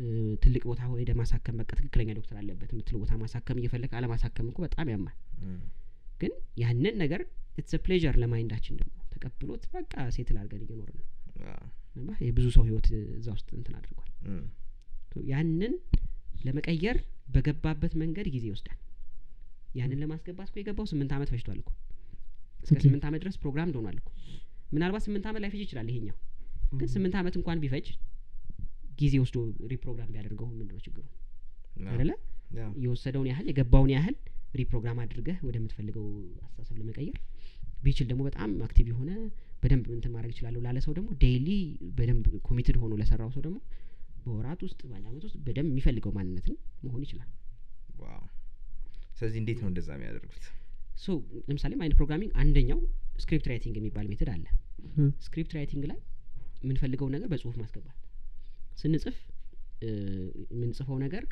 A: እ፣ ትልቅ ቦታ ሄደ ማሳከም በቃ ትክክለኛ ዶክተር አለበት የምትለው ቦታ ማሳከም እየፈለግ አለማሳከም እኮ በጣም ያማል ግን ያንን ነገር ኢትስ ፕሌዠር ለማይንዳችን ደግሞ ተቀብሎት በቃ ሴትል አድርገን እየኖርን ነው ገባህ? የብዙ ሰው ህይወት እዛ ውስጥ እንትን አድርጓል ሶ ያንን ለመቀየር በገባበት መንገድ ጊዜ ይወስዳል ያንን ለማስገባት እኮ የገባው ስምንት ዓመት ፈጅቷል እኮ እስከ
C: ኦኬ።
A: ስምንት ዓመት ድረስ ፕሮግራም እንደሆኗል እኮ ምናልባት ስምንት ዓመት ላይፈጅ ይችላል ይሄኛው
C: Mm-hmm.
A: ግን ስምንት ዓመት እንኳን ቢፈጅ ጊዜ ወስዶ ሪፕሮግራም ቢያደርገው ምንድነው ችግሩ አደለ የወሰደውን ያህል የገባውን ያህል ሪፕሮግራም አድርገህ ወደምትፈልገው አስተሳሰብ ለመቀየር ቢችል ደግሞ በጣም አክቲቭ የሆነ በደንብ እንትን ማድረግ ይችላለሁ ላለ ሰው ደግሞ ዴይሊ በደንብ ኮሚትድ ሆኖ ለሰራው ሰው ደግሞ በወራት ውስጥ በአንድ አመት ውስጥ በደንብ የሚፈልገው ማንነትን መሆን ይችላል
B: ስለዚህ እንዴት ነው እንደዛ የሚያደርጉት
A: ሶ ለምሳሌ ማይንድ ፕሮግራሚንግ አንደኛው ስክሪፕት ራይቲንግ የሚባል ሜትድ አለ
C: እ፣
A: ስክሪፕት ራይቲንግ ላይ የምንፈልገውን ነገር በጽሁፍ ማስገባት ስንጽፍ እ፣ የምንጽፈው ነገር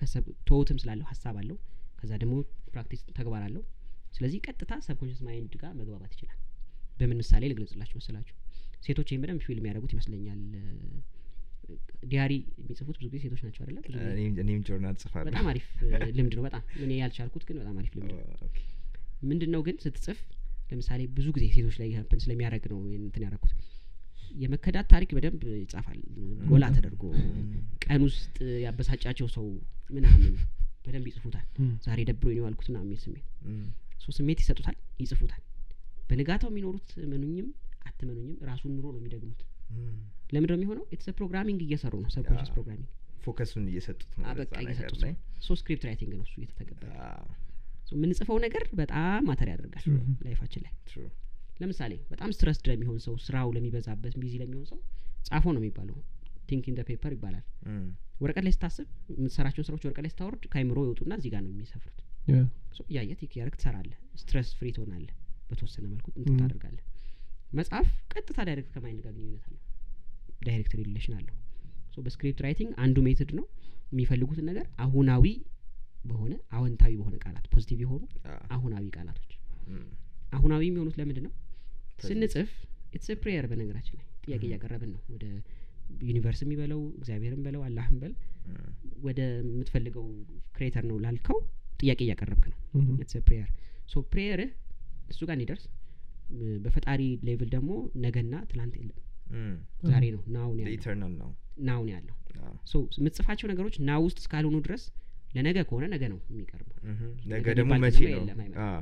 A: ተውትም ስላለው ሀሳብ አለው ከዛ ደግሞ ፕራክቲስ ተግባር አለው ስለዚህ ቀጥታ ሰብኮንሽስ ማይንድ ጋር መግባባት ይችላል በምን ምሳሌ ልግለጽላችሁ መሰላችሁ ሴቶች ይህም በደንብ ፊልም የሚያደርጉት ይመስለኛል እ፣ ዲያሪ የሚጽፉት ብዙ ጊዜ ሴቶች ናቸው አይደለም ብዙ ጊዜ
B: እኔም- እኔም ጆርናል ጽፋለሁ
A: በጣም አሪፍ እ፣ ልምድ ነው በጣም እኔ ያልቻልኩት ግን በጣም አሪፍ ልምድ ነው
B: ኦኬ።
A: ምንድን ነው ግን ስትጽፍ ለምሳሌ ብዙ ጊዜ ሴቶች ላይ ሀፕን ስለሚያደርግ ነው ይሄን እንትን ያደረኩት የመከዳት ታሪክ በደንብ ይጻፋል ጎላ ተደርጎ ቀን ውስጥ ያበሳጫቸው ሰው ምናምን በደንብ ይጽፉታል
C: እም፣
A: ዛሬ ደብሮኝ ነው ያልኩት ምናምን የሚል ስሜት
B: እም፣
A: ሶ ስሜት ይሰጡታል ይጽፉታል በንጋታው የሚኖሩት መኑኝም አትመኑኝም ራሱን ኑሮ ነው የሚደግሙት
B: እም።
A: ለምንድነው የሚሆነው ኢትስ ፕሮግራሚንግ እየሰሩ ነው ሰብኮንሽስ
B: ያ።
A: ፕሮግራሚንግ
B: ፎከሱን እየሰጡት ነው
A: አበቃ
B: ለዛ ነገር
A: እየሰጡት
B: ላይ
A: ነው ሶ ስክሪፕት ራይቲንግ ነው እሱ እየተተገበረ
B: አዎ፣
A: ሶ የምንጽፈው ነገር በጣም ማተር ያደርጋል ላይፋችን ላይ
B: true።
A: ለምሳሌ በጣም ስትረስ ለሚሆን ሰው ስራው ለሚበዛበት ቢዚ ለሚሆን ሰው ጻፎ ነው የሚባለው ቲንክ ኢን ደ ፔፐር ይባላል
B: እም፣
A: ወረቀት ላይ ስታስብ የምትሰራቸውን ስራዎች ወረቀት ላይ ስታወርድ ከአይምሮ ይወጡና እዚህ ጋር ነው የሚሰፍሩት
C: ያ፣
A: ሶ እያየ ቲክ ያደርግ ትሰራለህ ስትረስ ፍሪ ትሆናለህ በተወሰነ መልኩ እንትን
C: Mhm.
A: ታደርጋለህ መጽሐፍ ቀጥታ ዳይሬክት ከማይንድ ጋር ግንኙነት አለው ዳይሬክት ሪሌሽን አለው ሶ በስክሪፕት ራይቲንግ አንዱ ሜትድ ነው የሚፈልጉትን ነገር አሁናዊ በሆነ አዎንታዊ በሆነ ቃላት ፖዚቲቭ የሆኑ
B: አዎ፣
A: አሁናዊ ቃላቶች
B: እም፣
A: አሁናዊ የሚሆኑት ለምንድን ነው
B: Present.
A: ስንጽፍ ኢትስ ፕሬየር በነገራችን ላይ ጥያቄ
B: Mhm.
A: እያቀረብን ነው ወደ ዩኒቨርስ የሚበለው እግዚአብሔርን በለው አላህን በል
B: እም፣
A: ወደ የምትፈልገው ክሬተር ነው ላልከው ጥያቄ እያቀረብክ ነው
C: እም፣
A: ኢትስ ፕሬየር ሶ ፕሬየርህ እሱ ጋር እንዲደርስ እ፣ በፈጣሪ ሌቭል ደግሞ ነገና ትላንት የለም
B: እም።
A: ዛሬ ነው ናውን
B: The
A: ያለው
B: eternal ነው
A: ናውን ያለው
B: አዎ፣
A: ሶ የምትጽፋቸው ነገሮች ና ውስጥ እስካልሆኑ ድረስ ለነገ ከሆነ ነገ ነው የሚቀርበው
B: እምህ። ነገ
A: ነገ
B: ደግሞ
A: የሚባል
B: መቼ
A: ደግሞ
B: ነው
A: የለም፣ አይመጣም።
B: አዎ፣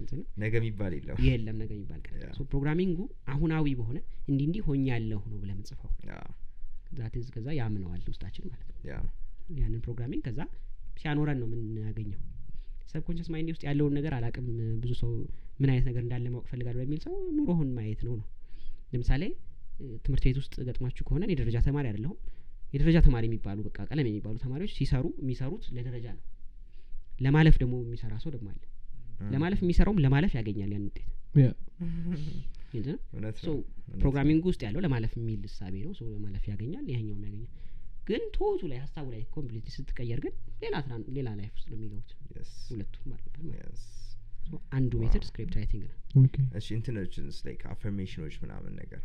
A: እንትን ነው።
B: ነገ የሚባል የለው
A: የለም ነገ የሚባል ቀን
B: ያ።
A: ሶ ፕሮግራሚንጉ አሁናዊ በሆነ እንዲህ እንዲህ ሆኛ ያለሁ ነው ብለህ ምጽፈው
B: አዎ፣
A: ዛት ዝ ከዛ ያምነዋል ውስጣችን ማለት ነው
B: ያ፣
A: ያንን ፕሮግራሚንግ ከዛ ሲያኖረን ነው የምናገኘው ሰብኮንሽስ ማይንድ ውስጥ ያለውን ነገር አላቅም ብዙ ሰው ምን አይነት ነገር እንዳለ ማወቅ ፈልጋል በሚል ሰው ኑሮህን ማየት ነው ነው ለምሳሌ እ፣ ትምህርት ቤት ውስጥ ገጥሟችሁ ከሆነ እኔ ደረጃ ተማሪ አይደለሁም የደረጃ ተማሪ የሚባሉ በቃ ቀለም የሚባሉ ተማሪዎች ሲሰሩ የሚሰሩት ለደረጃ ነው ለማለፍ ደግሞ የሚሰራ ሰው ደግሞ አለ
B: እም።
A: ለማለፍ የሚሰራውም ለማለፍ ያገኛል ያን ውጤት
C: ያ፣
A: [LAUGHS] ይሄ ነው።
B: እውነት
A: ሶ
B: ነው እውነት
A: ፕሮግራሚንግ ውስጥ ያለው ለማለፍ የሚል እሳቤ ነው ሰው ለማለፍ ያገኛል ይሄኛውም ያገኛል ግን ቶቱ ላይ ሀሳቡ ላይ ኮምፕሊት ስትቀየር ግን ሌላ ትራን- ሌላ ላይፍ ውስጥ ነው የሚገቡት
B: ነው። Yes,
A: ሁለቱም ማለት ነው ማለት
B: yes.
A: ነው። አንዱ
B: Wow.
A: ሜትድ ስክሪፕት ራይቲንግ ነው
C: ኦኬ፣
B: እሺ እንትኖችንስ ላይክ አፈርሜሽኖች ምናምን ነገር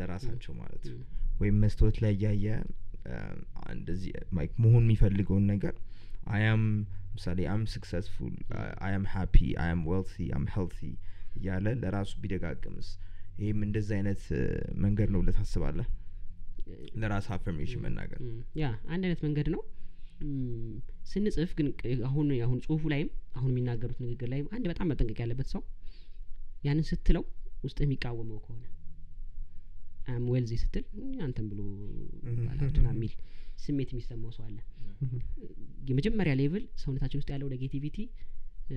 B: ለራሳቸው ማለት ነው
A: Mm.
B: ወይም መስታወት ላይ እያየ እንደዚህ ማይክ መሆን የሚፈልገውን ነገር አያም ምሳሌ አም ስክሰስፉል አያም ሃፒ አያም ዌልቲ አም ሄልቲ እያለ ለራሱ ቢደጋግምስ ይህም እንደዚህ አይነት እ፣ መንገድ ነው ብለህ ታስባለህ ለራስ አፈርሜሽን መናገር
A: ም፣ ያ አንድ አይነት መንገድ ነው ም፣ ስንጽፍ ግን ቅ- አሁን አሁን ጽሁፉ ላይም አሁን የሚናገሩት ንግግር ላይም አንድ በጣም መጠንቀቅ ያለበት ሰው ያንን ስትለው ውስጥ የሚቃወመው ከሆነ አም ዌልዚ ስትል አንተም ብሎ ባላትና የሚል ስሜት የሚሰማው ሰው አለ
C: እም፣
A: የመጀመሪያ ሌቭል ሰውነታችን ውስጥ ያለው ኔጌቲቪቲ እ፣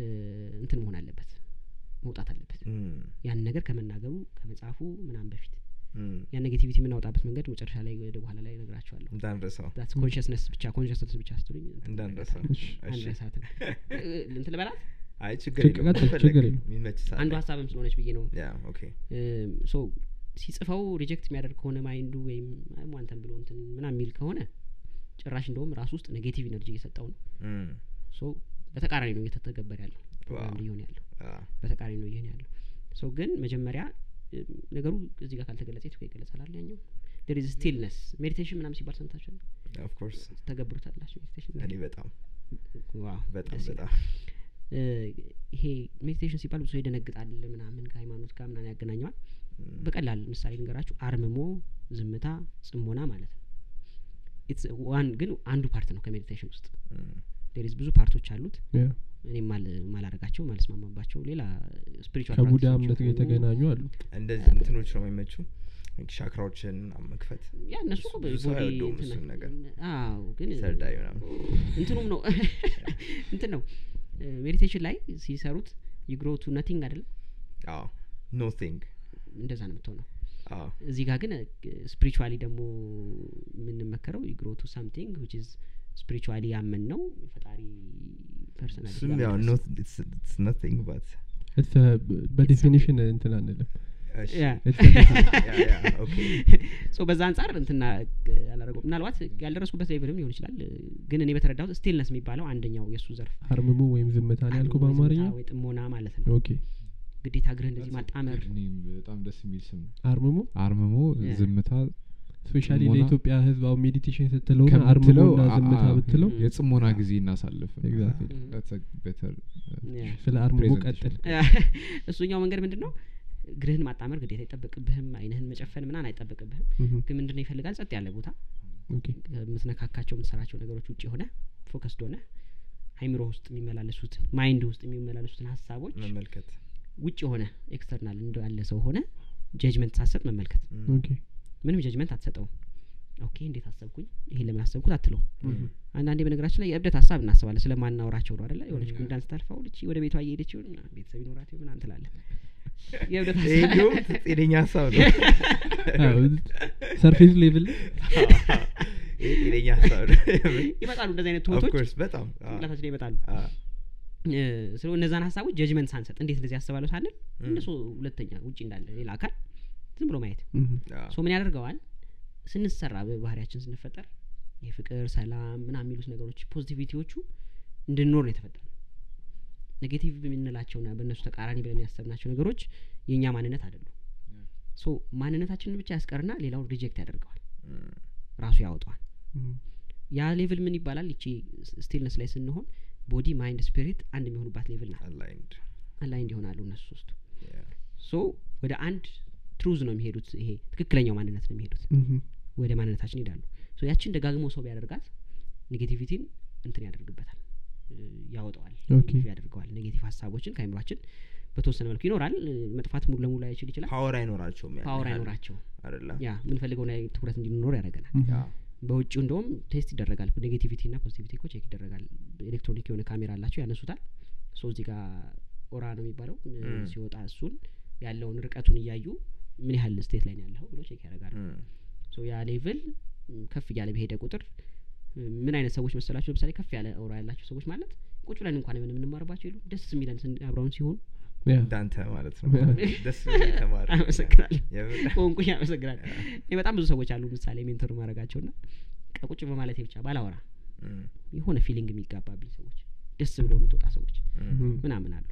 A: እንትን መሆን አለበት መውጣት አለበት
B: Mm,
A: ያንን ነገር ከመናገሩ ከመጻፉ ምናምን በፊት
B: mm.
A: ያን ኔጌቲቪቲ የምናወጣበት መንገድ መጨረሻ ላይ ወደ በኋላ ላይ እነግራቸዋለሁ
B: እንዳንረሳው
A: ዛት ኮንሽስነስ ብቻ ኮንሽስነስ ብቻ ስትሉኝ እንትን
B: እንዳንረሳው
C: እሺ፣
A: አንረሳትም እንትን ልበላት
B: አይ ችግር
C: ችግር-
B: የለውም
C: ቀጥል፣
B: ፈለግ
C: ችግር የለውም።
B: የሚመች ሰዓት
A: አንዱ
B: ላይ።
A: ሀሳብም ስለሆነች ብዬ ነው
B: ያ ኦኬ
A: እም፣ ሶ ሲጽፈው ሪጀክት የሚያደርግ ከሆነ ማይንዱ ወይም አይ ዋንተን ብሎ እንትን ምናምን የሚል ከሆነ ጭራሽ እንደውም ራሱ ውስጥ ኔጌቲቭ ኢነርጂ እየሰጠው ነው
B: እም፣
A: ሶ በተቃራኒ ነው እየተተገበረ ያለው ፕሮግራም
B: ዋው።
A: እየሆነ ያለው
B: አ፣
A: በተቃራኒ ነው እየሆነ ያለው ሶ ግን መጀመሪያ እም፣ ነገሩ እዚህ ጋር ካልተገለጸ የቱ ጋር ይገለጻል ያኛው ዴር ኢዝ ስቲልነስ ሜዲቴሽን ምናምን ሲባል ሰምታችኋል
B: ኦፍ ኮርስ
A: ተገብሩታላችሁ
B: እኔ
A: ሜዲቴሽን
B: በጣም
A: ዋው
B: በጣም
A: ደስ ይላል።
B: በጣም
A: እ፣ ይሄ ሜዲቴሽን ሲባል ብዙ ሰው ይደነግጣል ምናምን ከሃይማኖት ጋር ምናምን ያገናኘዋል
B: እም፣
A: በቀላል ምሳሌ ልንገራችሁ አርምሞ ዝምታ ጽሞና ማለት ነው It's ዋን ግን አንዱ ፓርት ነው ከሜዲቴሽን ውስጥ
B: እም፣
A: ሌሊዝ ብዙ ፓርቶች አሉት
C: ያ።
A: እኔ ማል- ማላረጋቸው ማልስማማባቸው ሌላ ስፒሪቹዋል
C: ከቡዳ እምነት ጋር የተገናኙ አሉ
B: እንደዚህ እንትኖች ነው የሚመቹ ሻክራዎችን መክፈት
A: ያ እነሱ እኮ
B: ብዙ ሰው
A: በቦዲ
B: አይወደውም
A: እንትን
B: እሱን ነገር።
A: አዎ ግን
B: ሰርዳይ ምናምን
A: እንትኑም ነው [LAUGHS] እንትን ነው ሜዲቴሽን ላይ ሲሰሩት ይግሮ ቱ ነቲንግ አይደለም
B: ኖቲንግ
A: እንደዛ ነው የምትሆነው እዚህ ጋር ግን ስፒሪቹዋሊ ደግሞ የምንመከረው ግሮቱ ሳምቲንግ ዊች ኢዝ ስፒሪቹዋሊ ያመን ነው ፈጣሪ ፐርሰናል
B: እሱም ያው ኖቲንግ ባት
C: እሰ በዴፊኒሽን እንትን አንልም
B: [LAUGHS]
A: ሶ በዛ አንጻር እንትና አላረገው ምናልባት ያልደረስኩበት ሌቭልም ሊሆን ይችላል ግን እኔ በተረዳሁት ስቲልነስ የሚባለው አንደኛው የእሱ ዘርፍ
C: አርምሙ ወይም ዝምታ ነው ያልኩ
A: አልቦ ወይ
C: በአማርኛ
A: ዝምታ ወይ ጥሞና ማለት ነው
C: ኦኬ
A: ግዴታ እግርህ እንደዚህ ማጣመር
D: እኔም በጣም ደስ የሚል ስም ነው።
C: አርምሙ
D: አርምሞ
A: Yeah.
D: ዝምታ
C: ስፔሻሊ
D: ጥሞና።
C: ለኢትዮጵያ ህዝብ አሁን ሜዲቴሽን ስትለውን
D: ከምትለው
C: አርምሙና
D: አ-
C: ዝምታ
D: አ-
C: ብትለው
D: የጽሞና ጊዜ እናሳልፍ
C: Exactly.
D: ቤተር
A: Yeah.
C: ስለ አርምሙ
D: Presentation.
C: ቀጥል
A: [LAUGHS] እሱኛው መንገድ ምንድን ነው እግርህን ማጣመር ግዴታ አይጠበቅብህም አይንህን መጨፈን ምናን አይጠበቅብህም
C: ምሁም።
A: ግን ምንድን ነው ይፈልጋል ጸጥ ያለ ቦታ
C: ኦኬ
A: ከምትነካካቸው የምትሰራቸው ነገሮች ውጭ የሆነ ፎከስድ ሆነ አይምሮ ውስጥ የሚመላለሱትን ማይንድ ውስጥ የሚመላለሱትን ሀሳቦች
B: መመልከት
A: ውጭ የሆነ ኤክስተርናል እንዳለ ሰው ሆነ ጀጅመንት ሳሰብ መመልከት
C: ኦኬ
A: ምንም ጀጅመንት አትሰጠውም ኦኬ እንዴት አሰብኩኝ ይሄ ለምን አሰብኩት አትለውም
C: ምሁም።
A: አንዳንዴ በነገራችን ላይ የእብደት ሀሳብ እናስባለን ስለማናወራቸው ነው አደለ የሆነች
B: Mm.
A: ጉንዳን ስታልፋው ልጅ ወደ ቤቷ እየሄደች ይሆን ምናምን ቤተሰብ ይኖራት ይሆን ምናምን
B: [LAUGHS]
A: ትላለን የእብደት
B: ይሄ
A: ሀሳብ
B: እንዲሁም ጤነኛ ሀሳብ
C: [LAUGHS]
B: ነው
C: አዎ፣ ሰርፌስ ሌቭል ላይ
B: ይሄ ጤነኛ ሀሳብ ነው
A: [LAUGHS] ይመጣሉ እንደዚህ አይነት
B: Of
A: ትወቶች
B: course፣ በጣም አ፣
A: ጭንቅላታችን ላይ ይመጣሉ
B: አ፣
A: እ፣ ስለ እነዛን ሀሳቦች ጀጅመንት ሳንሰጥ እንዴት እንደዚህ ያስባለሁ ሳንል
B: እም፣
A: እነሱ ሁለተኛ ውጭ እንዳለ ሌላ አካል ዝም ብሎ ማየት
C: ምሁም።
B: አ፣
A: ሶ ምን ያደርገዋል ስንሰራ በባህሪያችን ስንፈጠር የፍቅር ሰላም ምናምን የሚሉት ነገሮች ፖዚቲቪቲዎቹ እንድንኖር ነው የተፈጠረ ኔጌቲቭ የምንላቸውና በእነሱ ተቃራኒ ብለን ያሰብናቸው ነገሮች የእኛ ማንነት አይደሉም ሶ ማንነታችንን ብቻ ያስቀርና ሌላውን ሪጀክት ያደርገዋል
B: እም፣
A: ራሱ ያወጣዋል
C: ምሁም።
A: ያ ሌቭል ምን ይባላል ይቺ ስቲልነስ ላይ ስንሆን ቦዲ ማይንድ ስፒሪት አንድ የሚሆኑባት ሌቭል ናት
B: aligned፣
A: አላይ እንዲሆናሉ እነሱ ሶስቱ
B: yeah፣
A: ሶ ወደ አንድ ትሩዝ ነው የሚሄዱት ይሄ ትክክለኛው ማንነት ነው የሚሄዱት
C: ምሁም።
A: ወደ ማንነታችን ይሄዳሉ ሶ ያችን ደጋግሞ ሰው ቢያደርጋት ኔጌቲቪቲን እንትን ያደርግበታል እ፣ ያወጣዋል
C: ኦኬ።
A: ያደርገዋል ኔጌቲቭ ሀሳቦችን ከአይምሯችን በተወሰነ መልኩ ይኖራል እ፣ መጥፋት ሙሉ ለሙሉ አይችል ይችላል
B: ፓወር አይኖራቸውም ያን
A: ፓወር
B: ያህል፣
A: አይኖራቸው
B: አይደለ
A: ያ የምንፈልገው ላይ ትኩረት እንዲኖር ያደርገናል
C: ምሁም።
B: ያ፣
A: በውጭው እንደውም ቴስት ይደረጋል ኔጌቲቪቲ እና ፖዚቲቪቲ እኮ ቼክ ይደረጋል ኤሌክትሮኒክ የሆነ ካሜራ አላቸው ያነሱታል ሶ እዚህ ጋር ኦራ ነው የሚባለው እ፣
B: እም።
A: ሲወጣ እሱን ያለውን ርቀቱን እያዩ ምን ያህል ስቴት ላይ ነው ያለው ብሎ ቼክ ያደርጋሉ
B: እም፣
A: ሶ ያ ሌቭል ም፣ ከፍ እያለ በሄደ ቁጥር ም፣ ምን አይነት ሰዎች መሰላቸው ለምሳሌ ከፍ ያለ አውራ ያላቸው ሰዎች ማለት ቁጭ ብለን እንኳን ምን የምንማርባቸው የሉም ደስ የሚለን ስን- አብረውን ሲሆኑ
C: ያ።
B: እንዳንተ ማለት ነው
C: ያ።
B: ደስ ብሎኝ ተማሪ
A: አመሰግናለሁ
B: የምር።
A: ቆንቁኝ አመሰግናለሁ እኔ በጣም ብዙ ሰዎች አሉ ምሳሌ ሜንተር ማድረጋቸው ና ቁጭ በማለት ብቻ ባላወራ
B: እም፣
A: የሆነ ፊሊንግ የሚጋባብኝ ሰዎች ደስ ብሎ የምትወጣ ሰዎች
B: እም፣
C: ምሁም።
A: ምናምን አሉ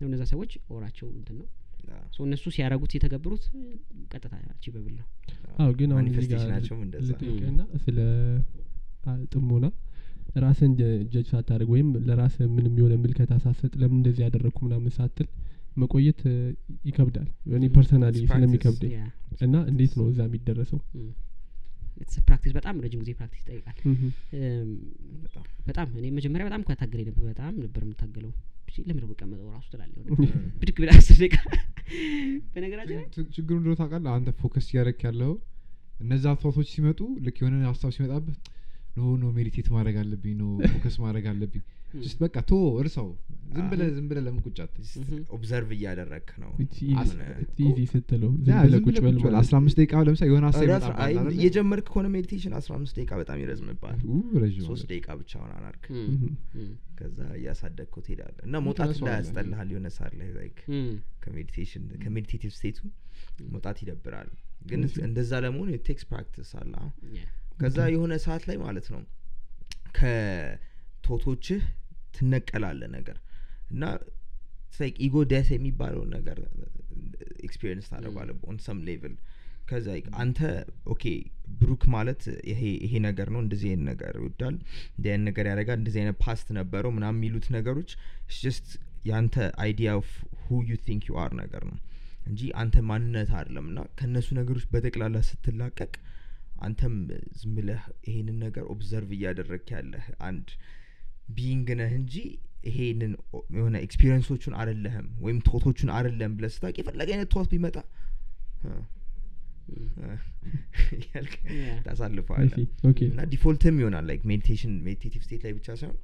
A: ያው እነዛ ሰዎች ኦራቸው እንትን ነው
B: አ፣
A: ሶ እነሱ ሲያደርጉት የተገብሩት እ፣ ቀጥታ አቺቨብል ነው
C: አዎ ግን አሁን እዚህ ጋር
B: ማኒፌስቴሽናቸውም እንደዛ ነው።
C: ልጠይቅህና ስለ አ- ጥሞና ራስን ጀጅ ሳታደርግ ወይም ለራስ ምንም የሆነ ምልከታ ሳትሰጥ ለምን እንደዚህ ያደረግኩ ምናምን ሳትል መቆየት እ, ይከብዳል እኔ ፐርሰናሊ
B: It's practice.
C: ስለሚከብደኝ
A: ያ
C: እና እንዴት ነው እዛ የሚደረሰው
A: ፕራክቲስ በጣም ረጅም ጊዜ ፕራክቲስ ይጠይቃል
B: Mm-hmm.
A: እም፣
B: በጣም
A: በጣም እኔ መጀመሪያ በጣም እኮ ታግሬ ነበር በጣም ነበር የምታገለው እሺ፣ ለምን ነው ቀመጠው ራሱ ትላለህ የሆነ ብድግ ብለህ አስር ደቂቃ በነገራችን ላይ
D: ችግሩ እንደሆነ ታውቃለህ አንተ ፎከስ እያደረግ ያለው እነዛ ቶቶች ሲመጡ ልክ የሆነ ሀሳብ ሲመጣብህ ኖ ኖ ሜዲቴት ማድረግ አለብኝ ኖ ፎከስ ማድረግ
B: [LAUGHS]
D: አለብኝ ስ በቃ ቶ እርሰው ዝም ብለ ዝም ብለ ለምን ቁጭ አትል?
B: ኦብዘርቭ እያደረግክ ነው
C: ኢዚ ስትለው
D: ያ,
C: ዝም ብለህ
D: ዝም
C: ቁጭ በል
D: ብለህ ቁጭ በል
C: ማለት
D: አስራ አምስት ደቂቃ ለምሳሌ የሆነ ሀሳብ
B: ራስ-
D: ይመጣብሃል
B: አይ፣
D: አይደለ?
B: የጀመርክ ከሆነ ሜዲቴሽን አስራ አምስት ደቂቃ በጣም ይረዝምባል
D: ው- ረዥም
B: ሶስት
D: አለ።
B: ደቂቃ ብቻ ሆን አናርክ
C: Mm-hmm.
A: ም፣ ም፣
B: ከዛ እያሳደግከው ትሄዳለ እና መውጣት
D: ተነሳው
B: ላይ
D: አለ።
B: ያስጠልሃል የሆነ ሳር ላይ ላይክ
A: ም፣
B: ከሜዲቴሽን ከሜዲቴቲቭ ስቴቱ መውጣት ይደብራል ግን እንደዛ ለመሆን የቴክስ ፕራክቲስ አለ አሁን
A: ያ፣
B: ከዛ የሆነ ሰዓት ላይ ማለት ነው ከቶቶችህ ትነቀላለ ነገር እና ኢጎ ደስ የሚባለውን ነገር ኤክስፒሪየንስ ታደረጓለ ኦን ሰም ሌቭል ከዛ like አንተ ኦኬ ብሩክ ማለት ይሄ ይሄ ነገር ነው እንደዚህ አይነት ነገር ይወዳል እንዲህ አይነት ነገር ያደርጋል እንደዚህ አይነት ፓስት ነበረው ምናምን የሚሉት ነገሮች ጀስት የአንተ አይዲያ ኦፍ ሁ ዩ ቲንክ ዩ አር ነገር ነው እንጂ አንተ ማንነት አይደለም እና ከእነሱ ነገሮች በጠቅላላ ስትላቀቅ አንተም ዝም ብለህ ይሄንን ነገር ኦብዘርቭ እያደረግክ ያለህ አንድ ቢይንግ ነህ እንጂ ይሄንን ኦ- የሆነ ኤክስፒሪየንሶቹን አደለህም ወይም ቶቶቹን አደለህም ብለህ ስታውቅ የፈለገ አይነት ቶት ቢመጣ እ፣ እ [LAUGHS] እያልክ
A: Yeah.
B: ታሳልፈዋለህ
C: I see. Okay.
B: እና ዲፎልትም ይሆናል ላይክ ሜዲቴሽን ሜዲቴቲቭ ስቴት ላይ ብቻ ሳይሆን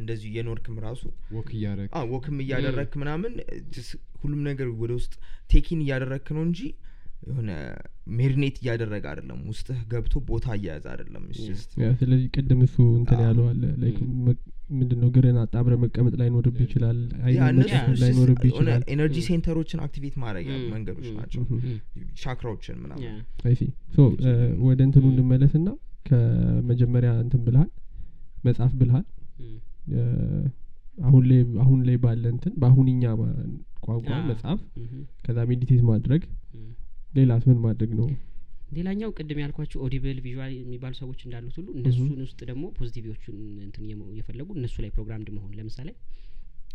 B: እንደዚሁ የኖርክም ራሱ
D: ወክ እያደረግ
B: አዎ ወክም እያደረክ ምናምን just ሁሉም ነገር ወደ ውስጥ ቴኪን እያደረክ ነው እንጂ የሆነ ሜሪኔት እያደረገ አይደለም ውስጥህ ገብቶ ቦታ እያያዘ አይደለም It's just
C: ያ ስለዚህ ቅድም እሱ እንትን
B: አዎ።
C: ያለዋለ ላይክ
B: Mm-hmm.
A: ም።
C: ምንድን ነው ግርን አጣብረ መቀመጥ ላይኖርብ ይችላል አይን
B: Yeah, እነሱ
C: መጨፈን
B: just
C: ላይኖርብ
B: የሆነ
C: ይችላል
B: ኤነርጂ
A: Mm.
B: ሴንተሮችን አክቲቬት ማድረጊያ
A: Mm.
B: መንገዶች
A: Mm.
B: ናቸው
C: Mhm.
A: ም፣
B: ቻክራዎችን ምናምን
A: ያ፣
C: አይሲ ሶ እ፣ ወደ እንትኑ
A: ም።
C: እንመለስ ና ከመጀመሪያ እንትን ብልሃል መጽሐፍ ብልሃል
A: ም፣
C: እ፣ አሁን ላይ አሁን ላይ ባለ እንትን በአሁንኛ ማ- ቋንቋ
A: አዎ።
C: መጽሐፍ
A: ምህ፣
C: ከዛ ሜዲቴት ማድረግ
A: ም።
C: ሌላስ ምን ማድረግ ነው
A: ሌላኛው ቅድም ያልኳቸው ኦዲብል ቪዥዋል የሚባሉ ሰዎች እንዳሉት ሁሉ እነሱን ውስጥ ደግሞ ፖዚቲቪዎቹን እንትን እየመ- እየፈለጉ እነሱ ላይ ፕሮግራምድ መሆን ለምሳሌ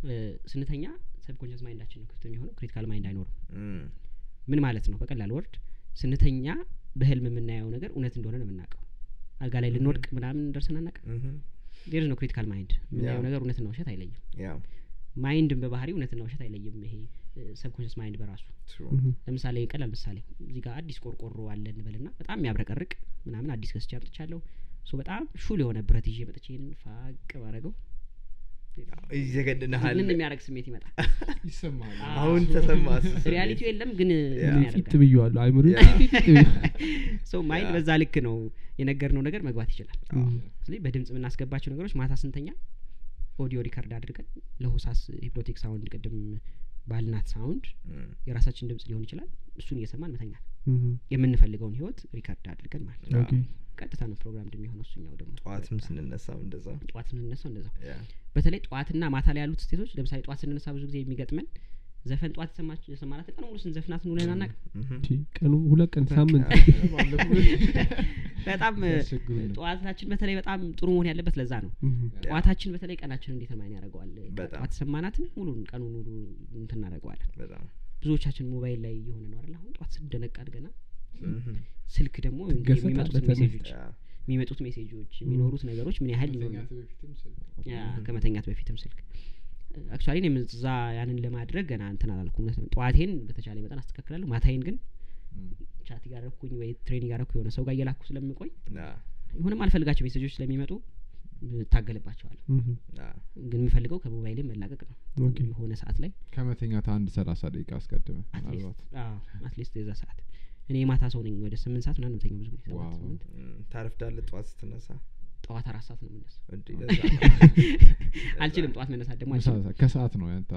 A: እ፣ ስንተኛ ሰብኮንሽስ ማይንዳችን ነው ክፍት የሚሆነው ክሪቲካል ማይንድ አይኖርም
B: Mm.
A: ምን ማለት ነው በቀላል ወርድ ስንተኛ በህልም የምናየው ነገር እውነት እንደሆነ ነው የምናውቀው አልጋ ላይ ልንወድቅ ምናምን ደርሰን አናውቅም
B: Mhm.
A: ሌር ነው ክሪቲካል ማይንድ የምናየው
B: Yeah.
A: ነገር እውነትና ውሸት አይለይም
B: Yeah,
A: ማይንድን በባህሪ እውነትና ውሸት አይለይም ይሄ ሰብኮንሽስ ማይንድ በራሱ
B: true.
C: Mhm.
A: ለምሳሌ ቀላል ምሳሌ እዚህ ጋር አዲስ ቆርቆሮ አለ እንበልና በጣም የሚያብረቀርቅ ምናምን አዲስ ገዝቼ አምጥቻለሁ ሶ በጣም ሹል የሆነ ብረት ይዤ መጥቼ ይህንን ፋቅ ባረገው
B: ይዘገንንሃል
A: ምን የሚያደርግ ስሜት ይመጣል
D: ይሰማል
A: አዎ።
B: [LAUGHS] አሁን ተሰማ
D: [LAUGHS]
A: ሪያሊቲው የለም ግን ምን
B: Yeah.
C: ፊት
A: ያደርጋል
C: ብየዋሉ አይምሮ
B: [LAUGHS] Yeah.
A: ሰው ማይንድ
B: Yeah.
A: በዛ ልክ ነው የነገርነው ነገር መግባት ይችላል ስለዚህ በድምጽ የምናስገባቸው ነገሮች ማታ ስንተኛ ኦዲዮ ሪከርድ አድርገን ለሆሳስ ሂፕኖቲክ ሳውንድ ቅድም ባልናት ሳውንድ የራሳችን ድምጽ ሊሆን ይችላል እሱን እየሰማን መተኛት የምንፈልገውን ህይወት ሪከርድ አድርገን ማለት ነው ቀጥታ ነው ፕሮግራም እንደሚሆነው እሱኛው ደግሞ
B: ጠዋትም ስንነሳም እንደዛ
A: ጠዋት ስንነሳው እንደዛ
B: Yeah.
A: በተለይ ጠዋትና ማታ ላይ ያሉት ስቴቶች ለምሳሌ ጠዋት ስንነሳ ብዙ ጊዜ የሚገጥመን ዘፈን ጠዋት የሰማች- የሰማናት ቀን ሙሉ ስንዘፍናት እንውለን አናውቅ
B: Mhm.
C: ቀኑ ሁለት ቀን ሳምንት [LAUGHS]
A: በጣም እ፣
D: ያስቸግሩናል።
A: ጠዋታችን በተለይ በጣም ጥሩ መሆን ያለበት ለዛ ነው
C: Mhm.
B: Yeah.
A: ጠዋታችን በተለይ ቀናችን እንዴት ማይን ያደርገዋል
B: በጣም።
A: ጠዋት ሰማናትን ሙሉን ቀኑን ሙሉ እንትን እናደርገዋለን
B: በጣም
A: ብዙዎቻችን ሞባይል ላይ የሆነ ነው አይደል አሁን ጠዋት ስንደነቅ አድገና
B: Mhm.
A: ስልክ ደግሞ
C: ትገሰጣለህ
A: የሚመጡት
C: ተነስተ።
A: ሜሴጆች
B: Yeah.
A: የሚመጡት ሜሴጆች የሚኖሩት ነገሮች ምን ያህል ሊሆኑ ያ ከመተኛት በፊትም ስልክ አክቹዋሊ እኔም እዛ ያንን ለማድረግ ገና እንትን አላልኩም እውነት ነው። ጠዋቴን በተቻለ መጠን አስተካክላለሁ ማታዬን ግን ቻት ያረኩኝ ወይ ትሬኒንግ ያረኩ የሆነ ሰው ጋር እየላኩ ስለምቆይ
B: Yeah.
A: ይሁንም አልፈልጋቸው ሜሴጆች ስለሚመጡ እታገልባቸዋለሁ
C: Mhm.
B: Yeah.
A: ግን የምፈልገው ከሞባይሌ መላቀቅ ነው
C: Okay.
A: የሆነ ሰዓት ላይ
D: ከመተኛት አንድ ሰላሳ ደቂቃ አስቀድመ ምናልባት
A: አትሊስት አዎ፣ አትሊስት የዛ ሰዓት እኔ የማታ ሰው ነኝ ወደ ስምንት ሰዓት ምናምን ተኛው ብዙ ጊዜ ሰባት
D: ዋው።
A: ስምንት
B: Mm. ታረፍዳለህ ጠዋት ስትነሳ
A: ጠዋት አራት ሰዓት ነው የምነሳው
B: እንዴ፣ ለዛ ነው።
D: [LAUGHS]
A: አልችልም ጠዋት መነሳት ደግሞ
D: ምሳ
A: አልችልም
D: ሰዓት- ከሰዓት ነው ያንተ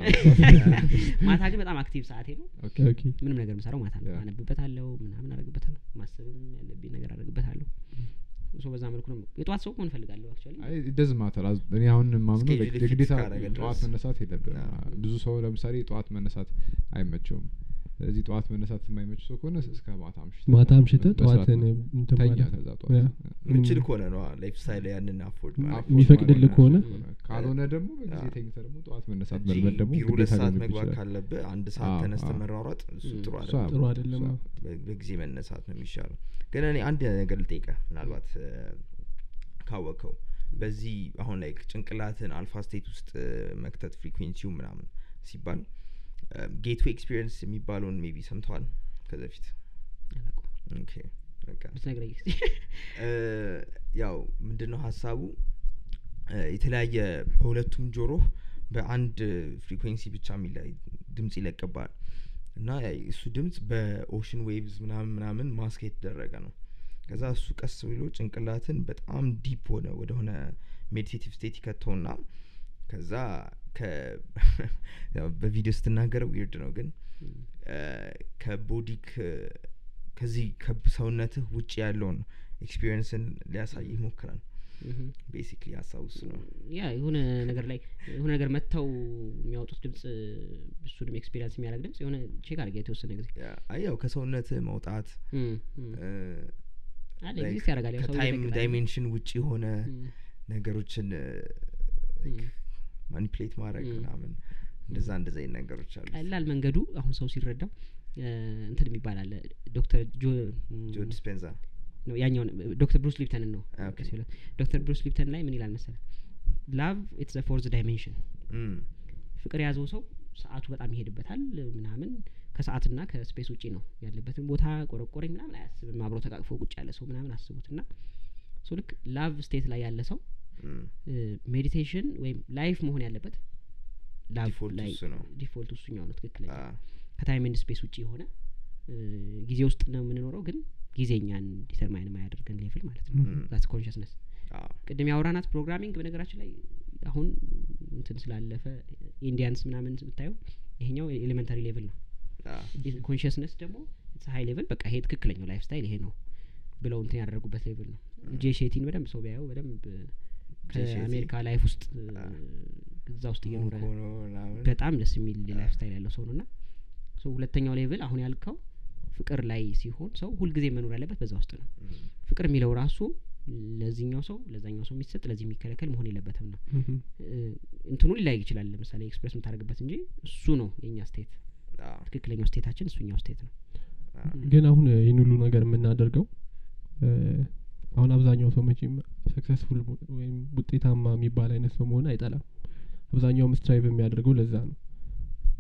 A: ማታ ግን በጣም አክቲቭ ሰዓቴ ነው
C: Okay.
A: ምንም ነገር የምሰራው ማታ ነው
D: ያ።
A: አነብበታለሁ ምናምን አደርግበታለሁ ማሰብም ያለብኝ ነገር አደርግበታለሁ ሶ በዛ መልኩ ነው የጠዋት ሰው መሆን እፈልጋለሁ አክቹዋሊ
D: ደዝ ማተር እኔ አሁን የማምነው
B: Schedule fix
D: የግዴታ
B: ካረገ
D: ጠዋት
B: ድረስ።
D: መነሳት የለብን
B: አዎ።
D: ብዙ ሰው ለምሳሌ ጠዋት መነሳት አይመቸውም ስለዚህ ጠዋት መነሳት የማይመች ሰው ከሆነ እስከ ማታ ምሽት
C: ማታ አምሽተ
D: መስራት
C: ጠዋትን
D: ነው።
C: እንትን
D: ተኛ
C: ማለት
D: ከዛ
C: ያ።
D: ጠዋት
B: ምችል ከሆነ ነው ላይፍ ስታይል ያንን አፎርድ ማድረግ
D: አፎርድ
C: የሚፈቅድልህ
D: ማድረግ
C: ከሆነ?
D: የሚችል ካልሆነ ደግሞ በጊዜ
B: አዎ።
D: ተኝተህ ደግሞ ጠዋት መነሳት
B: እንጂ
D: መልመድ ደግሞ
B: ቢሮ ሁለት
D: ግዴታ
B: ሰዓት
D: ሊሆንብህ
B: መግባት
D: ይችላል።
B: ካለብህ አንድ ሰዓት
D: አዎ፣
B: ተነስተህ
D: አዎ።
B: መሯሯጥ እሱ
A: እሱ
B: ጥሩ
D: እሱ
B: አይደለም
C: ጥሩ አይደለም
D: አዎ።
B: በ- በጊዜ መነሳት ነው የሚሻለው ግን እኔ አንድ ነገር ልጠይቀህ ምናልባት እ፣ ካወቀው በዚህ አሁን ላይ ጭንቅላትን አልፋ ስቴት ውስጥ እ፣ መክተት ፍሪኩንሲው ምናምን ሲባል ጌትዌ ኤክስፒሪየንስ የሚባለውን ሜቢ ሰምተዋል ከዚ በፊት
A: አላውቅም።
B: ኦኬ በቃ
A: ብትነግረኝ እስኪ።
B: እ፣ ያው ምንድን ነው ሀሳቡ እ፣ የተለያየ በሁለቱም ጆሮ በአንድ ፍሪኩዌንሲ ብቻ የሚለይ ድምጽ ይለቅባል እና ያ እሱ ድምጽ በኦሽን ዌቭዝ ምናምን ምናምን ማስክ የተደረገ ነው ከዛ እሱ ቀስ ብሎ ጭንቅላትን በጣም ዲፕ ሆነ ወደሆነ ሜዲቴቲቭ ስቴት ይከተውና ከዛ ከ- [LAUGHS] ያው በቪዲዮ ስትናገረው ዊርድ ነው ግን እ፣ ከቦዲክ ከዚህ ከሰውነትህ ውጭ ያለውን ኤክስፒሪየንስን ሊያሳይ ይሞክራል
A: እህ።
B: ቤሲክሊ ሀሳብ ውስጥ ነው
A: ያ የሆነ ነገር ላይ የሆነ ነገር መጥተው የሚያወጡት ድምጽ እሱንም ኤክስፔሪንስ የሚያደርግ ድምጽ የሆነ ቼክ አድርጌ የተወሰነ ጊዜ
B: ያ- አይ ያው ከሰውነት መውጣት
A: እም፣ እም።
B: እ፣
A: አለ
B: like
A: ኤግዚስት ያደርጋል ያው ሰው
B: ከታይም
A: ይጠቅጣል።
B: ዳይሜንሽን ውጭ የሆነ
A: እም፣
B: ነገሮችን
A: እም።
B: ማኒፕሌት ማድረግ
A: Mm.
B: ምናምን እንደዛ እንደዛ አይነት ነገሮች አሉ
A: ቀላል መንገዱ አሁን ሰው ሲረዳው እ፣ እንትን የሚባል አለ ዶክተር ጆ እም፣
B: ጆ ዲስፔንዛ
A: ነው ያኛውን ዶክተር ብሩስ ሊፕተንን ነው
B: Ah, okay.
A: ሲለው፣ ዶክተር ብሩስ ሊፕተን ላይ ምን ይላል መሰለ ላቭ ኢትስ ፎርዝ ዳይሜንሽን
B: Mm.
A: ፍቅር የያዘው ሰው ሰዓቱ በጣም ይሄድበታል ምናምን ከሰዓትና ከስፔስ ውጪ ነው ያለበትን ቦታ ቆረቆረኝ ምናምን አያስብም አብሮ ተቃቅፎ ቁጭ ያለ ሰው ምናምን አስቡት እና ሰው ልክ ላቭ ስቴት ላይ ያለ ሰው
B: Mm.
A: ሜዲቴሽን ወይም ላይፍ መሆን ያለበት ላቭ
B: Default
A: ላይ
B: እሱ ነው።
A: ዲፎልት እሱኛው ነው ትክክለኛ
B: Ah,
A: ከታይም ኤንድ ስፔስ ውጪ የሆነ እ፣ ጊዜ ውስጥ ነው የምንኖረው ግን ጊዜኛን ዲተርማይን ማያደርገን ሌቭል ማለት ነው
B: Mm.
A: ዛትስ ኮንሽስነስ
B: ah,
A: ቅድም ያወራናት ፕሮግራሚንግ በነገራችን ላይ አሁን እንትን ስላለፈ ኢንዲያንስ ምናምን ብታየው ይሄኛው ኤሌመንታሪ ሌቭል ነው
B: ah,
A: ኮንሽስነስ ደግሞ ሀይ ሌቭል በቃ ይሄ ትክክለኛው ላይፍ ስታይል ይሄ ነው ብለው እንትን ያደረጉበት ሌቭል ነው ጄ ሼቲን በደንብ ሰው ቢያየው በደንብ
B: ጄ ሼቲ።
A: ከአሜሪካ ላይፍ ውስጥ እ፣
B: አዎ።
A: እዛ ውስጥ
B: monk
A: እየኖረ
B: ሆኖ ምናምን።
A: በጣም ደስ የሚል
B: አዎ።
A: ላይፍ ስታይል ያለው ሰው ነው እና ሰው ሁለተኛው ሌቭል አሁን ያልከው ፍቅር ላይ ሲሆን ሰው ሁልጊዜ መኖር ያለበት በዛ ውስጥ ነው
B: Mm.
A: ፍቅር የሚለው ራሱ ለዚህኛው ሰው ለዛኛው ሰው የሚሰጥ ለዚህ የሚከለከል መሆን የለበትም ነው እ፣ እንትኑ ሊለያይ ይችላል ለምሳሌ ኤክስፕሬስ የምታደርግበት እንጂ እሱ ነው የእኛ ስቴት
B: Ah,
A: ትክክለኛው ስቴታችን እሱኛው ስቴት ነው
B: ah,
C: ግን አሁን ይህን ሁሉ ነገር የምናደርገው እ፣ አሁን አብዛኛው ሰው መቼም ሰክሰስፉል ወይም ውጤታማ የሚባል አይነት ሰው መሆን አይጠላም አብዛኛውም ስትራይቭ የሚያደርገው ለዛ ነው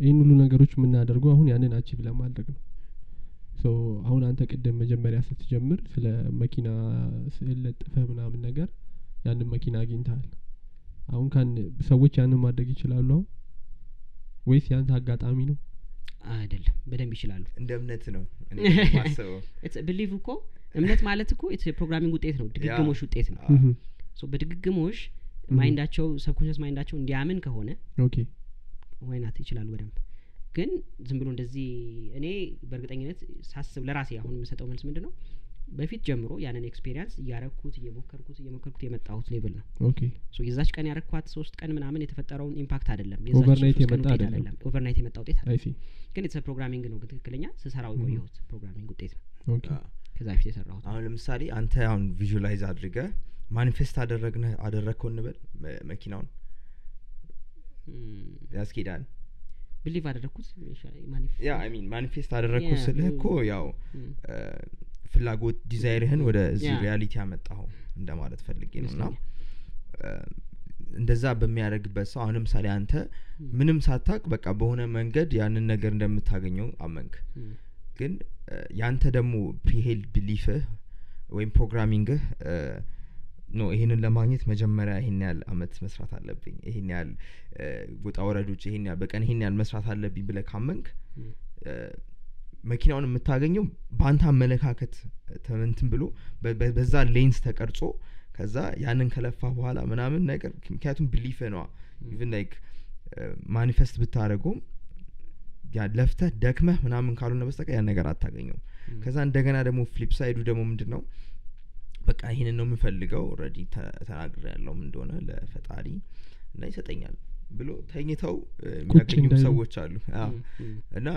C: ይህን ሁሉ ነገሮች የምናደርገው አሁን ያንን አቺቭ ለማድረግ ነው ሶ አሁን አንተ ቅድም መጀመሪያ ስትጀምር ስለ መኪና ስዕል ለጥፈ ምናምን ነገር ያንን መኪና አግኝተሃል አሁን ካን ሰዎች ያንን ማድረግ ይችላሉ አሁን ወይስ ያንተ አጋጣሚ ነው
A: አይደለም በደንብ ይችላሉ
B: እንደ እምነት ነው እኔ የማስበው።
A: ብሊቭ እኮ እምነት ማለት እኮ የት- የፕሮግራሚንግ ውጤት ነው ድግግሞሽ ውጤት ነው
B: Ah,
C: ምሁም።
A: ሶ በድግግሞሽ
C: Mhm.
A: ማይንዳቸው ሰብኮንሽስ ማይንዳቸው እንዲያምን ከሆነ
C: ኦኬ
A: ወይናት ይችላሉ በደንብ ግን ዝም ብሎ እንደዚህ እኔ በእርግጠኝነት ሳስብ ለራሴ አሁን የምሰጠው መልስ ምንድን ነው በፊት ጀምሮ ያንን ኤክስፔሪንስ እያረኩት እየሞከርኩት እየሞከርኩት የመጣሁት ሌቭል ነው
C: ኦኬ
A: ሶ የዛች ቀን ያረኳት ሶስት ቀን ምናምን የተፈጠረውን ኢምፓክት አይደለም
C: Overnight የመጣ
A: ውጤት
C: አይደለም።
A: አይደለም ኦቨርናይት የመጣ ውጤት አይደለም።
C: አይ ሲ
A: ግን የተሰ ፕሮግራሚንግ ነው ትክክለኛ ስሰራው
C: Mhm.
A: የቆየሁት ፕሮግራሚንግ ውጤት ነው
C: ኦኬ
B: ah.
A: ከዛ በፊት የሰራሁት
B: አሁን ለምሳሌ አንተ አሁን ቪዥላይዝ አድርገ ማኒፌስት አደረግነ አደረግከው እንበል መ- መኪናውን ያስኬዳል
A: ብሊቭ አደረግኩት ይሻላል
B: ያ አይ ሚን ማኒፌስት አደረግከው
A: Yeah.
B: ስልህ እኮ ያው
A: Mm.
B: እ፣ ፍላጎት ዲዛይርህን ወደ እዚህ
A: ያ።
B: ሪያሊቲ ያመጣኸው እንደማለት ፈልጌ ነው እና
A: ይመስለኛል።
B: እ፣ እንደዛ በሚያደርግበት ሰው አሁን ለምሳሌ አንተ ምንም ሳታቅ በቃ በሆነ መንገድ ያንን ነገር እንደምታገኘው አመንክ
A: Mm.
B: ግን እ፣ ያንተ ደግሞ ፕሪሄልድ ቢሊፍህ ወይም ፕሮግራሚንግህ እ፣ ኖ ይህንን ለማግኘት መጀመሪያ ይህን ያህል አመት መስራት አለብኝ ይህን ያህል እ፣ ውጣ ወረዶች ይህን ያህል በቀን ይህን ያህል መስራት አለብኝ ብለህ ካመንክ
A: Mm.
B: እ፣ መኪናውን የምታገኘው በአንተ አመለካከት ተመንትን ብሎ በ- በ- በዛ ሌንስ ተቀርጾ ከዛ ያንን ከለፋ በኋላ ምናምን ነገር ምክንያቱም ብሊፍ ነዋ ኢቭን ላይክ ማኒፌስት ብታደረገውም uh, ያ ለፍተህ ደክመህ ምናምን ካልሆነ በስተቀር ያን ነገር አታገኘውም
A: Mm.
B: ከዛ እንደገና ደግሞ ፍሊፕ ሳይዱ ደግሞ ምንድን ነው በቃ ይህንን ነው የምፈልገው ረዲ ተናግር ያለውም እንደሆነ ለፈጣሪ እና ይሰጠኛል ብሎ ተኝተው እ, የሚያገኙም
C: እንዳይሉ።
B: ሰዎች አሉ አዎ
A: Mm. Mm.
B: እና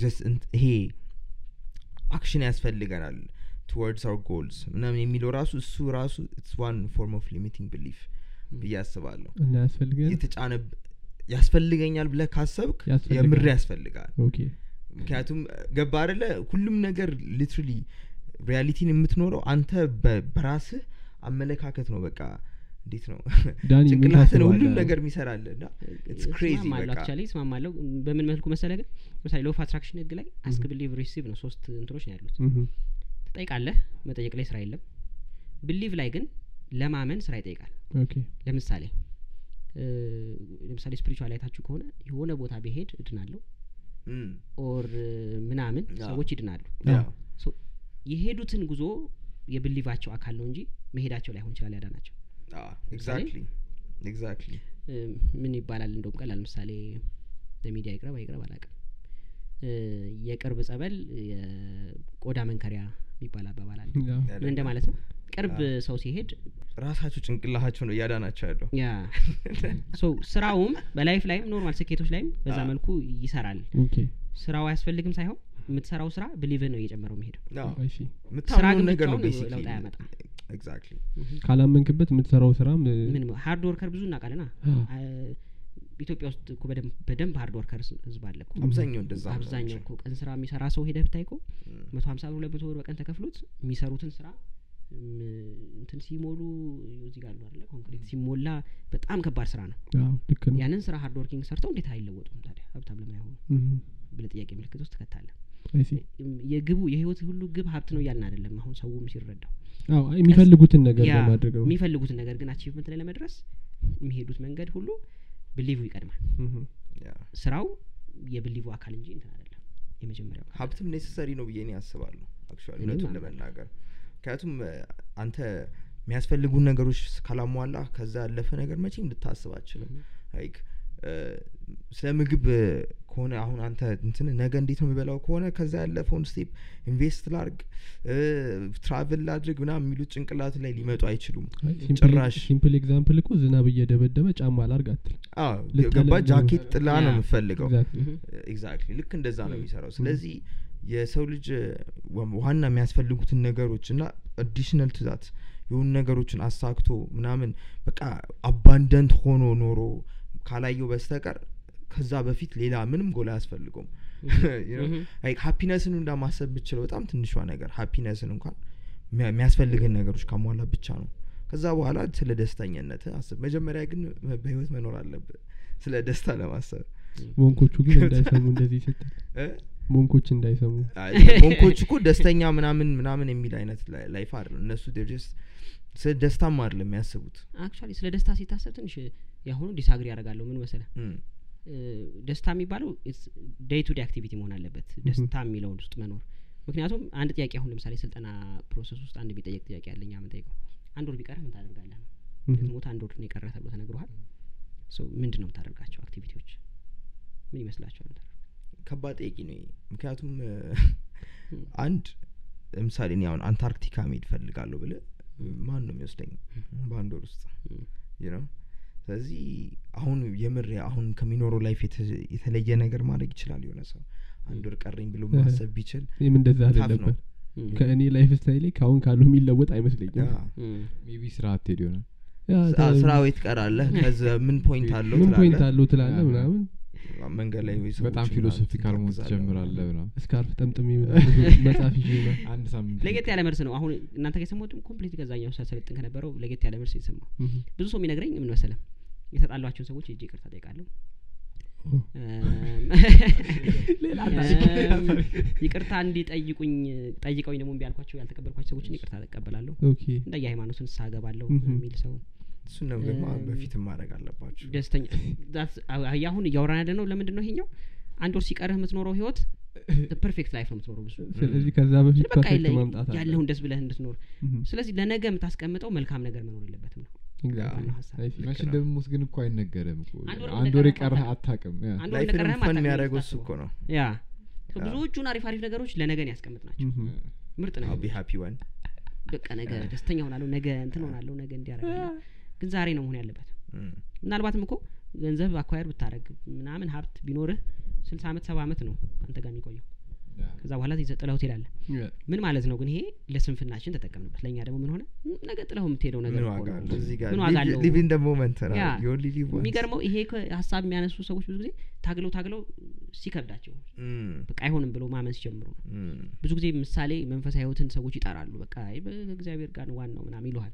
B: just እንት- ይሄ አክሽን ያስፈልገናል ቱወርድስ አር ጎልስ ምናምን የሚለው ራሱ እሱ ራሱ ኢትስ ዋን ፎርም ኦፍ ሊሚቲንግ ቢሊፍ ብዬ አስባለሁ
C: እና ያስፈልገን
B: የተጫነ ያስፈልገኛል ብለህ ካሰብክ
C: ያስፈልጋል።
B: የምር ያስፈልጋል
C: ኦኬ
B: ምክንያቱም ገባ አደለ ሁሉም ነገር ሊትራሊ ሪያሊቲን የምትኖረው አንተ በ- በራስህ አመለካከት ነው በቃ እንዴት ነው
C: ዳኒ ምን
B: ጭንቅላትን ሁሉም
C: ታስባለህ?
B: ነገር የሚሰራልህ እና It's crazy
A: እስማማለሁ
B: በቃ።
A: actually እስማማለሁ። በምን መልኩ መሰለ ግን ለምሳሌ ሎፍ አትራክሽን ህግ ላይ አስክ ብሊቭ ሪሲቭ ነው ሶስት እንትኖች ነው ያሉት
C: ምሁም።
A: ትጠይቃለህ መጠየቅ ላይ ስራ የለም ብሊቭ ላይ ግን ለማመን ስራ ይጠይቃል
C: ኦኬ
A: ለምሳሌ እ፣ ለምሳሌ ስፒሪቹዋል አይታችሁ ከሆነ የሆነ ቦታ ብሄድ እድናለሁ
B: እም፣
A: ኦር ምናምን
B: ያ።
A: ሰዎች ይድናሉ
B: ያ፣
A: የሄዱትን ጉዞ የብሊቫቸው አካል ነው እንጂ መሄዳቸው ላይሆን ይችላል ያዳናቸው
B: አ፣ exactly, exactly።
A: እ፣ ምን ይባላል እንደውም ቀላል ምሳሌ ለሚዲያ ይቅረብ አይቅረብ አላውቅም እ፣ የቅርብ ጸበል የቆዳ መንከሪያ የሚባል አባባል አለ
C: ያ
A: ምን እንደማለት ነው ቅርብ ሰው ሲሄድ
B: ራሳቸው ጭንቅላታቸው ነው እያዳናቸው ያለው
A: ያ ሶ ስራውም በላይፍ ላይም ኖርማል ስኬቶች ላይም በዛ
B: አዎ።
A: መልኩ ይሰራል
C: ኦኬ
A: ስራው አያስፈልግም ሳይሆን የምትሰራው ስራ ብሊቭ ነው እየጨመረው መሄድ
B: አ፣
C: አይ ሲ
A: ስራ
B: የምታምነውን
A: ግን
B: ነገር ነው
A: ብቻውን
B: basically።
A: ለውጥ አያመጣም።
B: Exactly።
C: ካላመንክበት የምትሰራው ስራም እ፣
A: ምን ሀርድ ወርከር ብዙ እናውቃለና
C: አ፣
A: አ፣ ኢትዮጵያ ውስጥ እኮ በደንብ- በደንብ ሀርድ ወርከር ህዝብ አለ እኮ
B: አብዛኛው እንደዛ ነው።
A: አብዛኛው እኮ ቀን ስራ የሚሰራ ሰው ሄደህ ብታይ እኮ
B: እም፣
A: መቶ ሀምሳ ብር ሁለት መቶ ብር በቀን ተከፍሎት የሚሰሩትን ስራ እም፣ እንትን ሲሞሉ እዚህ ጋር አሉ አይደለ ኮንክሪት ሲሞላ በጣም ከባድ ስራ ነው
C: አዎ፣ ልክ ነው
A: ያንን ስራ ሀርድ ወርኪንግ ሰርተው እንዴት አይለወጡም ታዲያ ሀብታም ለምን አይሆኑ
C: እም፣
A: ብለህ ጥያቄ ምልክት ውስጥ ትከታለህ
C: አይ ሲ
A: እም፣ የግቡ የህይወት ሁሉ ግብ ሀብት ነው እያልን አይደለም አሁን ሰውም ሲረዳው
C: አዎ፣ የሚፈልጉትን ነገር
A: ያ
C: ለማድረግ ነው
A: የሚፈልጉትን ነገር ግን አቺቭመንት ላይ ለመድረስ የሚሄዱት መንገድ ሁሉ ብሊቭ ይቀድማል
C: እም፣
B: ያ።
A: ስራው የብሊቭ አካል እንጂ እንትን አይደለም የመጀመሪያው
B: ሀብትም ኔሰሰሪ ነው ብዬ እኔ አስባለሁ አክቹዋሊ
A: እኔም
B: እውነቱን
A: አምናለሁ።
B: ለመናገር ምክንያቱም እ፣ አንተ የሚያስፈልጉን ነገሮች ካላሟላ ከዛ ያለፈ ነገር መቼም ልታስብ አችልም ላይክ ስለ ምግብ እ፣ ከሆነ አሁን አንተ እንትን ነገ እንዴት ነው የሚበላው ከሆነ ከዛ ያለፈውን ስቴፕ ኢንቨስት ላርግ ትራቭል ላድርግ ምናምን የሚሉት ጭንቅላት ላይ ሊመጡ አይችሉም
C: አይ፣ ሲምፕል-
B: ጭራሽ።
C: ሲምፕል ኤግዛምፕል እኮ ዝናብ እየደበደበ ጫማ ላርግ አትልም
B: አዎ
C: ልታለም
B: ገባ
C: ነው።
B: ጃኬት ጥላ ነው
A: ያ።
B: የምፈልገው
C: Exactly.
A: Mhm.
B: ኤግዛክትሊ ልክ እንደዛ ነው
A: Mm.
B: የሚሰራው ስለዚህ የሰው ልጅ እ፣ ወ- ዋና የሚያስፈልጉትን ነገሮች እና አዲሽናል ትዛት የሆኑ ነገሮችን አሳክቶ ምናምን በቃ አባንደንት ሆኖ ኖሮ ካላየው በስተቀር ከዛ በፊት ሌላ ምንም ጎል አያስፈልገውም [LAUGHS] You know?
A: Mhm.
B: Like ሀፒነስን እንዳማሰብ ብችለው በጣም ትንሿ ነገር ሀፒነስን እንኳን ሚያ- የሚያስፈልግን ነገሮች ካሟላ ብቻ ነው ከዛ በኋላ ስለ ደስተኛነት አስብ መጀመሪያ ግን በህይወት መኖር አለብህ ስለ ደስታ ለማሰብ
C: ሞንኮቹ ግን እንዳይሰሙ እንደዚህ ስትል
B: እ?
C: ሞንኮች እንዳይሰሙ
B: አይ፣ ቦንኮች እኮ ደስተኛ ምናምን ምናምን የሚል አይነት ላይ- ላይፍ አይደለም እነሱ ስ ስለ ደስታም አይደለም የሚያስቡት
A: አክቹዋሊ ስለ ደስታ ሲታሰብ ትንሽ የአሁኑ ዲስአግሪ ያደርጋለሁ ምን መሰለህ
B: እም፣
A: እ፣ ደስታ የሚባለው ዴይ ቱ ዴይ አክቲቪቲ መሆን አለበት ደስታ የሚለውን ውስጥ መኖር ምክንያቱም አንድ ጥያቄ አሁን ለምሳሌ ስልጠና ፕሮሰስ ውስጥ አንድ ቢጠየቅ ጥያቄ አለኝ ምንጠይቀው አንድ ወር ቢቀርህ ምን ታደርጋለህ ነው
C: Mhm.
A: ልትሞት አንድ ወር ነው የቀረህ ተብሎ ተነግረሃል ምንድን ነው የምታደርጋቸው አክቲቪቲዎች ምን ይመስላቸዋል
B: ከባድ ጠቂ ነው ይሄ። ምክንያቱም እ፣ አንድ ለምሳሌ እኔ አሁን አንታርክቲካ መሄድ ፈልጋለሁ ብል ማን ነው የሚወስደኝ በአንድ ወር ውስጥ
A: እም።
B: you know? ስለዚህ አሁን የምር አሁን ከሚኖረው ላይፍ የተ- የተለየ ነገር ማድረግ ይችላል የሆነ ሰው አንድ ወር ቀረኝ ብሎ ማሰብ ቢችል
C: እኔም እንደዛ
B: ታፍ
C: አይደል
B: ነው።
C: ነበር ከእኔ ላይፍ ስታይሌ ከአሁን ካሉ የሚለወጥ አይመስለኝም
B: ያ።
D: ሜቢ ስራ አትሄድ ይሆናል
C: ያ፣
B: አ፣
C: ተ-
B: ስራ ወይ ትቀራለህ ከዛ ምን ፖይንት አለው
C: ምን ፖይንት
B: ትላለህ
C: አለው ትላለ
D: ያ።
C: ምናምን
B: መንገድ ላይ ወይ
D: በጣም
B: ሰዎችን
D: ፊሎሶፊካል መሆን
B: ታግዛለህ
D: ትጀምራለህ ብላ
C: ስካርፍ ጠምጥም መጽሐፍ ይዤ ነው
B: [LAUGHS]
D: አንድ ሳምንት
A: ለየት ያለ መልስ ነው አሁን እናንተ ከሰማትም ኮምፕሊት ከዛኛው ሳሰለጥን ከነበረው ለየት ያለ መልስ የተሰማ
C: Mhm.
A: ብዙ ሰው የሚነግረኝ ምን መሰለህ የተጣሏቸውን ሰዎች እጅ ይቅርታ ጠይቃለሁ
C: Oh.
A: ሌላ ይቅርታ እንዲጠይቁኝ ጠይቀውኝ ደግሞ እምቢ ያልኳቸው ያልተቀበልኳቸው ሰዎችን ይቅርታ ተቀበላለሁ
C: ኦኬ
A: እንደ የሃይማኖትን ሳገባለሁ
C: Mhm.
A: የሚል ሰው
B: እሱን ነው ግን
A: እም፣
B: በፊት ማድረግ አለባቸው
A: ደስተኛ that's- አዎ፣ ይሄ አሁን እያወራን ያለ ነው ለምንድን ነው ይሄኛው አንድ ወር ሲቀርህ የምትኖረው ህይወት ፐርፌክት ላይፍ ነው የምትኖረው ብዙ
C: ስለዚህ ከዛ በፊት
A: በቃ
C: ፐርፌክት
A: የለ-
C: ማምጣት አለ
A: ያለውን ደስ ብለህ እንድትኖር
C: Mhm.
A: ስለዚህ ለነገ የምታስቀምጠው መልካም ነገር መኖር የለበትም ነው
C: Exactly.
A: ዋናው ሀሳብ።
C: I see.
D: መች
B: ነው።
D: እንደምሞት ግን እኮ አይነገርም እኮ
A: አንድ ወር
D: አንድ ወር
A: እንደቀረህ
D: የቀረህ
A: አታውቅም።
D: አታውቅም ያ።
A: አንድ ወር
B: ላይፍን
A: እንደቀረህም
B: ፈን
A: አታውቅም
B: የሚያደርገው እሱ
A: የምታስበው።
B: እኮ ነው
A: ያ
B: ያ።
A: ብዙዎቹን አሪፍ አሪፍ ነገሮች ለነገን ያስቀምጥ ናቸው
C: Mhm.
A: ምርጥ ነገር
B: አቢ ሀፒ ወን
A: በቃ ነገ ደስተኛ ሆናለሁ ነገ እንትን ሆናለሁ ነገ እንዲያረጋለሁ ግን ዛሬ ነው መሆን ያለበት ምናልባትም እኮ ገንዘብ አኳየር ብታደረግ ምናምን ሀብት ቢኖርህ ስልሳ አመት ሰባ አመት ነው አንተ ጋር የሚቆየው
D: ያ።
A: ከዛ በኋላ ይዘህ ጥለኸው ትሄዳለህ
C: Yeah.
A: ምን ማለት ነው ግን ይሄ ለስንፍናችን ተጠቀምንበት ለእኛ ደግሞ ምን ሆነ ም፣ ነገ ጥለኸው የምትሄደው ነገር
B: ምን
A: እኮ
B: ዋጋ
A: ነው።
B: አለው እዚህ ጋር
A: ምን ዋጋ አለው?
B: ሊቪን ደግሞ መንተራ
A: ያ።
B: የኦንሊ ሊቭ ዋንስ።
A: የሚገርመው ይሄ ከ- ሀሳብ የሚያነሱ ሰዎች ብዙ ጊዜ ታግለው ታግለው ሲከብዳቸው
B: እም፣
A: በቃ አይሆንም ብሎ ማመን ሲጀምሩ ነው
B: እም፣
A: ብዙ ጊዜ ምሳሌ መንፈሳዊ ህይወትን ሰዎች ይጠራሉ በቃ አይ በእግዚአብሔር ጋር ነው ዋናው ምናምን ይለዋል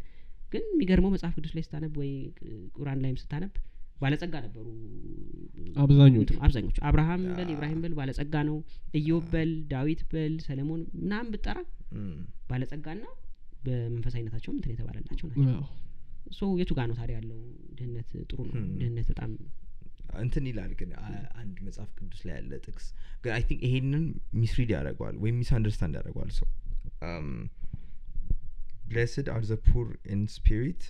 A: ግን የሚገርመው መጽሐፍ ቅዱስ ላይ ስታነብ ወይ ቁ- ቁርአን ላይም ስታነብ ባለጸጋ ነበሩ
C: አብዛኞቹ
A: እንትም- አብዛኞቹ አብርሃም በል
B: ያ።
A: ኢብራሂም በል ባለጸጋ ነው ኢዮብ በል ዳዊት በል ሰለሞን ምናምን ብጠራ
B: እም፣
A: ባለጸጋና በመንፈሳዊነታቸውም እንትን የተባለላቸው ናቸው
C: አዎ።
A: ሶ የቱ ጋር ነው ታዲያ ያለው ድህነት ጥሩ ነው
B: Hmm.
A: ድህነት በጣም
B: እንትን ይላል ግን አ- አንድ መጽሐፍ ቅዱስ ላይ ያለ ጥቅስ ግን አይ ቲንክ ይሄንን ሚስሪድ ያደርገዋል ወይም ሚስ አንደርስታንድ ያደርገዋል ሰው Um, ብሌስድ አር ዘ ፑር ኢን ስፒሪት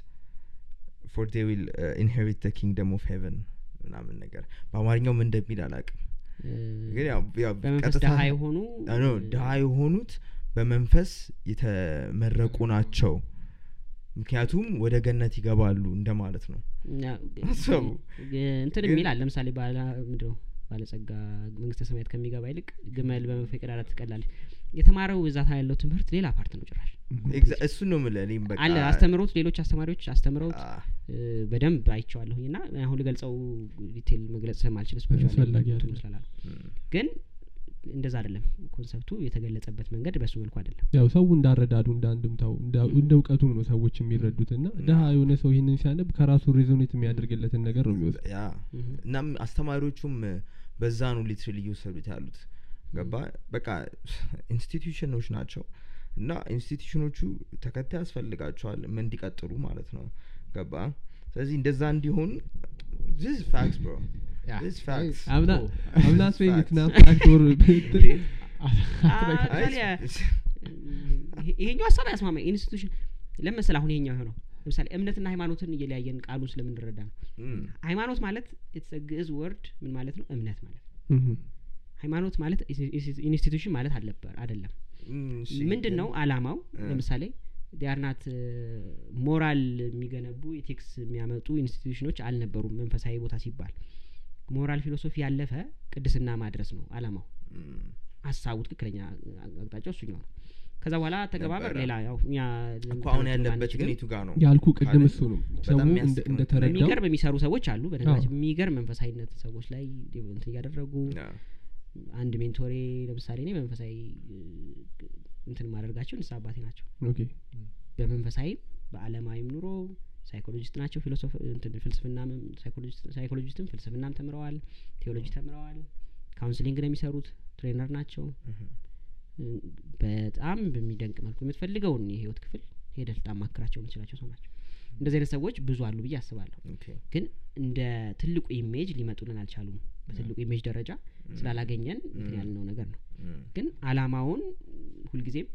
B: ፎር ዴ ዊል ኢንሄሪት ደ ኪንግደም ኦፍ ሄቨን ምናምን ነገር በአማርኛው ምን እንደሚል አላቅም
A: እ፣
B: ግን ያው ያው
A: በመንፈስ
B: ቀጥታ-
A: ድሀ የሆኑ
B: አዎ፣ ድሀ የሆኑት በመንፈስ የተመረቁ ናቸው ምክንያቱም ወደ ገነት ይገባሉ እንደማለት ነው
A: ያ-
B: አሰቡ።
A: ግ- እንትን
B: ግን-
A: የሚል አለ ለምሳሌ ባላ ምንድን ነው ባለጸጋ መንግስተ ሰማያት ከሚገባ ይልቅ ግመል በመንፈቅ ዳራ ትቀላለች የተማረው እዛታ ያለው ትምህርት ሌላ ፓርት ነው ጭራሽ
B: ኤግዛ- እሱን ነው የምልህ እኔም በቃ
A: አለ አስተምሮት ሌሎች አስተማሪዎች አስተምረውት
B: አ-
A: እ፣ በደንብ አይቼዋለሁኝ እና አሁን ልገልጸው ዲቴል መግለጽ ስለማልችል
C: አስፈላጊ
A: ስፔሻል
C: አይደለም።
A: ስላላ
B: እም፣
A: ግን እንደዛ አይደለም ኮንሰፕቱ የተገለጸበት መንገድ በሱ መልኩ አይደለም
C: ያው ሰው እንዳረዳዱ እንደ አንድምታው እንደ- እንደ እውቀቱም ነው ሰዎች የሚረዱት እና ድሀ የሆነ ሰው ይህንን ሲያነብ ከራሱ ሬዞኔት የሚያደርግለትን ነገር ነው የሚወስድ
B: [LAUGHS] ያ
A: እህ።
B: እናም አስተማሪዎቹም በዛ ነው ሊትራሊ እየወሰዱት ያሉት ገባ በቃ ኢንስቲትዩሽኖች ናቸው እና ኢንስቲትዩሽኖቹ ተከታይ ያስፈልጋቸዋል ም- እንዲቀጥሉ ማለት ነው ገባ ስለዚህ እንደዛ እንዲሆን this is facts bro
D: Yeah.
B: this is facts
D: I-
C: አምና
D: Oh.
C: አምና
B: Facts.
C: ስዌ ፋክቶር
B: [LAUGHS]
C: ብትል
A: አይ፣ ታዲያ ይሄ- ይሄኛው ሀሳብ አያስማማኝ ኢንስቲቱሽን ለመሰል አሁን ይሄኛው የሆነው ለምሳሌ እምነትና ሃይማኖትን እየለያየን ቃሉን ስለምንረዳ ነው
B: እም፣
A: ሃይማኖት ማለት ኢትስ ግዕዝ ወርድ ምን ማለት ነው እምነት ማለት ነው። ሃይማኖት ማለት ኢንስቲቱሽን ማለት አልነበር አይደለም
B: እም፣ እሺ፣
A: ምንድን ነው አላማው
B: እ።
A: ለምሳሌ ዲያርናት ሞራል የሚገነቡ ኢቲክስ የሚያመጡ ኢንስቲቱሽኖች አልነበሩም መንፈሳዊ ቦታ ሲባል ሞራል ፊሎሶፊ ያለፈ ቅድስና ማድረስ ነው አላማው
B: እም፣
A: ሀሳቡ ትክክለኛ አቅጣጫው እሱኛው ነው ከዛ በኋላ ተገባበር
B: ነበረ።
A: ሌላ ያው እኛ
B: እኮ
A: ልንተነትነው
B: አሁን ያለበት
A: ባንችልም
B: ግን የቱ ጋ ነው
C: ያልኩ ቅድም
B: ካለ-
C: እሱ ነው ሰው
B: በጣም የሚያስቅ ነው።
C: እንደተረዳው
A: የሚገርም የሚሰሩ ሰዎች አሉ በነገራችን
C: አዎ።
A: የሚገርም መንፈሳዊነት ሰዎች ላይ እንትን እያደረጉ
B: ያ፣
A: አንድ ሜንቶሬ ለምሳሌ እኔ መንፈሳዊ እ, እንትን ማደርጋቸው ንስሐ አባቴ ናቸው
C: ኦኬ
A: በመንፈሳዊም በአለማዊም ኑሮ ሳይኮሎጂስት ናቸው ፊሎሶፍ እንትን ፍልስፍናም ሳይኮሎጂስት- ሳይኮሎጂስትም ፍልስፍናም ተምረዋል ቴዎሎጂ ተምረዋል ካውንስሊንግ ነው የሚሰሩት ትሬነር ናቸው
B: እህ፣
A: በጣም በሚደንቅ መልኩ የምትፈልገውን የህይወት ክፍል ሄደህ ልታማክራቸው የምትችላቸው ሰው ናቸው እንደዚህ አይነት ሰዎች ብዙ አሉ ብዬ አስባለሁ
B: okay፣
A: ግን እንደ ትልቁ ኢሜጅ ሊመጡልን አልቻሉም በትልቁ ኢሜጅ ደረጃ ስላላገኘን እንትን
B: Mm.
A: ያልነው ነገር ነው
B: እም፣
A: ግን አላማውን ሁልጊዜም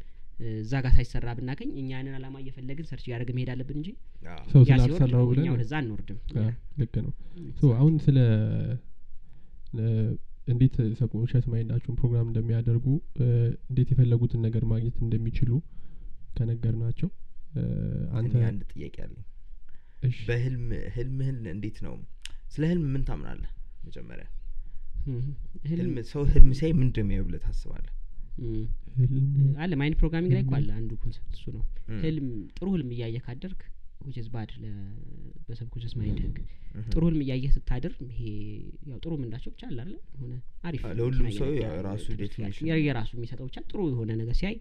A: እ፣ እዛ ጋር ሳይሰራ ብናገኝ እኛ ያንን አላማ እየፈለግን ሰርች እያደረግን መሄድ አለብን እንጂ
B: ያ፣
C: ሰው
A: ያ ሲወርድ
C: ስላልሰራው
A: ነው እኛ
C: ብለን
A: ወደዛ አንወርድም
C: አዎ፣ ልክ ነው ሶ አሁን ስለ እ፣ እንዴት ሰብኮንሽስ ማይንዳቸውን ፕሮግራም እንደሚያደርጉ እ፣ እንዴት የፈለጉትን ነገር ማግኘት እንደሚችሉ ከነገር ናቸው አንተ
B: እኔ አንድ ጥያቄ አለኝ
C: እሺ
B: በህልም ህልምህን እንዴት ነው ስለ ህልም ምን ታምናለህ መጀመሪያ
A: እህ፣ ህልም
B: ህልም ሰው ህልም ሲያይ ምንድን ነው ብለህ ታስባለህ
A: እም፣
C: ህልም
A: አለ ማይንድ ፕሮግራሚንግ ላይ እኮ አለ አንዱ ኮንሰፕት እሱ ነው
B: እም፣
A: ህልም ጥሩ ህልም እያየ ካደርግ which is bad በሰብኮንሽስ ማይንድ ህግ
B: እህ።
A: ጥሩ ህልም እያየ ስታድር ይሄ ያው ጥሩ ምንዳቸው ብቻ አለ አይደለ የሆነ አሪፍ
B: አ፣ ለሁሉም
A: መኪና
B: ሰው
A: እየነዳ
B: ያው የራሱ
A: ትምህርት
B: definition
A: ያ- የራሱ የሚሰጠው ብቻ ጥሩ የሆነ ነገር ሲያይ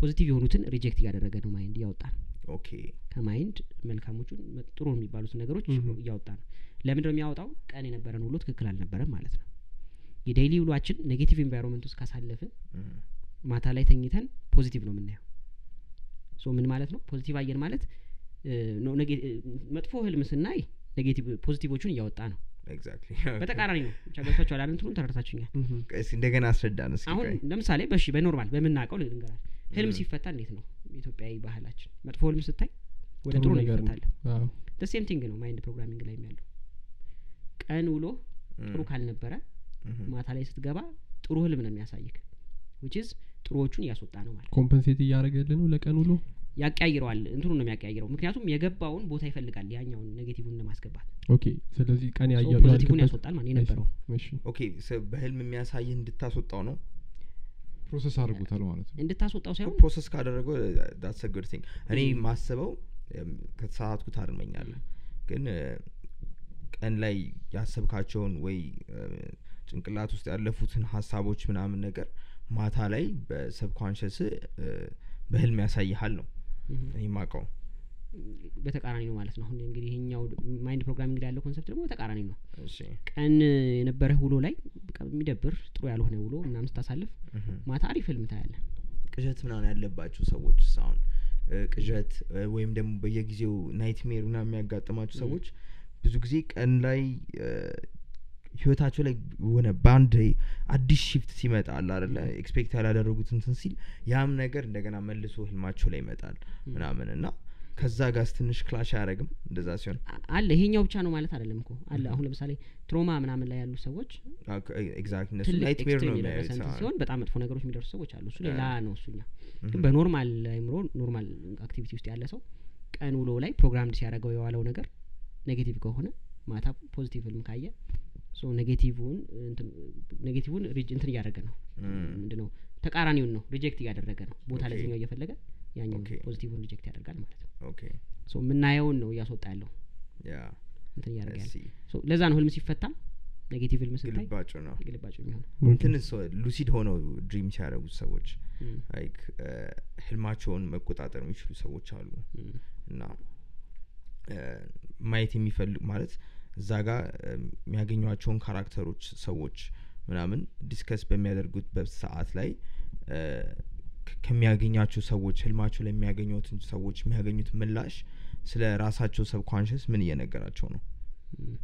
A: ፖዚቲቭ የሆኑትን ሪጀክት እያደረገ ነው ማይንድ እያወጣ ነው
B: ኦኬ
A: ከማይንድ መልካሞቹን መ- ጥሩ የሚባሉትን ነገሮች
C: Mhm.
A: እያወጣ ነው ለምንድነው የሚያወጣው ቀን የነበረን ውሎ ትክክል አልነበረም ማለት ነው የዴይሊ ውሏችን ኔጌቲቭ ኤንቫይሮንመንት ውስጥ ካሳለፍን
B: እህ፣
A: ማታ ላይ ተኝተን ፖዚቲቭ ነው የምናየው ሶ ምን ማለት ነው ፖዚቲቭ አየን ማለት እ፣ ኖ- ኔጌ- እ፣ መጥፎ ህልም ስናይ ኔጌቲቭ ፖዚቲቮቹን እያወጣ ነው
B: ኤግዛክትሊ
A: በተቃራኒ ነው ብቻ ገብታችኋል አይደል? እንትኑን ተረድታችሁኛል
B: እስኪ እንደገና አስረዳን እስኪ
A: አሁን
B: ቆይ።
A: ለምሳሌ በሺ በኖርማል በምናውቀው ልንገራል ህልም
B: እም፣
A: ሲፈታ እንዴት ነው ኢትዮጵያዊ ባህላችን መጥፎ ህልም ስታይ ወደ
C: ጥሩ
A: ጥሩ ነው
C: ነገር ነው።
A: ይፈታል
C: አዎ።
A: ደሴም ቲንግ ነው ማይንድ ፕሮግራሚንግ ላይ ያለው ቀን ውሎ ጥሩ
B: እም፣
A: ካልነበረ
B: እህ፣
A: ማታ ላይ ስትገባ ጥሩ ህልም ነው የሚያሳይክ ዊችዝ ጥሩዎቹን እያስወጣ ነው ማለት
C: ኮምፐንሴት እያደረገልን ነው ለቀን ውሎ
A: ያቀያይረዋል እንትኑ ነው የሚያቀያይረው ምክንያቱም የገባውን ቦታ ይፈልጋል ያኛውን ኔጌቲቭን ለማስገባት
C: ኦኬ ስለዚህ ቀን
A: So
C: ያየው
A: ፖዚቲቭን ያስወጣል ማለት የነበረው
B: ኦኬ ሰ- በህልም የሚያሳይህ እንድታስወጣው ነው
D: ፕሮሰስ አድርጎታል ማለት ነው
A: እንድታስወጣው ሳይሆን
B: ፕሮሰስ ካደረገው ዳትስ ጉድ ቲንግ እኔ ማስበው እም፣ ከተሳሳትኩ ታርመኛለህ ግን እ፣ ቀን ላይ ያሰብካቸውን ወይ እ፣ ጭንቅላት ውስጥ ያለፉትን ሀሳቦች ምናምን ነገር ማታ ላይ በሰብኮንሽስ በህልም ያሳይሃል ነው
A: እህ፣
B: እኔ ማቀው
A: በተቃራኒ ነው ማለት ነው አሁን እንግዲህ ይሄኛው ማይንድ ፕሮግራሚንግ ላይ ያለው ኮንሰፕት ደግሞ በተቃራኒ ነው
B: እሺ
A: ቀን የነበረ ውሎ ላይ በቃ የሚደብር ጥሩ ያልሆነ ውሎ ምናምን ስታሳልፍ
B: እህም።
A: ማታ አሪፍ ህልም ታያለህ
B: ቅዠት ምናምን ያለባችሁ ሰዎች አሁን እ፣ ቅዠት እ፣ ወይም ደግሞ በየጊዜው ናይትሜር ምናምን የሚያጋጥማችሁ ሰዎች ብዙ ጊዜ ቀን ላይ እ፣ ህይወታቸው ላይ የሆነ በአንድ አዲስ ሽፍት ሲመጣ አለ አይደለ ኤክስፔክት ያላደረጉት እንትን ሲል ያም ነገር እንደገና መልሶ ህልማቸው ላይ ይመጣል ምናምን እና ከዛ ጋር ትንሽ ክላሽ አያደረግም እንደዛ ሲሆን
A: አ- አለ ይሄኛው ብቻ ነው ማለት አይደለም እኮ አለ አሁን ለምሳሌ ትሮማ ምናምን ላይ ያሉ ሰዎች
B: ኤግዛክት እነሱ
A: ትልቅ
B: ናይትሜር ነው
A: ኤክስትሪም የደረሰ እንትን
B: የሚያዩት
A: ሲሆን በጣም መጥፎ ነገሮች የሚደርሱ ሰዎች አሉ እሱ ሌላ ነው እሱኛ ግን በኖርማል አይምሮ ኖርማል አክቲቪቲ ውስጥ ያለ ሰው ቀን ውሎ ላይ ፕሮግራም ሲያደርገው የዋለው ነገር ኔጌቲቭ ከሆነ ማታ ፖዚቲቭ ህልም ካየ ሶ ኔጌቲቭን እንትን- ኔጌቲቭን ሪጅ- እንትን እያደረገ ነው ምንድን ነው ተቃራኒውን ነው ሪጀክት እያደረገ ነው ቦታ
B: ኦኬ።
A: ለዚህኛው እየፈለገ ያኛው
B: ኦኬ።
A: ፖዚቲቭን ሪጀክት ያደርጋል ማለት ነው
B: ኦኬ
A: ሶ የምናየውን ነው እያስወጣ ያለው
B: ያ
A: እንትን እያደረገ ያለው
B: እስኪ
A: ሶ ለዛ ነው ህልም ሲፈታ ኔጌቲቭ ህልም ስታይ
B: ግልባጩ ነው
A: ግልባጭ የሚሆነው
B: እንትን ሉሲድ ሆነው ድሪም ሲያደርጉት ሰዎች
A: ም፣
B: ላይክ ህልማቸውን መቆጣጠር የሚችሉ ሰዎች አሉ
A: ም፣
B: እና እ፣ ማየት የሚፈልግ ማለት እዛ ጋር የሚያገኟቸውን ካራክተሮች ሰዎች ምናምን ዲስከስ በሚያደርጉት በሰዓት ላይ እ፣ ከ- ከሚያገኛቸው ሰዎች ህልማቸው ላይ የሚያገኙትን ሰዎች የሚያገኙት ምላሽ ስለ ራሳቸው ሰብኮንሽስ ምን እየነገራቸው ነው
A: ም።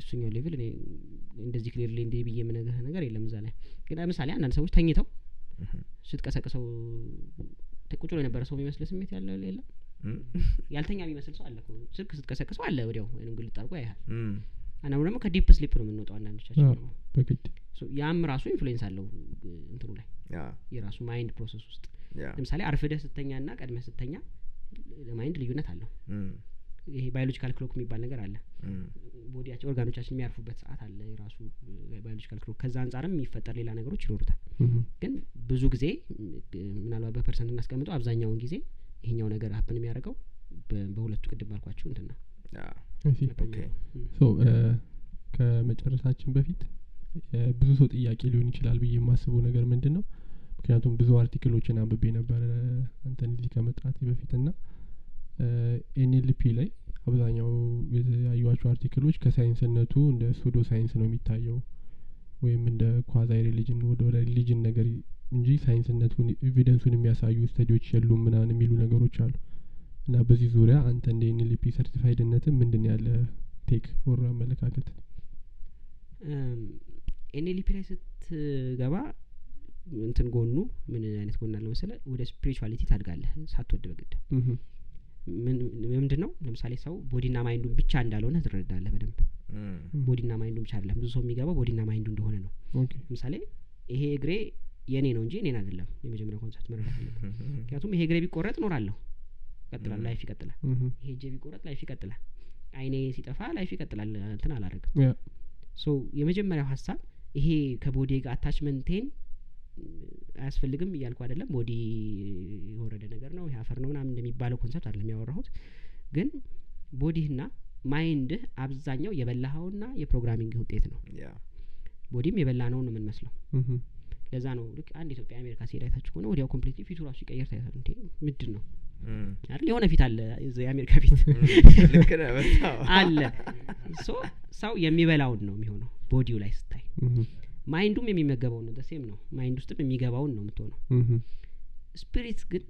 A: እሱኛው ሌቭል እኔ እንደዚህ ክሊርሊ እንዲህ ብዬ የምነግርህ ነገር የለም እዛ ላይ ግን ለምሳሌ አንዳንድ ሰዎች ተኝተው
B: እህም።
A: ስትቀሰቅሰው ቁጭ ብሎ የነበረ ሰው የሚመስል ስሜት ያለው የለም
B: እም?
A: ያልተኛ የሚመስል ሰው አለ እኮ። ስልክ ስትቀሰቅሰው አለ ወዲያው ወይም ግልጥ አድርጎ ያይሃል
B: እም።
A: አንዳንዱ ደግሞ ከዲፕ ስሊፕ ነው የምንወጣው አንዳንዶቻችን
C: አዎ፣
A: ደግሞ
C: በግድ
A: So ያም ራሱ ኢንፍሉዌንስ አለው እ፣ እንትኑ ላይ
B: ያ
A: የራሱ ማይንድ ፕሮሰስ ውስጥ
B: ያ
A: ለምሳሌ አርፍደህ ስተኛ እና ቀድመህ ስተኛ ለማይንድ ልዩነት አለው
B: እም።
A: ይሄ ባዮሎጂካል ክሎክ የሚባል ነገር አለ
B: እም።
A: ቦዲያቸው ኦርጋኖቻችን የሚያርፉበት ሰዓት አለ የራሱ ባዮሎጂካል ክሎክ ከዛ አንጻርም የሚፈጠር ሌላ ነገሮች ይኖሩታል
C: እህም።
A: ግን ብዙ ጊዜ ም, ምናልባት በፐርሰንት እናስቀምጠው አብዛኛውን ጊዜ ይሄኛው ነገር ሀፕን የሚያደርገው በ- በሁለቱ ቅድም ባልኳችሁ እንትን ነው
B: ያ
C: እሺ፣
B: ኦኬ
C: ሶ እ፣ ከመጨረሳችን በፊት እ፣ ብዙ ሰው ጥያቄ ሊሆን ይችላል ብዬ የማስበው ነገር ምንድን ነው ምክንያቱም ብዙ አርቲክሎችን አንብቤ ነበረ አንተን እዚህ ከመጥራቴ በፊት ና ኤንኤልፒ ላይ አብዛኛው ያዩዋቸው አርቲክሎች ከሳይንስነቱ እንደ ሱዶ ሳይንስ ነው የሚታየው ወይም እንደ ኳዛ ሪሊጅን ወደ ሪሊጅን ነገር እንጂ ሳይንስነቱን ኤቪደንሱን የሚያሳዩ ስተዲዎች የሉም ምናምን የሚሉ ነገሮች አሉ እና በዚህ ዙሪያ አንተ እንደ ኤንኤልፒ ሰርቲፋይድነትም ምንድን ያለ ቴክ ወር አመለካከት
A: ኤንኤልፒ ላይ ስትገባ እንትን ጎኑ ምን አይነት ጎን አለ መሰለ ወደ ስፒሪቹዋሊቲ ታድጋለህ ሳትወድ በግድ
C: እህም፣
A: ምንድን ነው ለምሳሌ ሰው ቦዲና ማይንዱን ብቻ እንዳልሆነ ትረዳለህ በደንብ
B: እም።
A: ቦዲና ማይንዱን ብቻ አይደለም ብዙ ሰው የሚገባው ቦዲና ማይንዱ እንደሆነ ነው
C: ኦኬ
A: ለምሳሌ ይሄ እግሬ የኔ ነው እንጂ እኔን አይደለም የመጀመሪያው ኮንሰርት መረዳት አለብህ ምክንያቱም ይሄ እግሬ ቢቆረጥ ኖራለሁ ይቀጥላል
B: Mhm.
A: ላይፍ ይቀጥላል
C: እህም፣
A: ይሄ እጄ ቢቆረጥ ላይፍ ይቀጥላል አይኔ ሲጠፋ ላይፍ ይቀጥላል እንትን አላረግም
C: ያ፣
A: ሶ የመጀመሪያው ሀሳብ ይሄ ከቦዲ ጋር አታችመንቴን አያስፈልግም እያልኩ አይደለም ቦዲ የወረደ ነገር ነው ይሄ አፈር ነው ምናምን እንደሚባለው ኮንሰፕት አይደለም ያወራሁት ግን ቦዲህና ማይንድህ አብዛኛው የበላኸውና የፕሮግራሚንግ ውጤት ነው
B: ያ
A: ቦዲም የበላነው ነው የምንመስለው
C: እህም፣
A: ለዛ ነው ልክ አንድ ኢትዮጵያ አሜሪካ ሲሄድ አይታችሁ ከሆነ ወዲያው ኮምፕሊት ፊቱ ራሱ ይቀየር ታይታል እንዴ ምንድን ነው
B: እም።
A: አይደል የሆነ ፊት አለ እዛ የአሜሪካ ፊት
B: Mm.
A: Mm.
B: [LAUGHS] ልክ ነህ በጣም
A: አለ ሶ ሰው የሚበላውን ነው የሚሆነው ቦዲው ላይ ስታይ
C: እህም፣
A: ማይንዱም የሚመገበውን ነው ደሴም ነው ማይንድ ውስጥም የሚገባውን ነው የምትሆነው
C: እህም፣
A: ስፒሪት ግን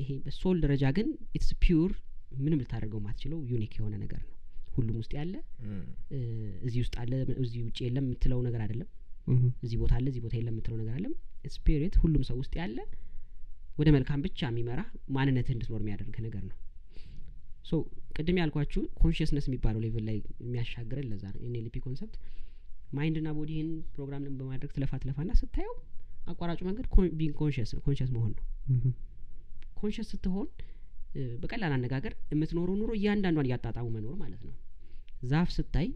A: ይሄ በሶል ደረጃ ግን ኢትስ ፒውር ምንም ልታደርገው ማትችለው ዩኒክ የሆነ ነገር ነው ሁሉም ውስጥ ያለ
B: እም።
A: እ፣ እዚህ ውስጥ አለ እዚህ ውጭ የለም የምትለው ነገር አይደለም
C: እህም፣
A: እዚህ ቦታ አለ እዚህ ቦታ የለም የምትለው ነገር አለም ስፒሪት ሁሉም ሰው ውስጥ ያለ ወደ መልካም ብቻ የሚመራ ማንነትህ እንድትኖር የሚያደርግ ነገር ነው ሶ ቅድም ያልኳችሁ ኮንሽስነስ የሚባለው ሌቭል ላይ የሚያሻግረን ለዛ ነው ኤንኤልፒ ኮንሰፕት ማይንድና ቦዲህን ፕሮግራም በማድረግ ትለፋ ትለፋና ስታየው አቋራጩ መንገድ ቢንግ ኮንሽስ ነው ኮንሽስ መሆን ነው
C: እህም፣
A: ኮንሽስ ስትሆን እ፣ በቀላል አነጋገር የምትኖረው ኑሮ እያንዳንዷን እያጣጣሙ መኖር ማለት ነው ዛፍ ስታይ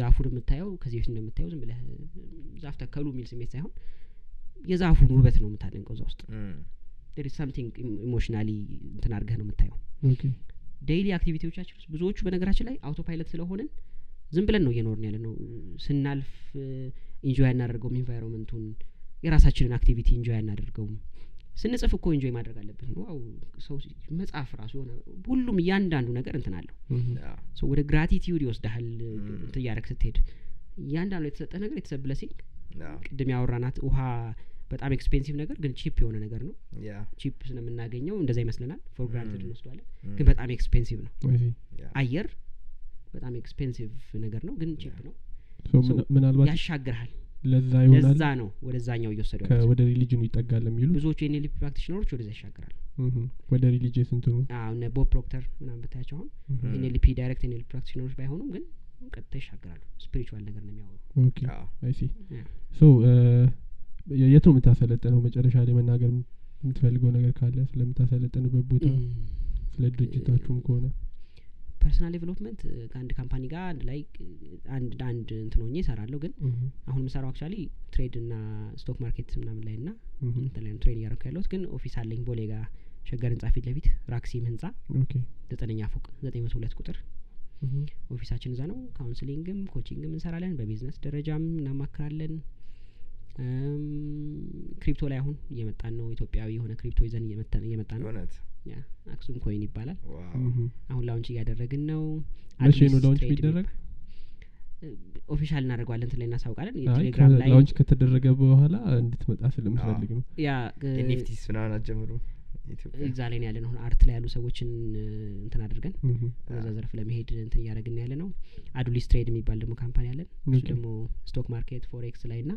A: ዛፉን የምታየው ከዚህ በፊት እንደምታየው ዝም ብለህ እ, ዛፍ ተከሉ የሚል ስሜት ሳይሆን የዛፉን ውበት ነው የምታደንቀው እዛ ውስጥ
B: እም።
A: there is something im- emotionally እንትን አድርገህ ነው የምታየው
C: ኦኬ
A: ዴይሊ አክቲቪቲዎቻችን ውስጥ ብዙዎቹ በነገራችን ላይ አውቶ ፓይለት ስለሆንን ዝም ብለን ነው እየኖርን ያለ ነው ስናልፍ ኢንጆይ አናደርገውም ኢንቫይሮንመንቱን የራሳችንን አክቲቪቲ ኢንጆይ አናደርገውም ስንጽፍ እኮ ኢንጆይ ማድረግ አለብን ዋው ሰው ሲ- መጽሐፍ ራሱ የሆነ ሁሉም እያንዳንዱ ነገር እንትን አለው ሰው ወደ ግራቲቲዩድ ይወስድሃል እንትን እያደረግ ስትሄድ እያንዳንዱ የተሰጠ ነገር የተሰ ብለሲንግ ቅድም ያወራናት ውሃ በጣም ኤክስፔንሲቭ ነገር ግን ቺፕ የሆነ ነገር ነው ቺፕ ስለምናገኘው እንደዛ ይመስለናል ፎር ግራንትድ
B: Mm.
A: እንወስደዋለን
B: Mm.
A: ግን በጣም ኤክስፔንሲቭ ነው አየር በጣም ኤክስፔንሲቭ ነገር ነው ግን ቺፕ ነው So-
C: ምናልባት
A: ያሻግርሃል
C: ለዛ ይሆናል
A: ለዛ ነው ወደዛኛው እየወሰደ
C: ከ- ወደ ሪሊጅኑ ይጠጋል የሚሉ
A: ብዙዎቹ የኔሊፕ ፕራክቲሽነሮች ወደዛ ያሻግራል
C: ምሁም። ወደ ሪሊጅስ እንትኑ
A: እነ ቦብ ፕሮክተር ምናምን ብታያቸው አሁን
C: ምሁም።
A: ኤንኤልፒ ዳይሬክት ኤንኤልፒ ፕራክቲሽነሮች ባይሆኑም ግን ቀጥታ ይሻገራሉ ስፒሪቹዋል ነገር ነው የሚያወሩ
C: ኦኬ አይ ሲ ሶ የ- የት ነው የምታሰለጥነው መጨረሻ ላይ መናገር የም- የምትፈልገው ነገር ካለ ስለምታሰለጥንበት ቦታ ስለ ድርጅታችሁም ከሆነ
A: ፐርሰናል ዴቨሎፕመንት ከአንድ ካምፓኒ ጋር አንድ ላይ እ፣ አንድ አንድ እንትን ሆኜ እሰራለሁ ግን
C: ምሁም፣
A: አሁን የምሰራው አክቹዋሊ ትሬድ እና ስቶክ ማርኬት ምናምን ላይ ና
C: ምሁም።
A: ትሬድ እያደረኩ ያለሁት ግን ኦፊስ አለኝ ቦሌ ጋር ሸገር ህንጻ ፊት ለፊት ራክሲም ህንጻ
C: ኦኬ
A: ዘጠነኛ ፎቅ ዘጠኝ መቶ ሁለት ቁጥር
C: ምሁም፣
A: ኦፊሳችን እዛ ነው ካውንስሊንግም ኮቺንግም እንሰራለን በቢዝነስ ደረጃም እናማክራለን እም፣ ክሪፕቶ ላይ አሁን እየመጣን ነው ኢትዮጵያዊ የሆነ ክሪፕቶ ይዘን እየመጣን- እየመጣ ነው
B: እውነት
A: ያ አክሱም ኮይን ይባላል
B: ዋው
A: Mm-hmm.
C: ምሁም።
A: አሁን ላውንች እያደረግን ነው
C: መቼ ነው
A: አዲስ
C: ላውንች
A: ትሬድ
C: የሚደረግ
A: የሚባ- ኦፊሻል እናደርገዋለን እንትን ላይ እናሳውቃለን
C: አይ፣
A: የቴሌግራም
C: ከ-
A: ላይ
C: ላውንች ከተደረገ በኋላ እንድትመጣ ስለምፈልግ ነው
A: ያ እ፣
B: የኒፍቲስ ምናምን አጀምሩ ኢትዮጵያ
A: እዛ ላይ ነው ያለ ነው አሁን አርት ላይ ያሉ ሰዎችን እ፣ እንትን አድርገን
C: ምሁም።
A: ወደዛ ዘርፍ ለመሄድ እንትን እያደረግን ያለ ነው አዱሊስ ትሬድ የሚባል ደግሞ ካምፓኒ አለን እሱ
C: ኦኬ።
A: ደግሞ ስቶክ ማርኬት ፎሬክስ ላይ ና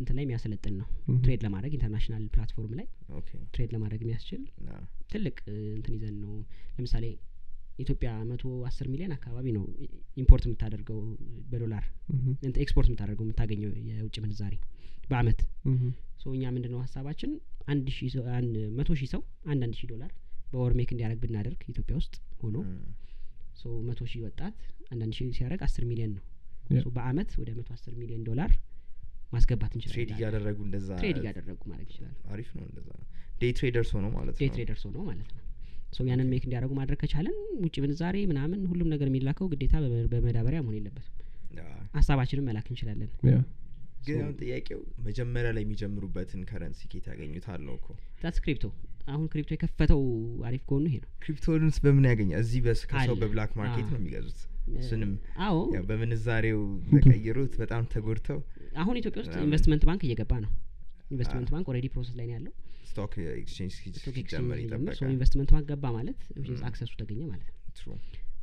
A: እንትን ላይ የሚያሰለጥን ነው
C: ምሁም።
A: ትሬድ ለማድረግ ኢንተርናሽናል ፕላትፎርም ላይ
B: ኦኬ
A: ትሬድ ለማድረግ የሚያስችል
B: ና
A: ትልቅ እ፣ እንትን ይዘን ነው ለምሳሌ ኢትዮጵያ መቶ አስር ሚሊዮን አካባቢ ነው ኢ- ኢምፖርት የምታደርገው በዶላር
C: ምሁም፣
A: እንትን ኤክስፖርት የምታደርገው የምታገኘው የውጭ ምንዛሬ በአመት
C: ምሁም።
A: ሰው እኛ ምንድን ነው ሀሳባችን አንድ ሺህ ሰው አንድ መቶ ሺህ ሰው አንድ አንድ ሺህ ዶላር በወር ሜክ እንዲያደርግ ብናደርግ ኢትዮጵያ ውስጥ ሆኖ
B: ም፣
A: ሰው መቶ ሺህ ወጣት አንዳንድ ሺህ ሲያደርግ አስር ሚሊዮን ነው
C: Yeah.
A: So በአመት ወደ መቶ አስር ሚሊዮን ዶላር ማስገባት
B: ትሬድ
A: እንችላለን
B: እያደረጉ እንደዛ
A: ትሬድ እያደረጉ ማለት ይችላል
B: አሪፍ ነው እንደዛ ዴይ ትሬደርስ ሆኖ ማለት
A: ዴይ
B: ነው
A: ትሬደር ሰው ነው ማለት ነው ሰው ያንን ሜክ እንዲያደርጉ ማድረግ ከቻለን ውጭ ምንዛሬ ምናምን ሁሉም ነገር የሚላከው ግዴታ በመ- በመዳበሪያ መሆን የለበትም
B: ያ።
A: ሀሳባችንን መላክ እንችላለን
C: ያ
B: ግን አሁን ጥያቄው መጀመሪያ ላይ የሚጀምሩበትን ከረንሲ ኬት ያገኙታል ነው እኮ
A: ዛትስ ክሪፕቶ አሁን ክሪፕቶ የከፈተው አሪፍ ከሆኑ ይሄ ነው
B: ክሪፕቶንስ በምን ያገኛል እዚህ በስ- ከሰው
A: አለ።
B: በብላክ ማርኬት
A: አዎ።
B: ነው የሚገዙት እሱንም
A: አዎ
B: ያው በምንዛሬው ተቀይሩት በጣም ተጎድተው
A: አሁን ኢትዮጵያ ውስጥ
B: ምናምን።
A: ኢንቨስትመንት ባንክ እየገባ ነው ኢንቨስትመንት ባንክ ኦልሬዲ ፕሮሰስ ላይ ነው ያለው
B: ስቶክ ኤክስቼንጅ ሲ-
A: ስቶክ ኤክስቼንጅ
B: ሲጀመር
A: ሲጀምር ሰው
B: ይጠበቃል
A: ኢንቨስትመንት ባንክ ገባ ማለት አክሰሱ ተገኘ ማለት ነው
B: ትሩ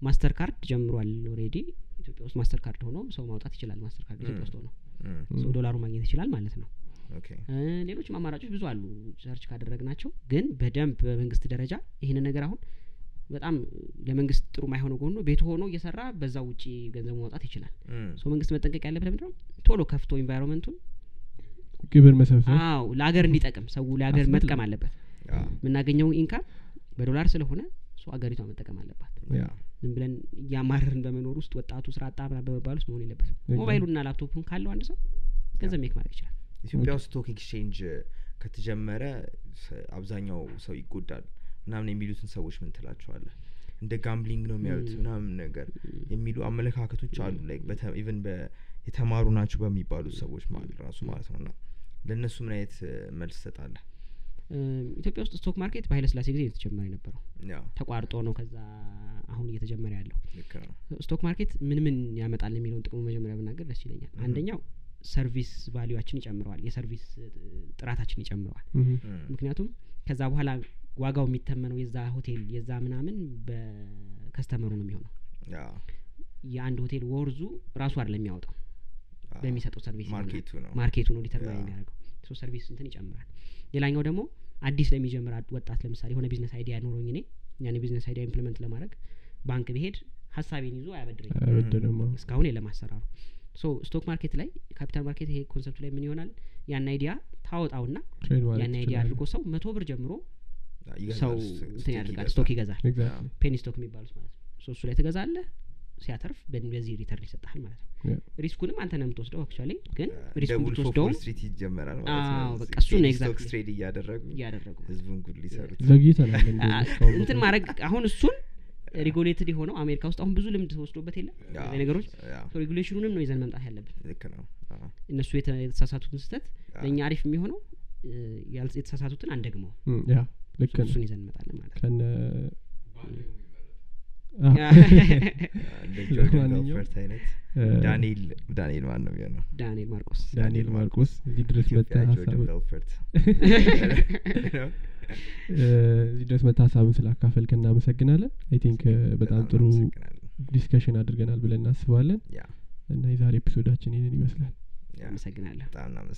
A: ማስተር ካርድ ጀምሯል ኦልሬዲ ኢትዮጵያ ውስጥ ማስተር ካርድ ሆኖ ሰው ማውጣት ይችላል ማስተር ካርድ ኢትዮጵያ
B: Mm.
A: ውስጥ ሆኖ
B: ም፣
A: ሰው ዶላሩ ማግኘት ይችላል ማለት ነው
B: ኦኬ
A: እ፣ ሌሎችም አማራጮች ብዙ አሉ ሰርች ካደረግናቸው ግን በደንብ በመንግስት ደረጃ ይህንን ነገር አሁን በጣም ለመንግስት ጥሩ ማይሆነው ጎኑ ቤቱ ሆኖ እየሰራ በዛ ውጪ ገንዘብ ማውጣት ይችላል
B: ም፣
A: ሰው መንግስት መጠንቀቅ ያለበት ምንድነው ቶሎ ከፍቶ ኢንቫይሮንመንቱን
C: ግብር መሰብሰብ
A: አዎ ለሀገር እንዲጠቅም ሰው ለሀገር
C: አስፈላጊ።
A: መጥቀም አለበት
B: ያ፣
A: የምናገኘው ኢንካም በዶላር ስለሆነ ሰው ሀገሪቷ መጠቀም አለባት
B: ያ፣
A: ዝም ብለን እያማረርን በመኖር ውስጥ ወጣቱ ስራ አጣ ምናምን በመባል ውስጥ መሆን የለበትም
C: ያ።
A: ሞባይሉና ላፕቶፑን ካለው አንድ ሰው ገንዘብ ሜክ ማድረግ ይችላል
B: ኢትዮጵያ ውስጥ ስቶክ ኤክስቼንጅ eh, ከተጀመረ ስ- አብዛኛው ሰው ይጎዳል ምናምን የሚሉትን ሰዎች ምን ትላቸዋለህ እንደ ጋምብሊንግ ነው የሚያዩት
A: ም።
B: ምናምን ነገር የሚሉ አመለካከቶች አሉ
A: Mm.
B: ላይክ ኢቨን የተማሩ ናቸው በሚባሉ ሰዎች ማለት ራሱ ማለት ነው እና ለእነሱ ምን አይነት እ፣ መልስ ትሰጣለህ
A: እም፣ ኢትዮጵያ ውስጥ ስቶክ ማርኬት በኃይለ ስላሴ ጊዜ የተጀመረ የነበረው
B: ያው
A: ተቋርጦ ነው ከዛ አሁን እየተጀመረ ያለው
B: ልክ ነው
A: ስቶክ ማርኬት ምን ምን ያመጣል የሚለውን ጥቅሙ መጀመሪያ ብናገር ደስ ይለኛል
B: Mhm.
A: አንደኛው ሰርቪስ ቫሊዋችን ይጨምረዋል የሰርቪስ እ, ጥራታችን ይጨምረዋል
C: ምሁም፣
B: ም፣
A: ምክንያቱም ከዛ በኋላ ዋጋው የሚተመነው የዛ ሆቴል የዛ ምናምን በከስተመሩ ነው የሚሆነው
B: ያ፣
A: የአንድ ሆቴል ወርዙ ራሱ አይደለም የሚያወጣው
B: አ፣
A: በሚሰጠው ሰርቪስ ይሆናል።
B: ማርኬቱ ነው
A: ማርኬቱ ነው ዲተርማይን
B: ያ።
A: የሚያደርገው ሶ ሰርቪስ እንትን ይጨምራል ሌላኛው ደግሞ አዲስ ለሚጀምር አድ- ወጣት ለምሳሌ የሆነ ቢዝነስ አይዲያ ኖሮኝ እኔ ያን ቢዝነስ አይዲያ ኢምፕሊመንት ለማድረግ ባንክ ብሄድ ሀሳቤን ይዞ አያበድረኝ
C: አይበደልም አዎ።
A: እስካሁን የለም አሰራሩ ሶ ስቶክ ማርኬት ላይ ካፒታል ማርኬት ይሄ ኮንሰፕቱ ላይ ምን ይሆናል ያን አይዲያ ታወጣውና
C: ትሬድ ማለት
A: ያን አይዲያ
C: ትችላለህ።
A: አድርጎ ሰው መቶ ብር ጀምሮ
B: ያ፣ ይገዛል፣
A: ሰው
B: ስ-
A: እንትን
B: ስቶክ
A: ያደርጋል
B: ይገዛል።
A: ስቶክ ይገዛል
C: ኤግዛክትሊ
A: ፔኒ ስቶክ የሚባሉት ማለት ነው ሶ እሱ ላይ ትገዛለህ ሲያተርፍ በን- በዚህ ሪተርን ይሰጥሃል ማለት ነው
C: ያ።
A: ሪስኩንም አንተ ነው የምትወስደው አክቹዋሊ ግን
B: ያ፣ እንደ
A: ሪስኩን
B: ውልፍ ኦፍ
A: ብትወስደውም
B: ዎል ስትሪት ይጀመራል ማለት
A: አዎ፣
B: ነው
A: በቃ
B: እዚህ
A: እሱ ነው
B: penny
A: exactly።
B: stocks trade እያደረጉ
A: እያደረጉ ነው።
B: ህዝቡን ጉድ ሊሰሩት
C: ዘግይተናል እንዴ?
A: አ-
C: እስካሁን
A: እንትን
C: በጣም።
A: ማድረግ አሁን እሱን ሬጉሌትድ የሆነው አሜሪካ ውስጥ አሁን ብዙ ልምድ ተወስዶበት የለም
B: ያ፣
A: እነዚህ ነገሮች
B: ያ፣
A: ሬጉሌሽኑንም ነው ይዘን መምጣት ያለብን
B: ልክ ነው አዎ፣
A: እነሱ የተ- የተሳሳቱትን ስህተት
B: ያ፣
A: ለእኛ አሪፍ የሚሆነው ያልጽ- የተሳሳቱትን አንደግመው
C: እም፣ ያ ልክ ነው
A: እሱን ይዘን እንመጣለን ማለት ነው
C: [LAUGHS]
A: [LAUGHS]
C: ከነ [LAUGHS] ለማንኛውም፣
B: ፈርት አይነት
C: አ፣
B: ዳንኤል ዳንኤል ማን ነው የሚሆነው
A: ዳንኤል ማርቆስ
C: ዳንኤል ማርቆስ እዚህ ድረስ መጥተህ
B: ኢትዮጵያ
C: ሀሳብህን-
B: ጆርዳን ፈርት
C: [LAUGHS] እ፣ እዚህ ድረስ መጥተህ ሀሳብን ስላካፈልክ እናመሰግናለን አይ ቲንክ በጣም ጥሩ
B: እናመሰግናለን።
C: ዲስከሽን አድርገናል ብለን እናስባለን
B: ያ
C: እና የዛሬ ኤፒሶዳችን ይህንን ይመስላል
B: ያ
A: አመሰግናለሁ
B: በጣም እናመሰግናለን